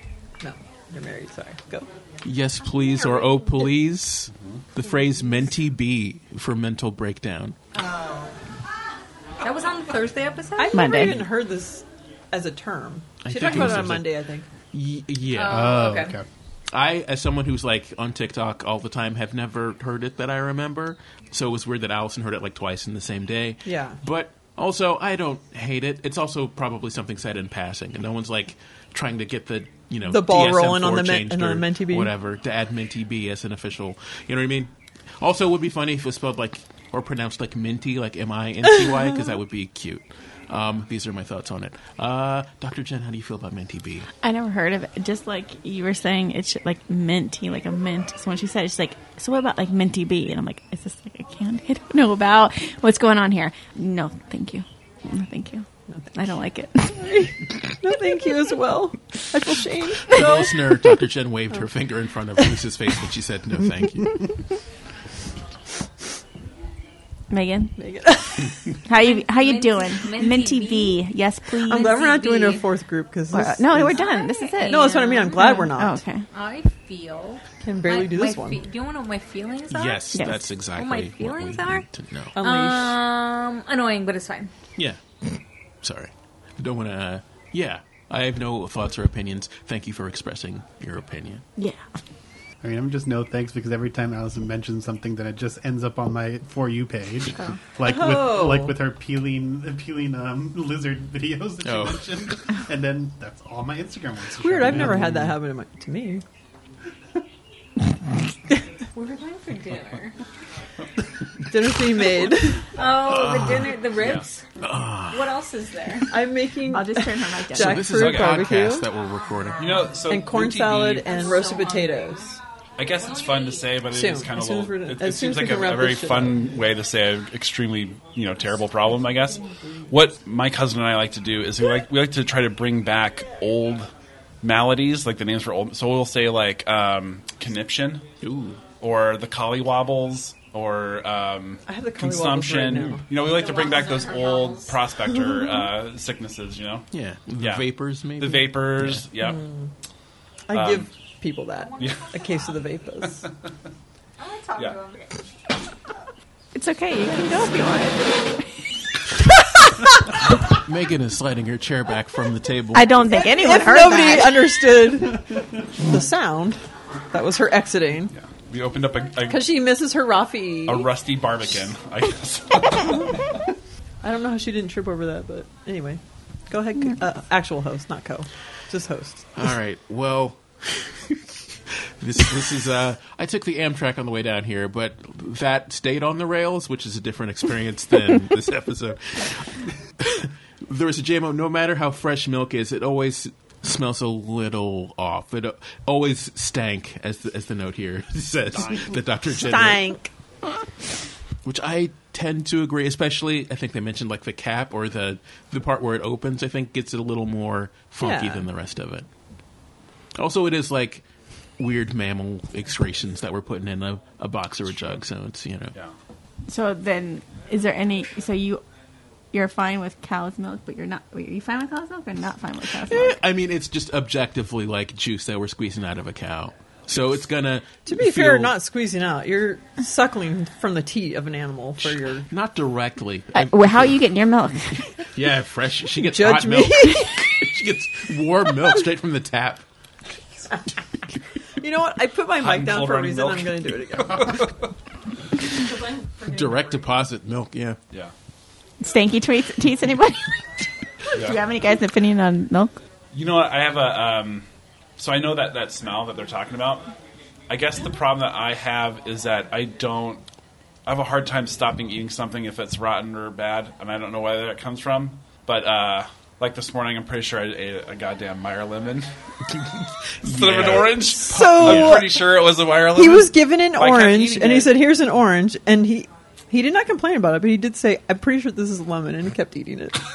S1: No, you're married. Sorry. Go.
S24: yes, please, or oh, please. The phrase "mentee B" for mental breakdown.
S13: That was on the Thursday episode.
S1: I've
S24: Monday.
S1: never even heard this as a term.
S24: I
S1: She
S24: think
S1: talked
S24: it
S1: about
S24: was
S1: it on
S24: a-
S1: Monday, I think.
S24: Y- yeah.
S1: Oh, Oh, okay. okay.
S24: I, as someone who's like on TikTok all the time, have never heard it that I remember. So it was weird that Allison heard it like twice in the same day.
S1: Yeah.
S24: But also, I don't hate it. It's also probably something said in passing, and no one's like trying to get the you know
S1: The ball
S24: DSM-4
S1: rolling on the men-
S24: changed
S1: and on
S24: or
S1: Mentee B.
S24: whatever to add Minty B as an official. You know what I mean? Also, it would be funny if it was spelled like or pronounced like Minty, like M I N T Y, because that would be cute. Um, these are my thoughts on it. Uh, Dr. Jen, how do you feel about Minty B?
S13: I never heard of it. Just like you were saying, it's sh- like minty, like a mint. So when she said, it, she's like, "So what about like minty bee?" And I'm like, "Is this like a candy? I don't know about what's going on here." No, thank you. No, thank you. I don't like it.
S1: No, thank you as well. I feel shame.
S24: For the listener, Dr. Jen waved her finger in front of Luce's face when she said, no, thank you.
S13: Megan,
S1: Megan,
S13: how you how you
S1: Minty-
S13: doing?
S1: Minty
S13: Minty, bee. yes please.
S1: I'm glad we're not doing a fourth group because
S13: Well, no, we're done. This is it.
S1: No, that's what I mean. I'm glad we're
S13: Oh,
S1: not.
S13: okay.
S16: I feel
S1: Can barely
S16: my-
S1: do this
S16: my
S1: one.
S16: fe- do you want to know what my feelings are?
S24: Yes, Yes.
S16: What
S24: that's
S16: my
S24: exactly what
S16: feelings
S24: we
S16: are.
S24: need to know. Unleash.
S16: Um, annoying, but it's fine.
S24: Yeah. Sorry. I don't want to. Yeah. I have no thoughts or opinions. Thank you for expressing your opinion.
S13: Yeah.
S11: I mean, I'm just no thanks because every time Allison mentions something, then it just ends up on my for you page,
S13: Oh.
S11: like
S13: Oh.
S11: with like with her peeling peeling um, lizard videos that she
S1: Oh.
S11: mentioned, and then that's all my Instagram was.
S1: Weird. I've never had that happen to, my, to me.
S16: What are going for dinner?
S1: Dinner's being made.
S16: Oh, the dinner, the ribs. What else is there?
S1: I'm making.
S13: I'll just turn her mic down.
S1: Ah. So this is Jackfruit like a barbecue. podcast
S24: that we're recording.
S23: You know, so
S1: and corn
S23: Minty
S1: salad
S23: B-
S1: and roasted potatoes.
S23: I guess it's fun to say, but it
S1: Soon.
S23: is kind
S1: As
S23: of
S1: soon as
S23: little,
S1: we're done-
S23: it,
S1: as
S23: it
S1: soon as
S23: seems
S1: we
S23: like
S1: can
S23: a,
S1: wrap
S23: a
S1: this
S23: very
S1: shit
S23: fun way to say an extremely you know terrible problem. I guess what my cousin and I like to do is we like we like to try to bring back old maladies, like the names for old. So we'll say like um, conniption, or the collie wobbles. Or um,
S1: I have the collywobbles right
S23: consumption,
S1: now.
S23: you know, we like to bring back those old prospector uh, sicknesses, you know.
S24: Yeah. The
S23: yeah,
S24: vapors, maybe?
S23: the vapors, yeah.
S1: I
S23: Um,
S1: give people that
S23: Yeah.
S1: a case of the vapors.
S23: Yeah.
S13: It's okay. You can go if you want.
S24: Megan is sliding her chair back from the table.
S13: I don't think anyone
S1: if
S13: heard
S1: nobody
S13: that.
S1: understood the sound, that was her exiting
S23: We opened up a, a,
S1: because she misses her Rafi.
S23: a rusty barbican, I guess.
S1: I don't know how she didn't trip over that, but anyway, go ahead. Uh, actual host, not co, just host.
S24: All right. Well, this this is uh I took the Amtrak on the way down here, but that stayed on the rails, which is a different experience than this episode. there was a jam up. No matter how fresh milk is, it always smells a little off. It uh, always stank, as the, as the note here says.
S1: Stank.
S24: The Dr. Jen note
S1: Stank.
S24: which I tend to agree. Especially, I think they mentioned like the cap or the the part where it opens. I think gets it a little more funky
S1: Yeah.
S24: than the rest of it. Also, it is like weird mammal excretions that we're putting in a, a box or a jug. So it's you know,
S13: So then, is there any? So you, you're fine with cow's milk, but you're not. Wait, are you fine with cow's milk or not fine with cow's milk?
S24: Eh, I mean, it's just objectively like juice that we're squeezing out of a cow. So it's gonna
S1: To be fair,
S24: feel-
S1: not squeezing out. You're suckling from the teat of an animal for your.
S24: not directly.
S13: well, how are you getting your milk?
S24: Yeah, fresh. She gets
S1: Judge
S24: hot
S1: me.
S24: milk. she gets warm milk straight from the tap.
S1: You know what? I put my
S24: Hot
S1: mic
S24: and
S1: down
S24: cold
S1: for a
S24: running
S1: reason.
S24: milk.
S1: I'm going to do it again.
S24: Direct deposit milk. Yeah.
S23: Yeah.
S13: Stanky tweets, tweets anybody? Do you have any guys' opinion on milk?
S23: You know what? I have a. Um, so I know that that smell that they're talking about. I guess the problem that I have is that I don't. I have a hard time stopping eating something if it's rotten or bad, and I don't know where that comes from. But uh, like this morning, I'm pretty sure I ate a goddamn Meyer lemon instead of an
S1: Yeah.
S23: orange.
S1: So-
S23: I'm pretty sure it was a Meyer lemon.
S1: he was given an
S23: But I kept
S1: orange,
S23: eating
S1: and he
S23: it.
S1: said, "Here's an orange," and he he did not complain about it, but he did say, "I'm pretty sure this is lemon," and he kept eating it.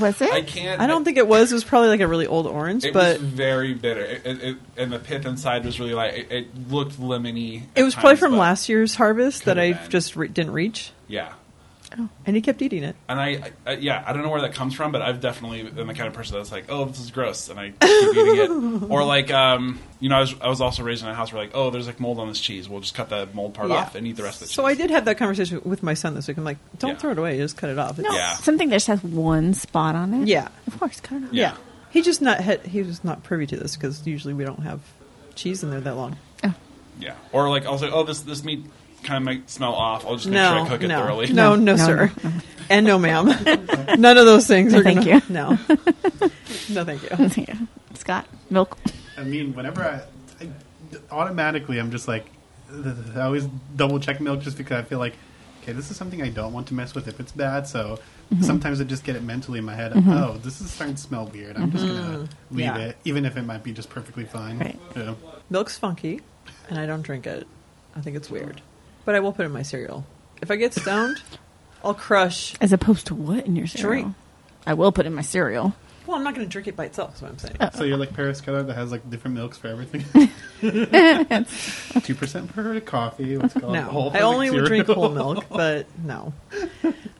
S13: was it?
S23: I can't-
S1: I don't think it was. It was probably like a really old orange,
S23: It
S1: but
S23: was very bitter, it, it, it, and the pith inside was really like it, it looked lemony.
S1: it
S23: at
S1: was probably
S23: times,
S1: from
S23: but-
S1: last year's harvest that I
S23: Could've been.
S1: just re- didn't reach.
S23: Yeah.
S13: Oh.
S1: And he kept eating it.
S23: And I, I, yeah, I don't know where that comes from, but I've definitely been the kind of person that's like, oh, this is gross, and I keep eating it. Or like, um, you know, I was, I was also raised in a house where like, oh, there's like mold on this cheese. We'll just cut that mold part
S1: Yeah.
S23: off and eat the rest of the cheese.
S1: So I did have that conversation with my son this week. I'm like, don't throw it away. Just cut it off.
S13: No, something that just has one spot on it.
S1: Yeah.
S13: Of course, cut it off.
S1: Yeah. He just not had, he was not privy to this because usually we don't have cheese in there that long.
S23: Yeah. Or like, also, oh, this this meat kind of might smell off. I'll just make
S1: no,
S23: sure I cook it
S1: no,
S23: thoroughly.
S1: No, no, sir. And no, ma'am. None of those things
S13: No,
S1: are
S13: thank
S1: gonna,
S13: you.
S1: No. no, thank you.
S13: Scott, milk.
S11: I mean, whenever I, I automatically, I'm just like, th- th- I always double check milk just because I feel like, okay, this is something I don't want to mess with if it's bad. So
S1: Mm-hmm.
S13: Mhm.
S11: sometimes I just get it mentally in my head.
S13: Mhm.
S11: Oh, this is starting to smell weird. I'm just gonna
S1: Mhm.
S11: leave
S1: Mm-hmm. Yeah.
S11: it, even if it might be just perfectly fine.
S1: Right.
S11: Yeah.
S1: Milk's funky, and I don't drink it. I think it's weird. But I will put it in my cereal. If I get stoned, I'll crush.
S13: As opposed to what in your cereal?
S1: Drink.
S13: I will put in my cereal.
S1: Well, I'm not going to drink it by itself, is what I'm saying.
S11: So you're like Paris Keller that has like different milks for everything. Two percent per coffee. What's it called
S1: no,
S11: Whole
S1: I only would
S11: cereal.
S1: drink whole milk, but no.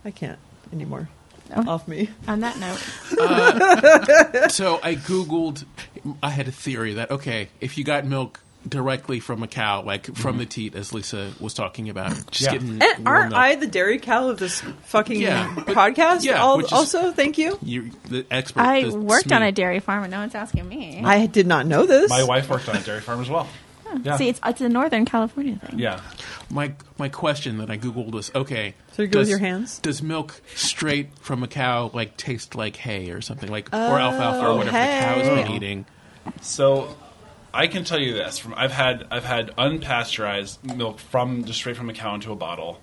S1: I can't anymore. Off me.
S13: On that note.
S24: Uh, so I googled. I had a theory that okay, if you got milk directly from a cow, like from the teat, as Lisa was talking about, just
S1: Yeah.
S24: getting
S1: And
S24: warm
S1: aren't
S24: milk.
S1: I the dairy cow of this fucking
S24: Yeah, but-
S1: podcast?
S24: yeah,
S1: Al-
S24: which is-
S1: also, thank you.
S24: you the expert.
S13: I
S24: the
S13: worked on
S24: SME.
S13: a dairy farm and no one's asking me.
S1: I did not know this.
S23: My wife worked on a dairy farm as well.
S24: Yeah.
S13: See, it's, it's a Northern California thing.
S23: Yeah.
S24: My my question that I googled was okay.
S1: So you go with your hands?
S24: Does milk straight from a cow like taste like hay or something like
S1: Oh,
S24: or alfalfa or whatever the cow's been
S23: hay.
S24: eating?
S23: So I can tell you this from I've had I've had unpasteurized milk from just straight from a cow into a bottle,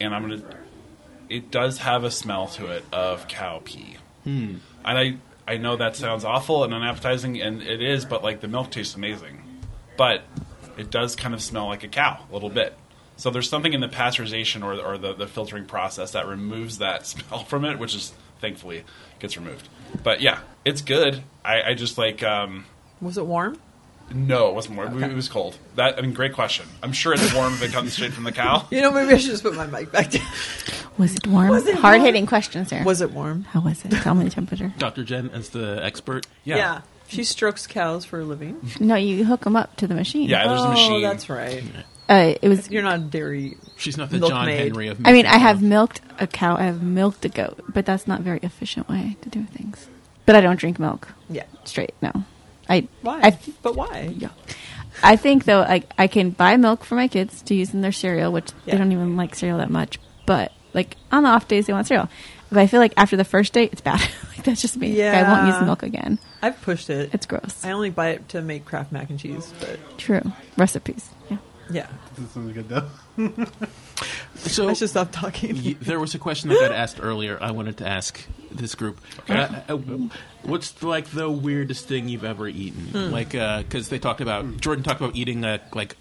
S23: and I'm gonna. It does have a smell to it of cow pee,
S24: Hmm.
S23: and I I know that sounds awful and unappetizing, and it is, but like the milk tastes amazing, but it does kind of smell like a cow a little bit. So there's something in the pasteurization or, or the, the filtering process that removes that smell from it, which is thankfully gets removed. But yeah, it's good. I, I just like um,
S1: Was it warm?
S23: no, it wasn't warm. It was cold. That I mean, great question. I'm sure it's warm if it comes straight from the cow.
S1: You know, maybe I should just put my mic back down.
S13: Was it warm?
S1: Was it warm?
S13: Hard hitting questions here.
S1: Was it warm?
S13: How was it? Tell me the temperature.
S24: Dr. Jen as the expert.
S1: Yeah. She strokes cows for a living.
S13: No, you hook them up to the machine.
S1: oh, that's right.
S13: Uh, it was.
S1: You're not a dairy.
S24: She's not the John Henry of
S13: I mean, I have milked a cow. I have milked a goat, but that's not a very efficient way to do things. But I don't drink milk.
S1: Yeah.
S13: Straight. No. I.
S1: Why?
S13: I,
S1: but why? Yeah.
S13: I think though, I I can buy milk for my kids to use in their cereal, which
S1: Yeah.
S13: they don't even like cereal that much. But like on the off days, they want cereal. But I feel like after the first date, it's bad. like that's just me. Like, I won't use
S1: Yeah.
S13: milk again.
S1: I've pushed it.
S13: It's gross.
S1: I only buy it to make Kraft mac and cheese, but
S13: True recipes. Yeah.
S1: yeah.
S11: This sounds good though.
S24: So
S1: I should stop talking.
S24: Y- there was a question that got asked earlier. I wanted to ask this group. Uh, uh, what's like the weirdest thing you've ever eaten?
S11: Hmm.
S24: Like, because they talked about Jordan talked about eating a like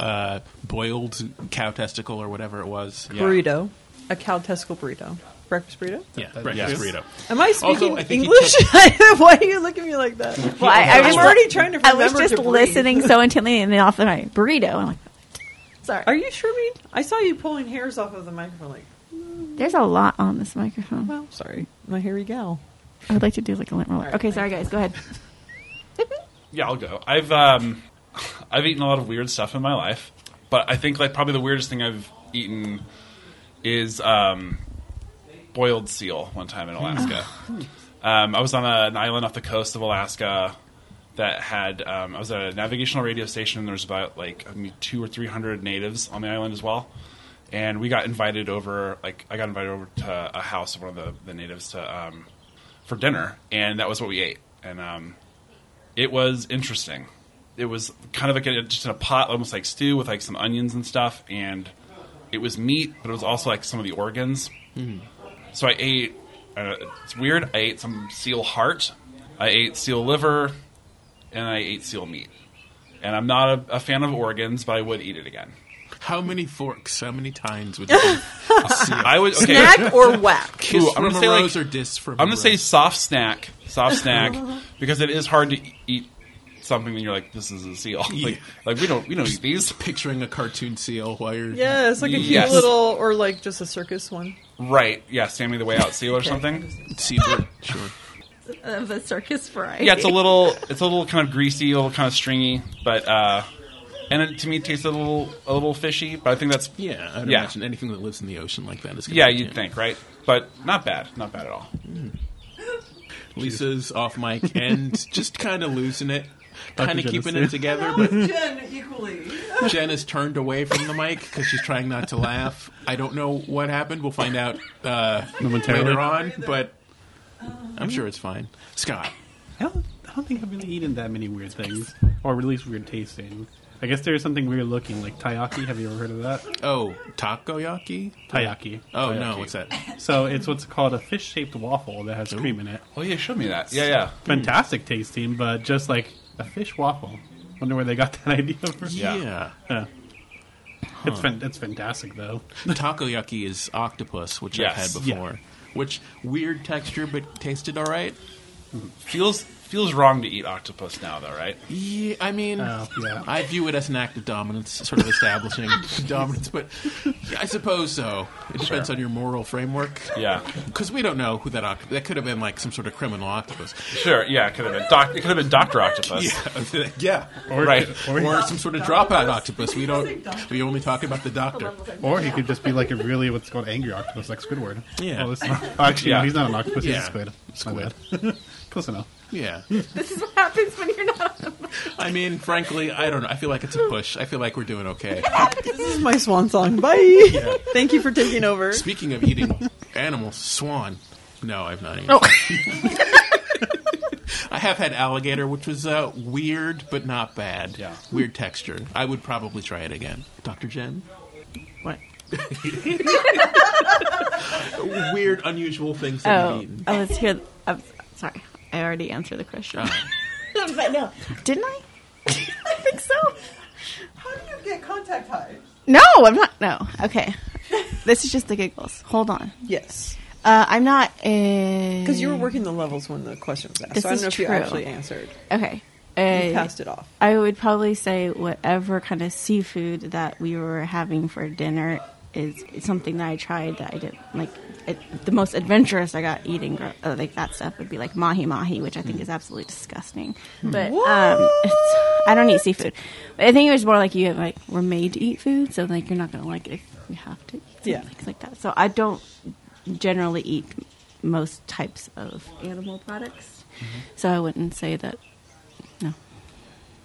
S24: uh, boiled cow testicle or whatever it was. Yeah.
S1: Burrito. A cow testicle burrito. Breakfast burrito?
S24: Yeah, breakfast burrito.
S1: Am I
S24: Also,
S1: speaking
S24: I think he
S1: English? Why are you looking at me like that?
S13: Well, I, I
S1: I'm
S13: was
S1: already trying to
S13: I
S1: remember
S13: was
S1: to
S13: just
S1: breathe.
S13: listening so intently, and then off the night burrito. I'm like, Sorry.
S1: Are you sure, Mead? I saw you pulling hairs off of the microphone. Like,
S13: there's a lot on this microphone.
S1: Well, sorry, my hairy gal.
S13: I would like to do like a lint roller. okay, sorry guys, go ahead.
S23: Yeah, I'll go. I've um, I've eaten a lot of weird stuff in my life, but I think like probably the weirdest thing I've eaten is um, boiled seal one time in Alaska. um, I was on a, an island off the coast of Alaska that had um, I was at a navigational radio station and there was about like I mean, two or three hundred natives on the island as well. And we got invited over, like I got invited over to a house of one of the, the natives to um, for dinner, and that was what we ate. And um, it was interesting. It was kind of like a, just in a pot, almost like stew with like some onions and stuff, and it was meat, but it was also like some of the organs.
S24: Mhm.
S23: So I ate. Uh, it's weird. I ate some seal heart. I ate seal liver, and I ate seal meat. And I'm not a, a fan of organs, but I would eat it again.
S24: How many forks? How many tines would you? I
S23: would okay.
S24: Snack or whack? Kiss
S23: Ooh, I'm
S24: from
S23: gonna
S24: a
S23: say
S24: rose
S23: like,
S24: or diss from
S23: I'm
S24: a
S23: gonna say soft snack, soft snack, because it is hard to e- eat something that you're like, this is a seal. Like, like we don't we don't eat these.
S24: Picturing a cartoon seal while you're
S1: Yeah, it's like a cute
S23: Yes.
S1: little, or like just a circus one.
S23: Right. Yeah, Sammy the Way Out Seal or
S13: Okay.
S23: something. Seal. Sure.
S13: Of a Uh, circus variety.
S23: Yeah, it's a little, it's a little kind of greasy, a little kind of stringy, but uh, and it, to me it tastes a little, a little fishy. But I think that's
S24: Yeah, I'd
S23: yeah,
S24: imagine anything that lives in the ocean like that is.
S23: yeah. You'd think, right? But not bad, not bad at all.
S24: Lisa's off mic and just kind of losing it,
S23: Dr.
S24: kind of
S23: Jen is
S24: keeping
S23: there.
S24: it together. But
S1: equally.
S24: Jen is turned away from the mic because she's trying not to laugh. I don't know what happened. We'll find out uh,
S23: Momentarily.
S24: later on, but
S23: Um,
S24: I'm sure it's fine. Scott,
S11: I don't think I've really eaten that many weird things, or at least weird tasting. I guess there's something weird looking, like taiyaki. Have you ever heard of that?
S24: Oh, takoyaki.
S11: Taiyaki.
S24: Oh, no, what's that?
S11: So it's what's called a fish-shaped waffle that has cream in it.
S23: Oh yeah, show me that. Yeah, yeah.
S11: Fantastic tasting, but just like a fish waffle. Wonder where they got that idea from.
S24: Yeah. Yeah.
S11: It's fan- it's fantastic though.
S24: Takoyaki is octopus, which
S11: Yes.
S24: I've had
S11: Yeah.
S24: before. Which weird texture, but tasted all right.
S23: Feels feels wrong to eat octopus now, though, right?
S24: Yeah, I mean,
S23: Oh, yeah.
S24: I view it as an act of dominance, sort of establishing dominance, but I suppose so. It depends
S23: Sure.
S24: on your moral framework.
S23: Yeah.
S24: Because we don't know who that octopus... That could have been, like, some sort of criminal octopus.
S23: Sure. Yeah, it could have been doc- it could have been Doctor Octopus.
S24: Yeah. yeah.
S11: Or-
S24: right.
S11: or-
S24: Or, some sort of dropout octopus. We don't... We only talk about the doctor.
S11: Or he could just be like a really what's called angry octopus, like Squidward.
S24: Yeah.
S11: Oh, it's not- oh, actually,
S24: Yeah.
S11: no, he's not an octopus.
S24: Yeah.
S11: He's a squid.
S24: Squid.
S11: My bad. Close enough.
S24: Yeah.
S13: This is what happens when you're not.
S24: I mean, frankly, I don't know. I feel like it's a push. I feel like we're doing okay.
S1: This is my swan song. Bye. Thank you for taking over.
S24: Speaking of eating animals, swan. No, I've not eaten.
S1: Oh.
S24: I have had alligator, which was uh, weird but not bad. Yeah. Weird texture. I would probably try it again. Dr. Jen?
S13: What?
S24: weird, unusual things that
S13: Oh,
S24: you've eaten.
S13: oh, let's hear. I'm sorry, I already answered the question.
S24: Oh.
S13: but no, didn't I? I think so.
S1: How do you get contact high?
S13: No, I'm not. No, okay. This is just the giggles. Hold on.
S1: Yes.
S13: Uh, I'm not. Because
S1: Because you were working the levels when the question was asked,
S13: Eh. This
S1: so I don't
S13: is
S1: know if you
S13: true.
S1: actually answered.
S13: Okay. Eh.
S1: You passed it off.
S13: I would probably say whatever kind of seafood that we were having for dinner is something that I tried that I did like. It, the most adventurous I got eating gr- uh, like that stuff would be like mahi mahi, which I
S1: Hmm.
S13: think is absolutely disgusting.
S15: Hmm.
S13: But um, it's, I don't eat seafood. But I think it was more like you like were made to eat food, so like you're not gonna like it if you have to. Eat
S1: Yeah.
S13: yeah, things like that. So I don't generally eat most types of animal products. So I wouldn't say that. No,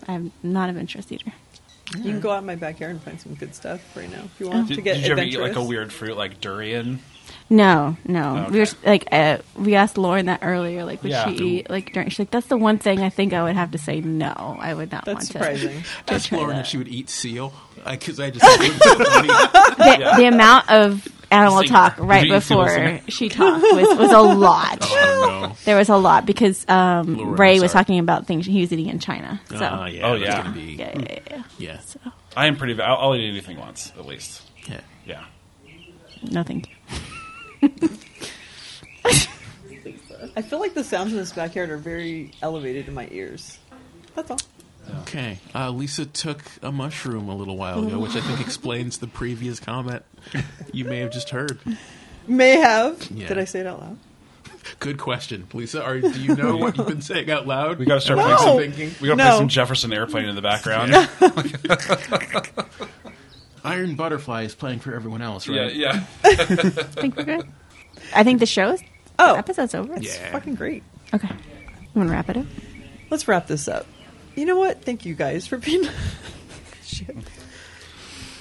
S13: I'm not an adventurous eater.
S1: You can go out in my backyard and find some good stuff right now if you
S13: Oh.
S1: want
S23: Did,
S1: to get
S23: did you ever eat like a
S1: adventurous.
S23: weird fruit like durian?
S13: No, no.
S23: Okay.
S13: We were s- like uh, we asked Lauren that earlier. Like, would
S23: Yeah.
S13: she eat like during? She's like, that's the one thing I think I would have to say no. I would not want to. to
S24: Ask
S13: try
S24: Lauren
S13: that.
S24: if she would eat seal. Because I just. the,
S13: The, the amount of animal
S24: Singer.
S13: talk right
S24: Did you see the singer?
S13: before she talked was, was a lot.
S24: Oh, no.
S13: There was a lot because um,
S24: Lauren,
S13: Ray
S24: I'm
S13: was
S24: sorry.
S13: talking about things he was eating in China. So
S24: Ah, yeah,
S23: oh
S24: that's
S23: yeah.
S24: gonna be-
S13: Yeah, yeah, yeah.
S24: Yeah.
S23: I am pretty. I'll, I'll eat anything once at least.
S24: Yeah.
S23: Yeah.
S13: no, thank you.
S1: I feel like the sounds in this backyard are very elevated in my ears. That's all.
S24: Okay. Uh, Lisa took a mushroom a little while ago, which I think explains the previous comment you may have just heard.
S1: May have.
S24: Yeah.
S1: Did I say it out loud?
S24: Good question, Lisa. Are, do you know what you've been saying out loud? We
S23: got to start
S1: No.
S23: playing some thinking. We got to
S24: No.
S23: play some Jefferson Airplane in the background.
S24: Iron Butterfly is playing for everyone else,
S23: Yeah,
S24: right?
S23: yeah.
S13: I think we're good. I think the show's oh episode's over.
S1: It's fucking great.
S13: Okay, I'm gonna wrap it up.
S1: Let's wrap this up. You know what? Thank you guys for being. Shit.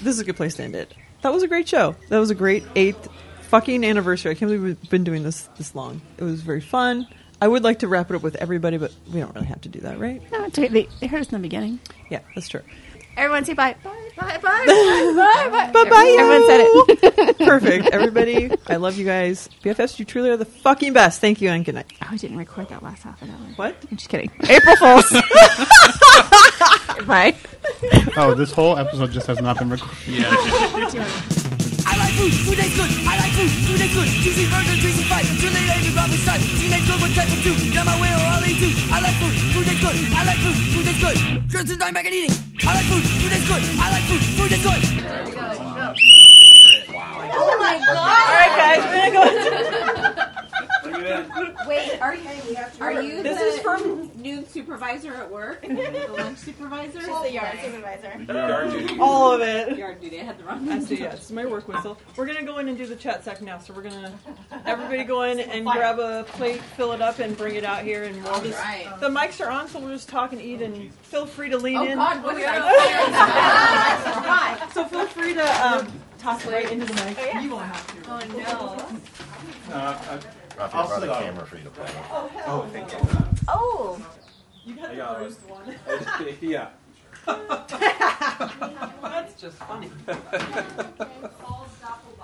S1: This is a good place to end it. That was a great show. That was a great eighth fucking anniversary. I can't believe we've been doing this this long. It was very fun. I would like to wrap it up with everybody, but we don't really have to do that, right?
S13: No, it's okay. They, they heard us in the beginning.
S1: Yeah, that's true.
S13: Everyone say bye. Bye, bye, bye, bye, bye.
S1: Bye bye.
S13: Everyone said it.
S1: Perfect. Everybody, I love you guys. BFFs, you truly are the fucking best. Thank you and good night.
S13: Oh, I didn't record that last half an hour.
S1: What?
S13: I'm just kidding. April Fools. bye.
S11: Oh, this whole episode just has not been recorded.
S2: I like food, food ain't good. I like food, food ain't good. Juicy burger, juicy fight. Too late, everybody's tight. Teenage girl, what type of two? Got my way or I'll eat you. I like food, food ain't good. I like food, food ain't good. Girls is not back and eating. I like food, food ain't good. I like food, food ain't good.
S17: Oh
S1: Oh
S2: Oh my god! All right, guys, we're gonna
S16: supervisor at work, the lunch supervisor. She's the yard supervisor.
S1: Yard duty. All of it.
S16: Yard duty. I had the wrong.
S1: I see. Yeah, it's my work whistle. We're gonna go in and do the chat sec now. So we're gonna everybody go in and grab a plate, fill it up, and bring it out here. And we'll just
S16: Alright.
S1: the mics are on, so we'll just talk and eat. And feel free to lean
S16: Oh,
S1: in.
S16: God, what is
S1: I
S16: that?
S1: so feel free to um, toss it right into the mic. You won't have to.
S16: Oh no.
S3: Uh, I,
S10: Rafi brought a camera for you to play with.
S1: Oh
S3: Oh, thank you.
S16: Oh.
S1: You got
S3: I
S1: the
S3: got
S1: bruised one.
S3: it. yeah.
S1: That's just funny.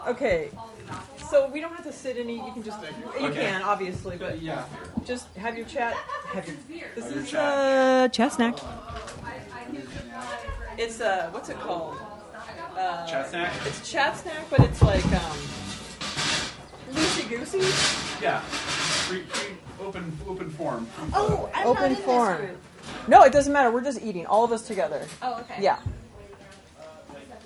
S1: Okay. So we don't have to sit and eat. You can just you
S3: Okay.
S1: can obviously, but yeah, just have your chat. Have your, this
S3: Have your
S1: is
S3: chat.
S1: uh, chat snack. It's uh, what's it called? Uh,
S3: Chat snack?
S1: It's chat snack, but it's like um, loosey goosey.
S23: Yeah. Free, free, open, open form.
S1: Oh, open form. No, it doesn't matter. We're just eating, all of us together.
S16: Oh, okay.
S1: Yeah.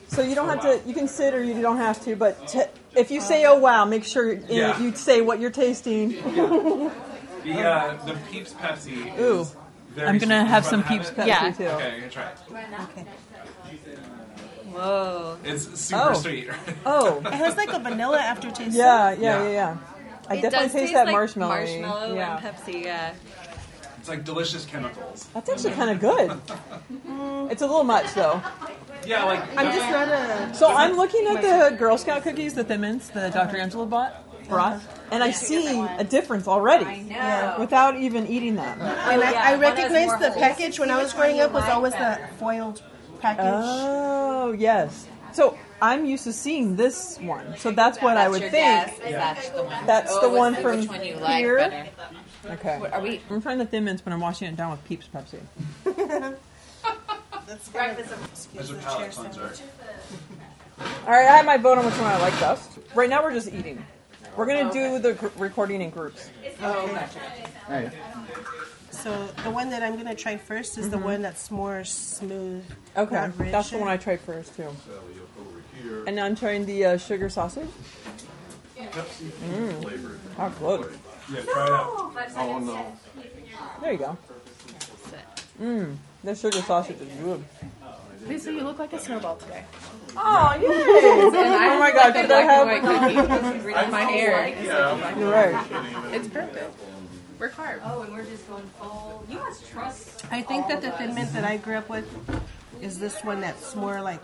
S1: So you don't have to. You can sit or you don't have to. But t- if you say "Oh wow," make sure you-
S23: Yeah.
S1: you say what you're tasting.
S23: The, uh, the Peeps Pepsi.
S1: Ooh.
S23: Is very
S1: I'm gonna
S23: sweet.
S1: have
S23: You
S1: some
S23: wanna have
S1: Peeps
S23: it?
S1: Pepsi, Yeah. too.
S23: Okay, I'm gonna try it.
S16: Okay.
S2: Whoa.
S23: It's super
S1: Oh.
S23: sweet.
S1: Oh.
S2: It has like a vanilla aftertaste.
S1: Yeah, yeah, yeah, yeah. I
S2: It
S1: definitely
S2: does
S1: taste,
S2: taste
S1: that
S2: like
S1: marshmallow.
S2: marshmallow
S1: yeah.
S2: and
S5: Pepsi, yeah.
S23: It's like delicious chemicals.
S1: That's actually kind of good. it's a little much though.
S23: Yeah, like
S1: I'm just not a. So I'm looking at the Girl Scout cookies that Thimmins, the Dr. Angela bought, brought,
S26: Uh-huh.
S1: and I see a difference already. I know. Without even eating them.
S26: Oh,
S15: And I, I recognized the package when I was growing up was always the foiled package.
S1: Oh yes. So I'm used to seeing this one. So that's what I
S26: That's
S1: would
S26: your guess.
S1: think.
S26: That's the one.
S1: That's the
S26: Always
S1: one
S26: see
S1: from
S26: which one you like
S1: here.
S26: better.
S1: Okay.
S26: What are we-
S1: I'm trying the Thin Mints, but I'm washing it down with Peeps Pepsi.
S15: That's breakfast.
S23: There's a palate cleanser.
S1: All right, I have my vote on which one I like best. Right now, we're just eating. We're gonna
S26: Oh,
S1: do the gr- recording in groups.
S15: Oh,
S1: Right.
S15: So the one that I'm gonna try first is the
S1: Mhm.
S15: one that's more smooth.
S1: Okay,
S15: not rich.
S1: that's the one I tried first too. And now I'm trying the uh, sugar sausage.
S9: Pepsi
S1: Mm.
S9: flavored.
S1: How good.
S9: Yeah, try it out. Oh no.
S1: There you go. Mmm, the sugar sausage is good.
S8: Lisa, you look like a snowball today.
S1: Oh, yay!
S8: oh
S1: my God, did I have-
S8: my hair? It's like-
S1: You're right.
S8: It's perfect.
S16: We're carb. Oh, and we're just going full. You must trust.
S15: I think that the thin mint that I grew up with is this one that's more like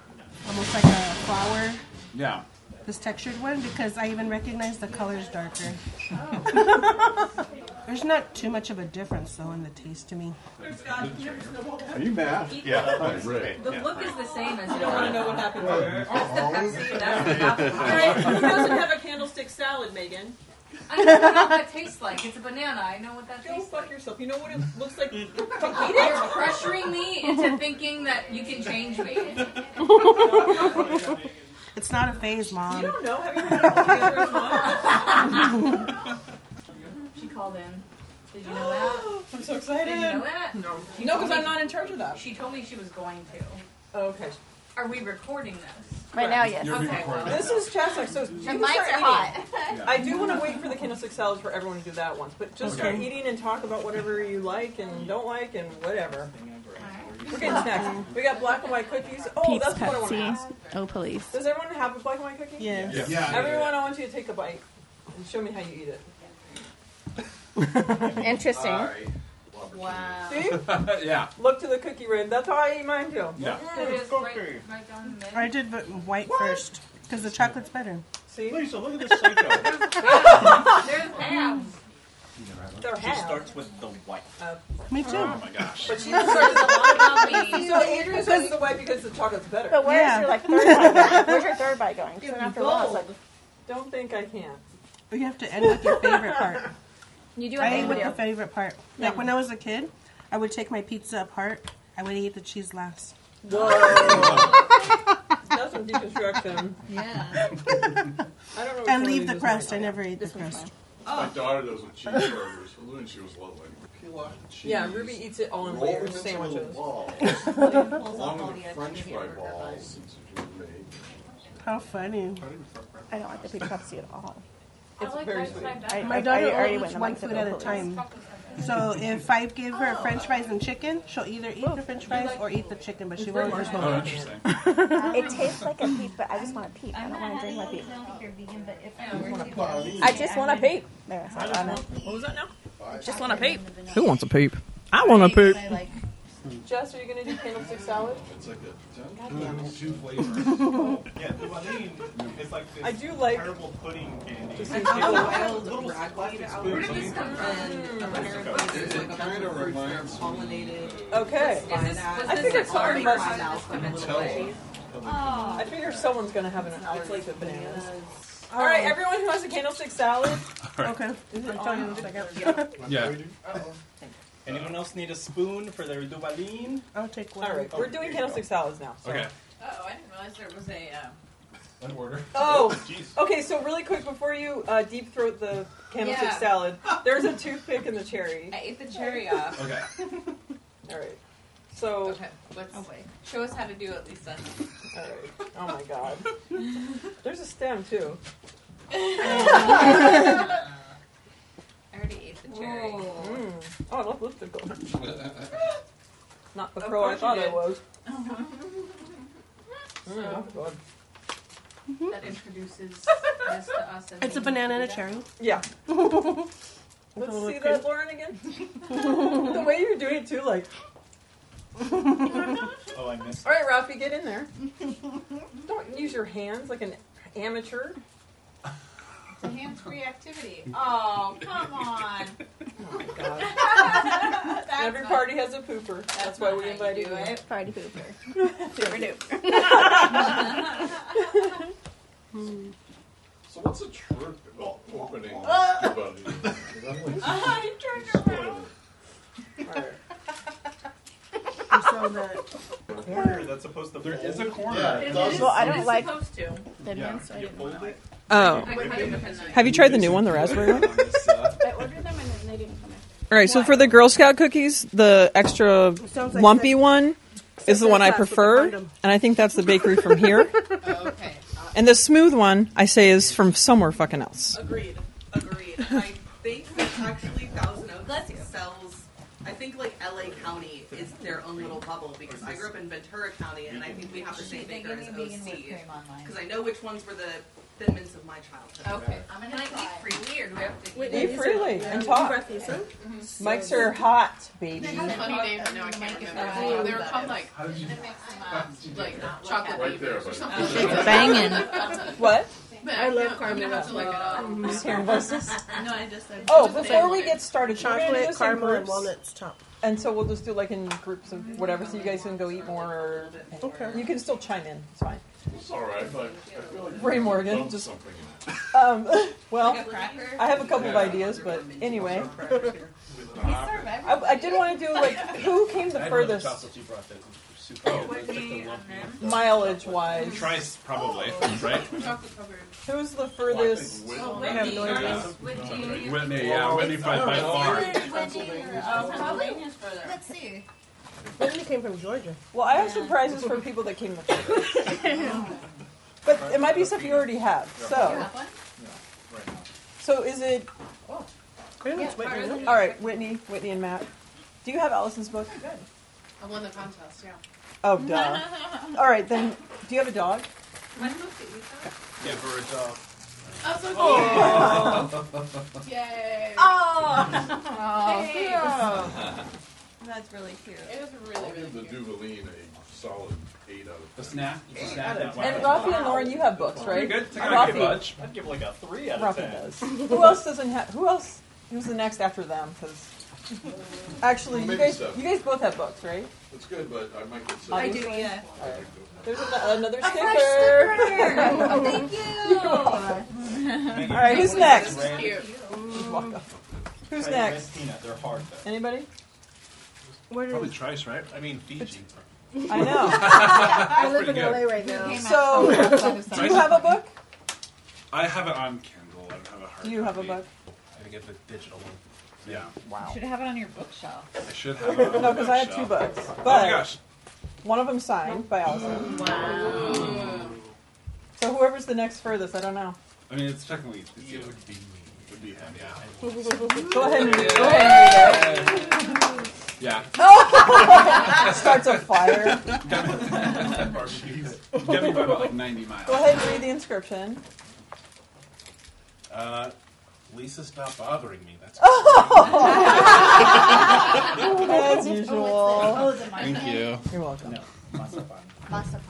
S15: almost like a flour,
S23: Yeah.
S15: this textured one because I even recognize the color's darker.
S1: Oh.
S15: There's not too much of a difference though in the taste to me.
S9: Are you mad?
S10: Yeah.
S9: Oh, great.
S16: The look is the same as
S1: You don't want to know what happened there. who doesn't have a candlestick salad, Megan?
S16: I don't know what that tastes like. It's a banana. I know what that
S1: Go
S16: tastes
S1: fuck yourself. You know what it looks like? Eat
S16: like.
S1: it.
S16: You're pressuring me into thinking that you can change me.
S15: It's not a phase, mom.
S1: You don't know. Have you
S16: she called in. Did you know that?
S1: I'm so excited.
S16: Did you know that?
S1: No.
S16: She
S1: No,
S16: told
S1: 'cause
S16: me-
S1: I'm not in charge of that.
S16: She told me she was going to.
S1: Okay.
S16: Are we recording this?
S1: Right now, yes. You're
S16: Okay. well-
S1: This is chestnut, so you
S16: The
S1: can
S16: mics
S1: start
S16: are
S1: eating.
S16: hot.
S1: I do want to wait for the candlestick salad for everyone to do that once, but just start
S16: Okay.
S1: eating and talk about whatever you like and don't like and whatever. We're getting snacks. We got black and white cookies. Oh,
S2: Peeps
S1: that's what I want to ask.
S2: Pepsi. Oh, police.
S1: Does everyone have a black and white cookie?
S2: Yes.
S9: Yes. Yeah.
S1: Everyone, I want you to take a bite and show me how you eat it.
S2: Interesting.
S16: Wow.
S1: See?
S23: yeah.
S1: Look to the cookie ring. That's how I eat mine too.
S23: Yeah.
S1: Mm,
S16: It is right, right down the
S15: I did but white first because the chocolate's better.
S1: See?
S3: Lisa, look at this psycho.
S16: middle. There's halves.
S1: They're
S3: she
S1: halves.
S3: starts with the white.
S15: Me too.
S3: Oh my gosh.
S1: But she
S16: There's a lot about me.
S1: So Andrew's only the white because the chocolate's better.
S2: But where's
S15: Yeah.
S2: your like third bite? going? Where's your third bite going? 'Cause
S1: It's
S2: then after a while, it's
S1: gold.
S2: like,
S1: Don't think I can't.
S15: But you have to end with your favorite part.
S2: you do
S15: I
S2: have
S15: ate
S2: to
S15: with
S2: do.
S15: the favorite part. Like when I was a kid, I would take my pizza apart. I would eat the cheese last.
S1: Whoa. That's some deconstruction. Yeah. I don't know. which one
S15: and leave
S1: of
S15: the
S1: these
S15: crust.
S1: is
S15: I never ate the crust.
S1: Oh.
S9: My daughter does with cheeseburgers. Lou and she was lovely. Peel off the cheese.
S1: Yeah, Ruby eats it all in
S9: roll
S1: layers,
S9: it into
S1: sandwiches.
S9: little balls,
S1: off all
S9: along with
S1: the
S9: French fry balls. that you made.
S15: How funny.
S2: I don't like the big Pepsi at all.
S16: It's very sweet.
S2: I-
S15: My
S2: I-
S15: daughter
S2: I already
S15: only
S2: went
S15: eats
S2: to
S15: one
S2: Mexico
S15: food at a
S2: for this.
S15: time. So if I give her
S2: Oh.
S15: French fries and chicken, she'll either eat the French fries or eat the chicken, but she won't.
S23: Oh, interesting.
S13: it tastes like a peep, but I just want a peep. I don't want to drink my peep. I just want a peep. There, I said it.
S1: What was that now? Just want to peep.
S27: Who wants a peep? I want a peep.
S1: Jess, are you gonna do candlestick salad?
S9: It's like a
S3: Two flavors. yeah, the pudding is like this
S1: I do like-
S3: terrible pudding candy.
S1: Just
S3: It's
S1: like-
S2: Oh,
S3: a little-
S1: I love
S3: little plastic spoons.
S1: Where did
S3: I
S1: this
S3: mean,
S1: come from?
S3: from Mexico.
S1: It- it
S9: kind of reminds
S1: Okay.
S9: Is this- was
S1: I
S9: this
S1: figured
S9: an
S1: someone
S9: orange
S1: must
S9: house eventually?
S2: oh.
S1: I figure someone's gonna have an allergy like to bananas. All right,
S2: Oh.
S1: everyone who has a candlestick salad.
S15: Okay.
S1: Is it
S15: I'll tell you in a
S1: on?
S15: second.
S23: Yeah.
S3: Anyone else need a spoon for their duvalin?
S15: I'll take
S1: All right, we're doing candlestick salads now. so-
S3: Okay.
S17: Oh, I didn't realize there was a. Um,
S3: An order.
S1: Oh,
S3: jeez.
S1: okay. So really quick, before you uh, deep throat the candlestick
S17: Yeah.
S1: salad, there's a toothpick in the cherry.
S17: I ate the cherry off.
S3: Okay.
S1: All right. So.
S17: Okay. Let's show us how to do it, Lisa.
S1: All right. Oh my god. There's a stem too.
S17: I already ate the cherry.
S1: Mm. Oh, I love lipstick on. Not the
S17: Of
S1: pro I
S17: course you
S1: thought
S17: did.
S1: it was.
S17: So-
S1: Mm, God.
S17: Mm-hmm. That introduces this to us. as
S15: It's a banana and a cherry.
S1: Yeah. Let's
S15: little
S1: see
S15: cream.
S1: that, Lauren, again. the way you're doing it too, like.
S3: Oh, I missed.
S1: All right, Ralphie, get in there. Don't use your hands like an amateur.
S17: It's a hands-free activity. Oh, come on. That's
S1: Every
S17: not-
S1: party has a pooper. That's, why we invited you.
S13: Party pooper. Pooper
S1: dooper.
S9: So what's a chirp well, opening?
S1: Ah.
S9: Everybody.
S17: Uh-huh,
S1: Ah, you turned around.
S3: Corner that's supposed to. There is
S23: a corner.
S3: Yeah,
S23: It
S3: does-
S23: is- Well, I
S1: don't like-
S17: supposed to.
S1: Thin
S3: Yeah,
S1: mints, I
S3: you
S1: didn't
S3: fold it.
S27: Oh. Have you tried the new one, the raspberry one?
S23: uh,
S1: I ordered them and they didn't come
S27: All right, so for the Girl Scout cookies, the extra
S1: Sounds like
S27: lumpy
S1: that-
S27: one is the one I prefer, and I think that's the bakery from here.
S1: okay.
S27: And the smooth one, I say, is from somewhere fucking else.
S2: Agreed. Agreed. I think that actually Thousand Oaks sells. I think like LA County is their own little bubble because I grew up in Ventura County and I think we have the same baker as OC. Because I know which ones were the thin mints of my childhood.
S17: Okay, I'm gonna eat free. Weird. We have to
S1: Wait,
S17: eat
S1: eat freely
S17: Yeah.
S1: and talk. Mm-hmm. Mics are hot, baby.
S17: They had a funny name, but now I can't remember. They were called like, like chocolate
S1: Right
S17: wafers
S1: there,
S17: or
S1: but-
S17: something.
S1: It's banging. What?
S17: Yeah,
S1: I love
S17: I'm
S1: caramel.
S17: gonna have to look it up.
S1: I'm just hearing voices.
S17: No, I just said.
S1: Oh,
S17: just a
S1: before we
S17: thing.
S1: get started, we're gonna do
S15: Chocolate,
S1: this in
S15: caramel, and
S1: groups.
S15: walnuts top.
S1: And so we'll just do like in groups of whatever, so you guys can go eat more. Or You can still chime in. It's fine.
S9: It's all right, but I feel like
S1: Ray
S9: you
S1: Morgan,
S9: dumped
S1: just-
S9: something in it.
S1: Um, well,
S9: Like a cracker?
S1: I have a couple of
S9: Yeah.
S1: ideas, but anyway.
S9: Stop.
S1: I, I did want to do like who came the furthest
S23: Oh.
S1: mileage wise.
S23: Tries Uh, probably, right?
S1: Who's the furthest?
S9: Oh,
S23: Whitney.
S1: I have no idea.
S23: Whitney, yeah, Whitney by, by far.
S9: uh,
S1: um,
S17: Let's see.
S15: Whitney came from Georgia.
S1: Well, I have surprises for people that came the furthest. but it might be stuff you already have. So, so is it?
S15: Pretty much Whitney, isn't it?
S1: All right, Whitney, Whitney and Matt. Do you have Allison's book?
S8: I won the contest, yeah.
S1: Oh, duh. All right, then. Do you have a dog?
S8: Am I supposed to eat that?
S3: Give her a dog.
S8: Oh, so cute.
S2: Oh.
S17: Yay.
S1: Oh.
S17: Oh,
S1: Thanks.
S17: yeah. That's really cute. It was
S9: I'll give the Duvalin a solid eight out of ten. A
S23: snack?
S9: It's a
S1: And Rafi and Lauren, you have books, right? Rafi.
S3: I'd give like a three out of
S1: Rafi
S3: ten.
S1: does. who else doesn't have? Who else? Who's the next after them? Because actually, you
S9: Maybe
S1: guys,
S9: so.
S1: you guys both have books, right?
S9: It's good, but I might get sick.
S1: I do, yeah.
S9: All right.
S1: There's an- another sticker.
S17: Thank
S1: you. All right, who's next? Just walk up. Who's
S23: Try
S1: next?
S23: Christina, they're hard,
S1: Anybody? Where do
S23: Probably Trice, right? I mean Fiji.
S1: I know.
S23: That's pretty good.
S1: So, do you have a book?
S23: I have it on Kindle. I don't have a hard.
S1: Do you have a
S23: copy.
S1: book?
S23: I think it's a digital one. Yeah.
S17: You
S23: Wow.
S17: should have it on your bookshelf.
S23: I should
S1: No,
S23: have. It on my
S1: because I have two
S23: bookshelf.
S1: books.
S23: Oh
S1: But
S23: my gosh.
S1: one of them signed by Allison. So whoever's the next furthest, I don't know.
S23: I mean, it's technically. It's, it would be me.
S24: would be happy.
S28: Go ahead and go ahead and read it.
S24: Yeah.
S28: Oh, starts a fire.
S23: Got me by about like 90 miles.
S28: Go ahead and read the inscription.
S24: Uh, Lisa, stop bothering me. That's
S1: Oh.
S28: As usual.
S24: Oh, it's the- oh, the Thank mic. you.
S28: You're welcome.
S17: Masapan.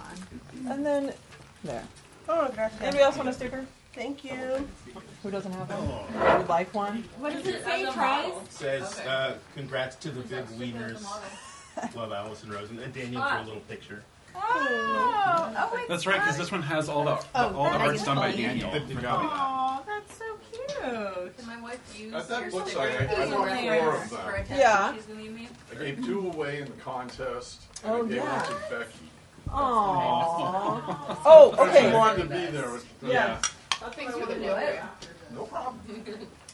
S28: And then there. Oh,
S1: Anybody else want a sticker?
S28: Thank you.
S1: Who doesn't have one? Would like one?
S28: What does it say, Charles?
S4: Says, uh, congrats to the big wieners. Love Allison Rosen and Daniel for a little picture.
S28: Oh, oh, it's
S23: That's right, because this one has all the, the-
S28: Oh,
S23: all the
S28: that
S23: art's
S28: is
S23: done by
S28: funny.
S23: Daniel.
S4: Good
S23: Forgot about
S28: Aw, that's so cute.
S29: Can my wife use
S9: At that
S29: your
S9: book
S29: sticker?
S9: signing, I bought four of them.
S29: For a cat
S9: Yeah.
S29: that She's going to give me?
S9: I gave two away in the contest. And
S28: Oh,
S9: I gave
S28: yeah.
S9: one to Becky.
S28: Aww. Oh, okay.
S9: She wanted to be there. with-
S28: Yeah.
S29: Thanks
S28: for the
S9: No problem.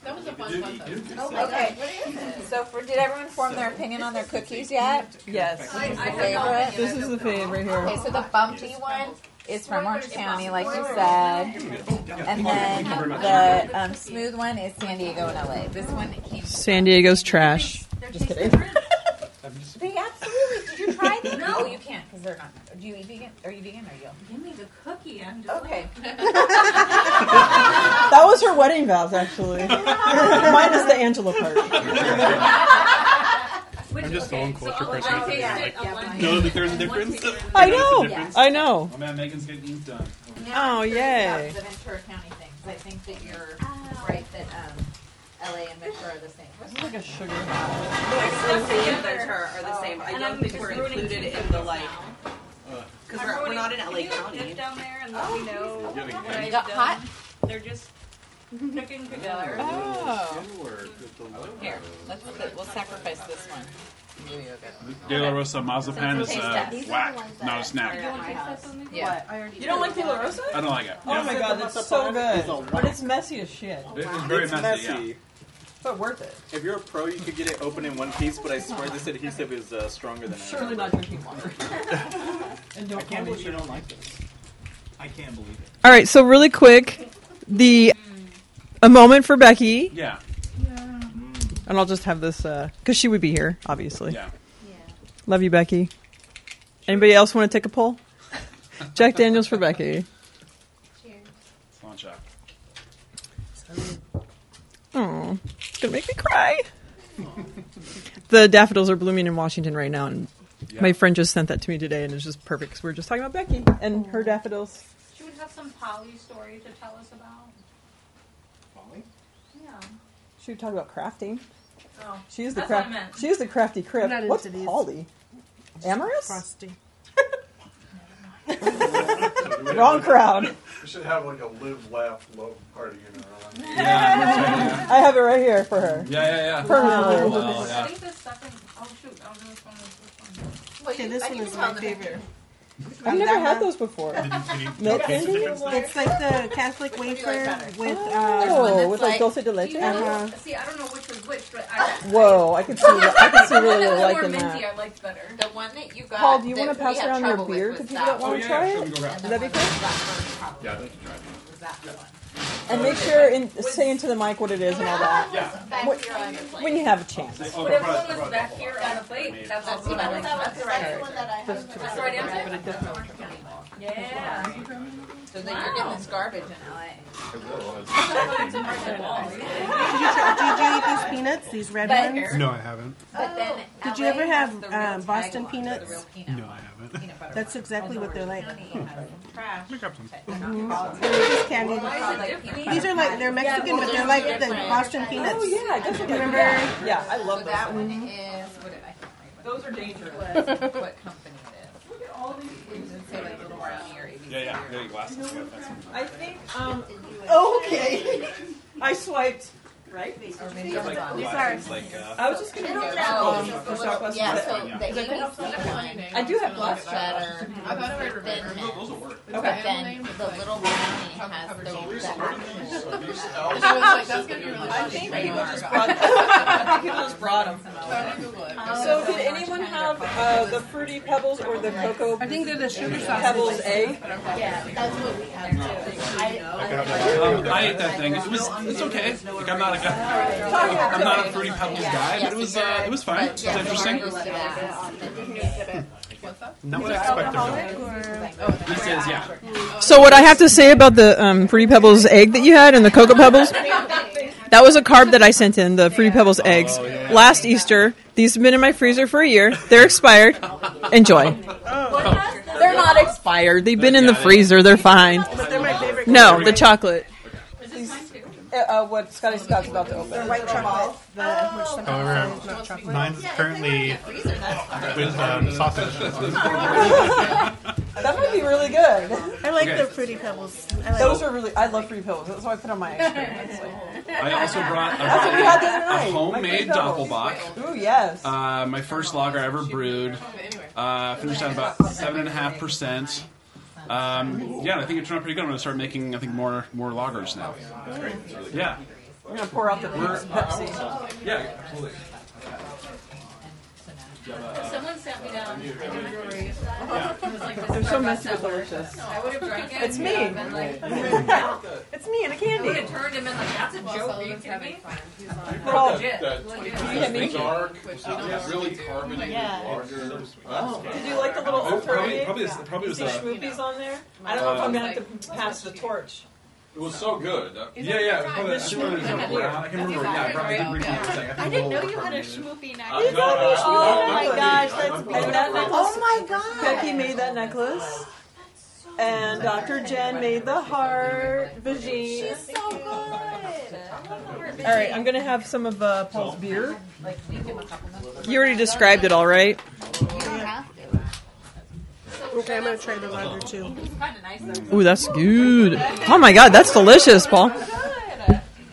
S29: That was a fun
S9: You-
S29: one.
S9: you can
S17: Oh
S29: though.
S9: say
S17: Okay. So, for, did everyone form their opinion on their cookies yet?
S1: Yes.
S17: This is the
S1: Favorite?
S17: favorite.
S1: This is the favorite here.
S17: Okay, so the bumpy one is from Orange County, like you said, and then the um, smooth one is San Diego and LA. This one came.
S1: San Diego's trash. Just kidding.
S17: They absolutely. Did you try them?
S16: No.
S17: oh, you can't because they're not. Do you eat vegan? Are you vegan or you? Give me the cookie. I'm just okay.
S1: That was her wedding vows, actually. Minus the Angela part.
S23: I'm just
S1: okay,
S23: a one culture
S1: so
S23: person.
S1: I'll-
S23: I
S1: I'll
S23: think
S1: taste
S23: like,
S1: it, I'll like
S23: know
S1: it.
S23: that there's a
S1: I
S23: difference. There's a
S1: know.
S23: difference.
S1: I know.
S23: Oh man, Megan's getting these done.
S17: Now
S1: Oh,
S17: I'm curious about
S1: yay.
S17: The Ventura County things. I think that you're right that um, LA and Ventura are the same. This is like a sugar.
S29: Like, Lucy and Ventura are the same. I
S17: Oh. And
S29: don't
S17: I'm
S29: think
S17: just
S29: we're
S17: ruining
S29: included
S17: two
S29: in the like.
S23: Uh,
S29: Because
S17: I'm
S29: we're, we're
S17: ruining-
S29: not in
S17: can
S29: LA
S17: you, like,
S29: County. Oh,
S17: dip down there
S29: and
S17: let me know what I've done?
S29: They're just cooking together.
S17: Oh. Here, let's put it, we'll sacrifice this one.
S23: De La Rosa Mazapan
S17: Since
S23: is
S17: we
S23: uh,
S17: taste that.
S23: whack, not a snack.
S17: Yeah.
S1: You don't like De La Rosa?
S23: I don't like it.
S1: Oh
S23: Yeah.
S1: my god, that's so good. But it's messy as shit.
S3: It- It's very
S6: It's
S3: messy. yeah.
S6: messy.
S1: But worth it.
S6: If you're a pro, you could get it open in one piece, but I swear this adhesive is uh, stronger than
S1: Surely
S6: it.
S1: not drinking water. and
S3: I
S1: don't
S3: can't believe you don't like this. I can't believe it.
S1: All right, so really quick, the a moment for Becky.
S23: Yeah.
S1: And I'll just have this because she would be here, obviously.
S23: Yeah.
S1: Love you, Becky. Anybody else want to take a poll? Jack Daniels for Becky.
S23: Slaunch up.
S1: Oh, it's gonna make me cry. the daffodils are blooming in Washington right now, and my friend just sent that to me today, and it's just perfect because we are just talking about Becky and her daffodils.
S12: She would have some Polly story to tell us about.
S1: Polly?
S12: Yeah.
S1: She would talk about crafting.
S12: Oh,
S1: She is the
S12: that's what I
S1: craft.
S12: meant.
S1: She is the crafty crip.
S12: I'm not
S1: What's
S12: into these.
S1: Polly? Amorous?
S12: Crusty.
S1: Wrong crowd.
S9: We should have like a live, laugh, love party in our honor.
S1: I have it right here for her.
S9: Yeah, yeah, yeah.
S1: Permanently.
S9: Wow. Well, yeah.
S29: I think the second. Oh shoot! I don't know which one is which one.
S12: Wait, Okay, this I one can is tell my the favorite.
S1: I've never had those before. Milk
S12: taste the
S1: candy?
S12: difference?
S15: It's like the Catholic wafer with
S1: Oh,
S15: uh,
S1: with like dulce de
S29: Do
S1: leche.
S29: you know-
S1: Uh-huh.
S29: See, I don't know which was which, but I.
S1: Whoa, I can see. I can see really, really
S29: the more
S1: liking
S29: minty I
S1: that.
S29: liked better.
S17: The one that you
S16: uh,
S17: got.
S1: Paul, do you
S17: that
S1: want to
S17: we
S1: pass
S17: had
S1: around your
S17: trouble with
S1: beer
S17: was
S1: to people
S17: that
S1: that
S17: one.
S9: Oh,
S1: want to try it?
S17: And the
S1: Would that be
S17: one
S1: cool?
S17: that
S23: Yeah,
S17: was
S23: that's driving.
S17: that one.
S1: And make sure and say into the mic what it is and all that.
S17: Back
S1: When-
S17: here on your plate.
S1: When you have a chance.
S29: Whatever one was back here on the plate, that's what I liked. That's the right one. That's the right answer. Yeah.
S17: So then you're getting this garbage in LA.
S15: Did you eat these peanuts? These red
S17: But-
S15: ones? Oh.
S7: No, I haven't.
S17: But then
S15: Did you
S17: LA
S15: ever
S17: has
S15: have
S17: the real
S15: um, Boston
S17: tagline, the real
S15: peanuts?
S17: peanut
S7: No,
S17: one.
S7: I
S17: Peanut butter
S15: That's
S17: one.
S15: exactly what they're like.
S17: Trash.
S15: Mhm. They're just candy. These are like they're Mexican, but they're like the Boston peanuts.
S1: Oh yeah, I guess
S15: You
S1: I remember.
S15: remember?
S1: Yeah, yeah, I love
S17: So
S1: those. Mm-hmm.
S17: that one is what did I can't remember.
S1: Those are dangerous.
S17: What company it is? Look at all these. say like little brownie or ABC.
S23: Yeah, yeah. There you go. Glasses. Yeah, that's-
S1: I think. Um, okay. I swiped.
S2: right?
S30: Or maybe Yeah, like Amazon.
S2: Sorry.
S30: like, uh,
S2: I was just going to
S30: I don't
S2: get
S30: know.
S2: oh,
S30: Just
S2: for
S30: a
S2: Southwest
S30: little- yeah,
S2: Press.
S30: so the
S2: Because I don't
S30: ABC
S2: know the
S30: one.
S2: I do have glass
S30: cheddar.
S2: I thought I
S30: Thin mint. But
S2: Okay.
S30: then the little one has the, the
S2: I think people just brought them. I think people just brought them. So did anyone have uh, the fruity pebbles or the cocoa? I think they're the sugar pebbles egg. Yeah, that's what we have too.
S23: Um, I ate that thing. It was it's okay. Like I'm not a guy. I'm not a fruity pebbles guy, but it was uh, it was fine. It was interesting.
S31: Not
S30: what I
S31: expected. He says, yeah.
S1: So what I have to say about the um, Fruity Pebbles egg that you had and the Cocoa Pebbles, that was a carb that I sent in, the Fruity Pebbles eggs, last Easter. These have been in my freezer for a year. They're expired. Enjoy.
S30: They're not
S1: Expired. They've been in the freezer. They're fine.
S2: But they're my favorite.
S1: No, the chocolate.
S2: These- Uh, uh, what Scotty Scott's about to open. The white chocolate.
S9: However, mine's currently with um, sausage.
S2: That might be really good. I
S9: like Okay. the
S2: fruity pebbles.
S9: I like-
S2: Those are really. I love fruity pebbles. That's why I put on my ice cream.
S23: I also brought, I
S2: That's what we had the other
S23: brought
S2: night.
S23: a homemade
S2: My pebbles.
S23: doppelbock.
S2: Ooh yes.
S23: Uh, my first lager I ever brewed. Uh, finished at about seven and a half percent. Um, yeah, and I think it turned out pretty good. I'm going to start making, I think, more more lagers now. Yeah,
S2: We're gonna pour out the
S23: We're-
S2: Pepsi.
S23: yeah, absolutely.
S2: Someone sat me down.
S32: They're
S2: They're
S32: so messy but delicious.
S16: I would have drank it.
S2: It's me.
S16: and been like-
S2: It's me and a
S16: I would
S2: candy.
S16: have turned him in like, that's a joke. Are you kidding me?
S2: We're all-
S16: Legit. Legit.
S9: dark,
S2: really
S9: carbonated
S2: Yeah.
S9: lager.
S2: Oh, did you like the little
S9: Oh, probably-
S2: Alfredo?
S9: probably is- probably
S2: You
S9: was
S2: see
S9: a-
S2: Schwoopies on there? I don't know if I'm
S9: Um,
S2: gonna have to pass the torch.
S9: It was so good. Uh,
S2: Is
S9: yeah,
S2: that
S9: yeah.
S2: the
S9: it was probably- I
S2: time?
S9: think it was a brown- I can't remember. Yeah, I probably didn't read it. Like, I
S2: I
S9: think
S2: didn't
S9: it
S2: know
S9: was
S2: you had a
S9: carbonated.
S2: schmoopy
S9: Uh, no, no, no,
S2: Oh
S9: no,
S2: my
S9: no,
S2: gosh, that's
S9: no, no,
S2: beautiful. Oh
S9: no, no, no.
S2: my god. Becky made that necklace. And Dr. Jen made the heart, Vagine.
S30: so good.
S2: All right, I'm gonna have some of uh, Paul's beer.
S1: You already described it all, right?
S15: Okay, I'm gonna try the lager too.
S1: Ooh, that's good. Oh my god, that's delicious, Paul.
S23: It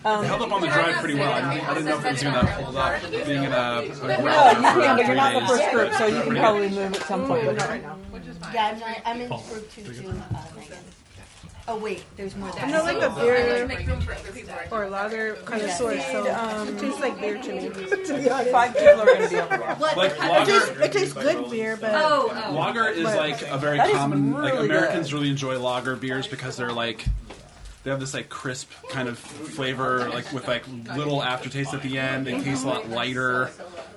S23: held up on the drive pretty well. I didn't, I didn't know if it was going to hold up being in a. a group
S2: No, you
S23: for
S2: can, but you're
S23: three
S2: not in the
S23: days.
S2: first group, so you can
S23: Pretty good.
S2: probably move at some point, but not right now.
S5: Yeah, I'm, not, I'm in group two too. Uh, Megan. oh wait, there's more.
S15: I'm not like a beer or lager connoisseur,
S5: Yeah.
S15: so
S5: Um,
S15: it tastes like beer to me. To be honest,
S2: Five people are gonna be up.
S15: What?
S23: Like
S15: it,
S23: lager-
S15: tastes, it tastes good beer, but
S5: Oh,
S23: Lager is
S15: But-
S23: like a very
S15: That is
S23: common. like
S15: really
S23: Americans really enjoy lager beers because they're like they have this like crisp kind of flavor, like with like little aftertaste at the end. They taste a lot lighter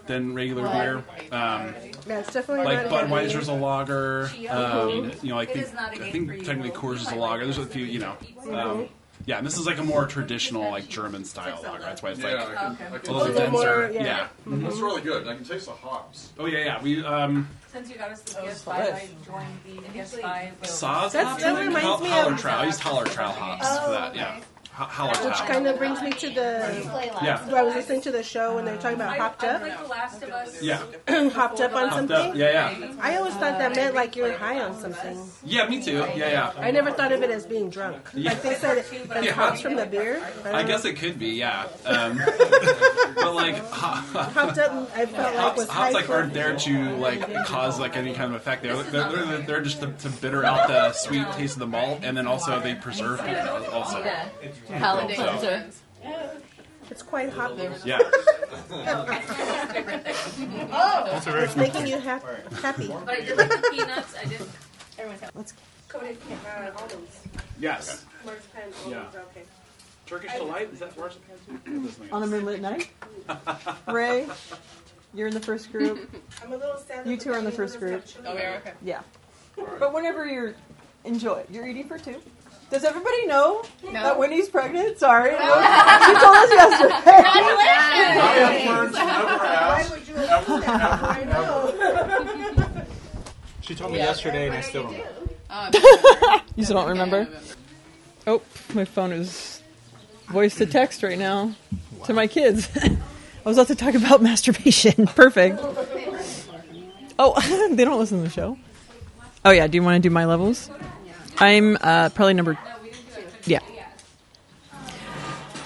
S23: than regular beer. Um,
S15: Yeah, it's definitely
S23: like
S15: not heavy.
S23: Budweiser's a lager. Um,
S15: Mhm.
S23: you know, I
S15: It
S23: think
S15: is not a
S23: I
S15: game
S23: think
S15: for you.
S23: technically Coors is a lager. There's a few, you know. Um,
S15: Mhm.
S23: yeah, and this is like a more traditional, like German style lager. That's why it's like
S9: Yeah, I can- I
S23: a
S9: can-
S23: little denser. yeah, Mhm.
S15: Mm-hmm.
S9: It's really good. I can taste the hops.
S23: Oh yeah, yeah. We um,
S16: Since you got us the PS5, I
S9: slice.
S16: joined the PS5.
S23: Saws
S15: That's- that reminds me
S23: holler
S15: of-
S23: trowel. I used holler trowel hops
S15: Oh,
S23: for that. Yeah, Ho- holler trowel.
S15: which kind of brings me to the.
S23: Yeah.
S15: I was listening to the show and they were talking about hopped up.
S23: yeah,
S15: hopped up on
S23: Hopped up,
S15: something.
S23: yeah, yeah.
S15: I always thought that meant like you're high on something.
S23: yeah. Me too. Yeah, yeah.
S15: I never thought of it as being drunk. Like they said, it like
S23: Yeah.
S15: hops from the beer.
S23: I guess it could be. Yeah, um, but like ho-
S15: hopped up. I felt like
S23: hops,
S15: was
S23: hops
S15: high.
S23: like aren't there to like cause like any kind of effect. They're they're, they're, they're just to, to bitter out the sweet taste of the malt, and then also they preserve it also.
S15: Palate
S23: So,
S15: cleanser. It's quite hoppy.
S23: Yeah.
S15: oh,
S23: Also very
S15: it's making you hap- happy.
S16: But I did like the peanuts. I did.
S15: Let's
S16: coated uh, almonds.
S23: Yes.
S16: Marzipan
S15: oh,
S23: Yeah.
S16: almonds. Okay.
S23: Turkish delight is that marzipan too?
S2: On a moonlit night? Ray, you're in the first group.
S15: I'm a little sad.
S2: You two are in the first group.
S16: Oh, we are? Okay.
S2: Yeah. But whenever you're, enjoy. You're eating for two. Does everybody know
S16: No.
S2: that Winnie's pregnant? Sorry. No. she told us yesterday.
S9: Congratulations.
S1: She
S9: told me yesterday, and I still don't.
S1: You still don't remember? Oh, my phone is voice to text right now to my kids. I was about to talk about masturbation. Perfect. Oh, they don't listen to the show. Oh yeah, do you want to do my levels? I'm uh, probably number. Yeah.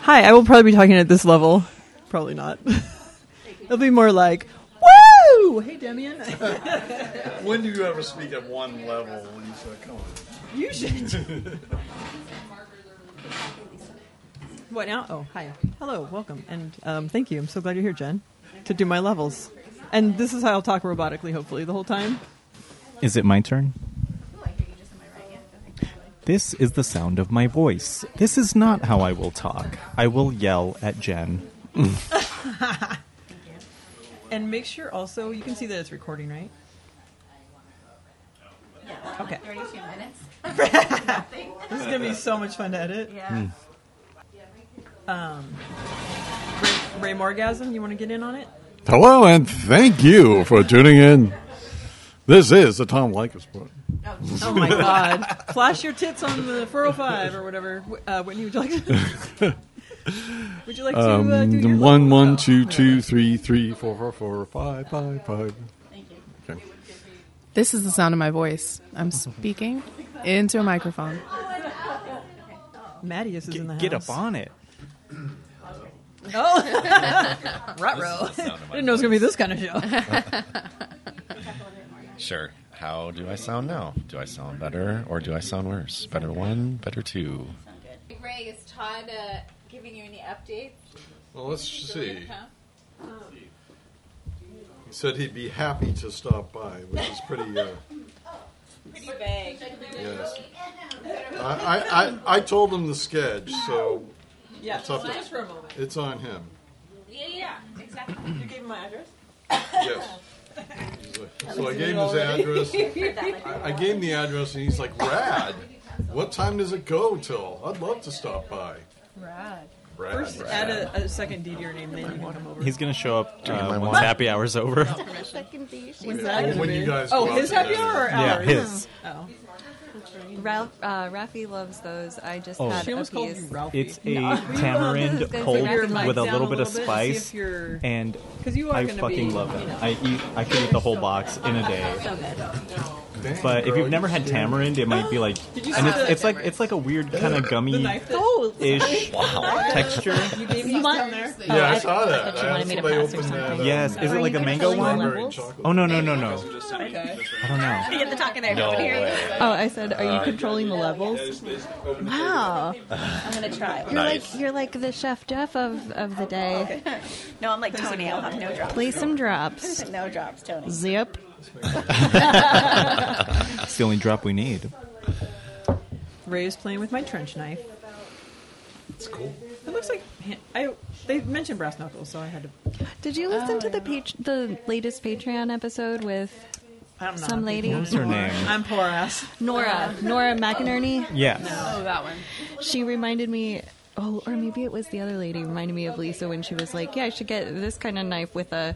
S1: Hi, I will probably be talking at this level. Probably not. It'll be more like, woo! Hey, Demian.
S9: when do you ever speak at one level when you say, come on?
S1: You should. What now? Oh, hi. Hello, welcome. And um, thank you. I'm so glad you're here, Jen, to do my levels. And this is how I'll talk robotically, hopefully, the whole time.
S3: Is it my turn? This is the sound of my voice. This is not how I will talk. I will yell at Jen.
S9: Mm.
S1: And make sure also, you can see that it's recording, right? Okay.
S17: 32 minutes.
S1: This is going to be so much fun to edit.
S17: Yeah.
S1: Um, Ray, Ray Morgasm, you want to get in on it?
S9: Hello, and thank you for tuning in. This is the Tom Likas Report.
S1: Oh my God! Flash your tits on the 405 or whatever. Uh, Whitney, would you like to? would you like to uh, do your
S9: Um, one, one, two, two, three, three, four, four, four, five, five, five. Thank you. Okay.
S8: This is the sound of my voice. I'm speaking into a microphone.
S1: Mattias is in the house.
S3: Get up on it.
S1: Oh,
S10: This is the
S1: Rutro.
S10: sound of my
S1: Didn't know it was gonna be this kind of
S10: voice.
S1: show.
S10: Sure. How do I sound now? Do I sound better or do I sound worse? Better one, better two.
S17: Ray, is Todd uh, giving you any updates?
S9: Well, let's see.
S17: Huh?
S9: He said he'd be happy to stop by, which is pretty. Uh,
S17: Pretty vague.
S9: yes. I, I, I, I told him the sketch, so
S29: Yeah,
S9: it's, up to-
S29: just for a moment.
S9: it's on him.
S17: Yeah, yeah, exactly.
S29: You gave him my address?
S9: Yes. So I gave him his address. I, I gave him the address, and he's like, "Rad, what time does it go till? I'd love to stop by."
S1: Rad.
S9: Rad.
S1: First, add a, a second D to your name, then you can come over.
S3: He's going to show up
S9: you
S3: uh,
S9: mind
S3: once
S9: walking?
S3: happy hour's over.
S1: Second D.
S9: When's that gonna When you be? guys
S1: Oh,
S9: go
S1: his
S9: out
S1: happy
S9: together.
S1: hour or
S3: Yeah,
S1: ours?
S3: his.
S1: Oh.
S5: Ralph, uh, Rafi loves those. I just
S3: Oh.
S5: had
S3: She
S5: a
S3: almost called
S5: piece.
S3: you Ralphie. It's a tamarind
S5: It's gonna
S3: cold
S5: be Rafi
S3: with a
S5: Mike.
S3: little
S1: down
S3: bit
S1: a
S3: of
S1: little bit,
S3: spice,
S1: see if you're-
S3: and
S1: 'Cause you are
S3: I
S1: gonna
S3: fucking
S1: be,
S3: love
S1: you
S3: them.
S1: know.
S3: I eat, I could eat the whole box in a day.
S1: So good.
S3: But if you've never had tamarind, it might be like,
S1: Did you
S3: and
S1: see
S3: it's,
S1: the-
S3: it's like it's like a weird kind of
S1: The
S3: gummy
S1: knife that- Oh,
S3: ish texture.
S1: You gave me down there.
S9: Yeah, I saw that. I asked somebody opened that.
S3: Yes, is it like a mango one? Oh no no no no! I don't know.
S5: Get the talking
S3: there, No nobody hear you. way.
S5: Oh, I said, are you
S3: Uh,
S5: controlling the levels? Wow.
S17: I'm gonna try.
S5: You're like you're like the chef Jeff of, of the day.
S17: No, I'm like Tony. I'll have no drops.
S5: Play some drops.
S17: No drops, Tony.
S5: Zip.
S3: It's the only drop we need.
S1: Ray's playing with my trench knife.
S9: It's cool.
S1: It looks like I. They mentioned brass knuckles, so I had to.
S5: Did you listen
S1: Oh,
S5: to the page, the latest Patreon episode with
S1: I'm not
S5: some
S1: a
S5: lady?
S3: What's her name?
S1: I'm poor ass.
S5: Nora. Nora McInerney.
S3: Yes.
S8: Oh, that one.
S5: She reminded me. Oh, or maybe it was the other lady reminded me of Lisa when she was like, "Yeah, I should get this kind of knife with a."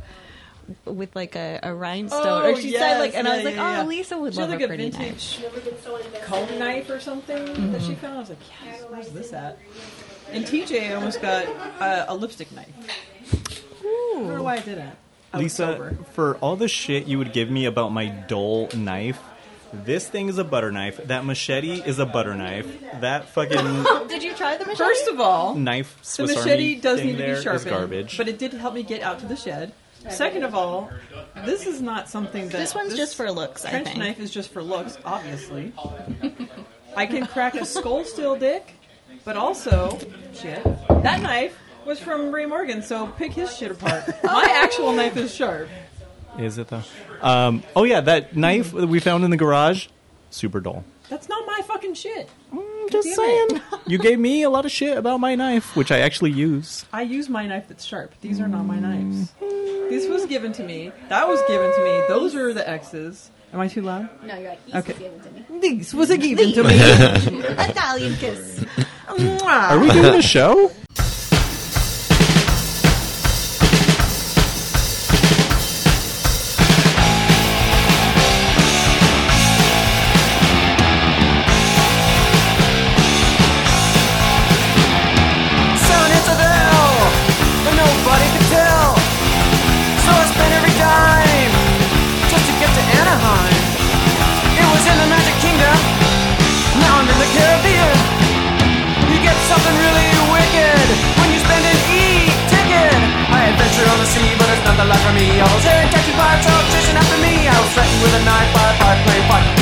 S5: With like a, a rhinestone,
S1: Oh,
S5: or she said like, and I was like, "Oh, Lesa would
S1: she
S5: love
S1: had,
S5: a
S1: like
S5: pretty knife."
S1: vintage comb knife or something that she found. I was like, yes, where's this at? And TJ almost got uh, a lipstick knife. I don't know why I didn't. I was
S3: Lisa,
S1: sober.
S3: for all the shit you would give me about my dull knife, this thing is a butter knife. That machete is a butter knife. That fucking
S1: Did you try the machete? First of all,
S3: knife
S1: the
S3: Swiss
S1: machete
S3: Army
S1: does
S3: thing
S1: need to
S3: there
S1: be
S3: is
S1: sharpened,
S3: garbage.
S1: but it did help me get out to the shed. Second of all, this is not something that
S5: This one's just for looks, I
S1: Trench
S5: think.
S1: knife is just for looks, obviously. I can crack a skull still dick, but also shit. That knife was from Ray Morgan, so pick his shit apart. My actual knife is sharp.
S3: Is it though? Um, oh yeah, that knife that we found in the garage, super dull.
S1: That's not my fucking shit.
S3: Mm, just
S1: Damn
S3: saying.
S1: it.
S3: You gave me a lot of shit about my knife, which I actually use.
S1: I use my knife that's sharp. These are not my knives. This was given to me. That was given to me. These are the X's. Am I too loud?
S17: No, you're like, these
S1: Okay.
S17: was given to me.
S1: These was a given to me.
S17: Italian kiss.
S1: Mwah.
S3: Are we doing a show?
S33: Soon it's a bill that nobody could tell. So I spent every dime just to get to Anaheim. It was in the Magic Kingdom. Now I'm in the Caribbean. You get something really wicked
S2: with a knife, I, I play fight. Ah,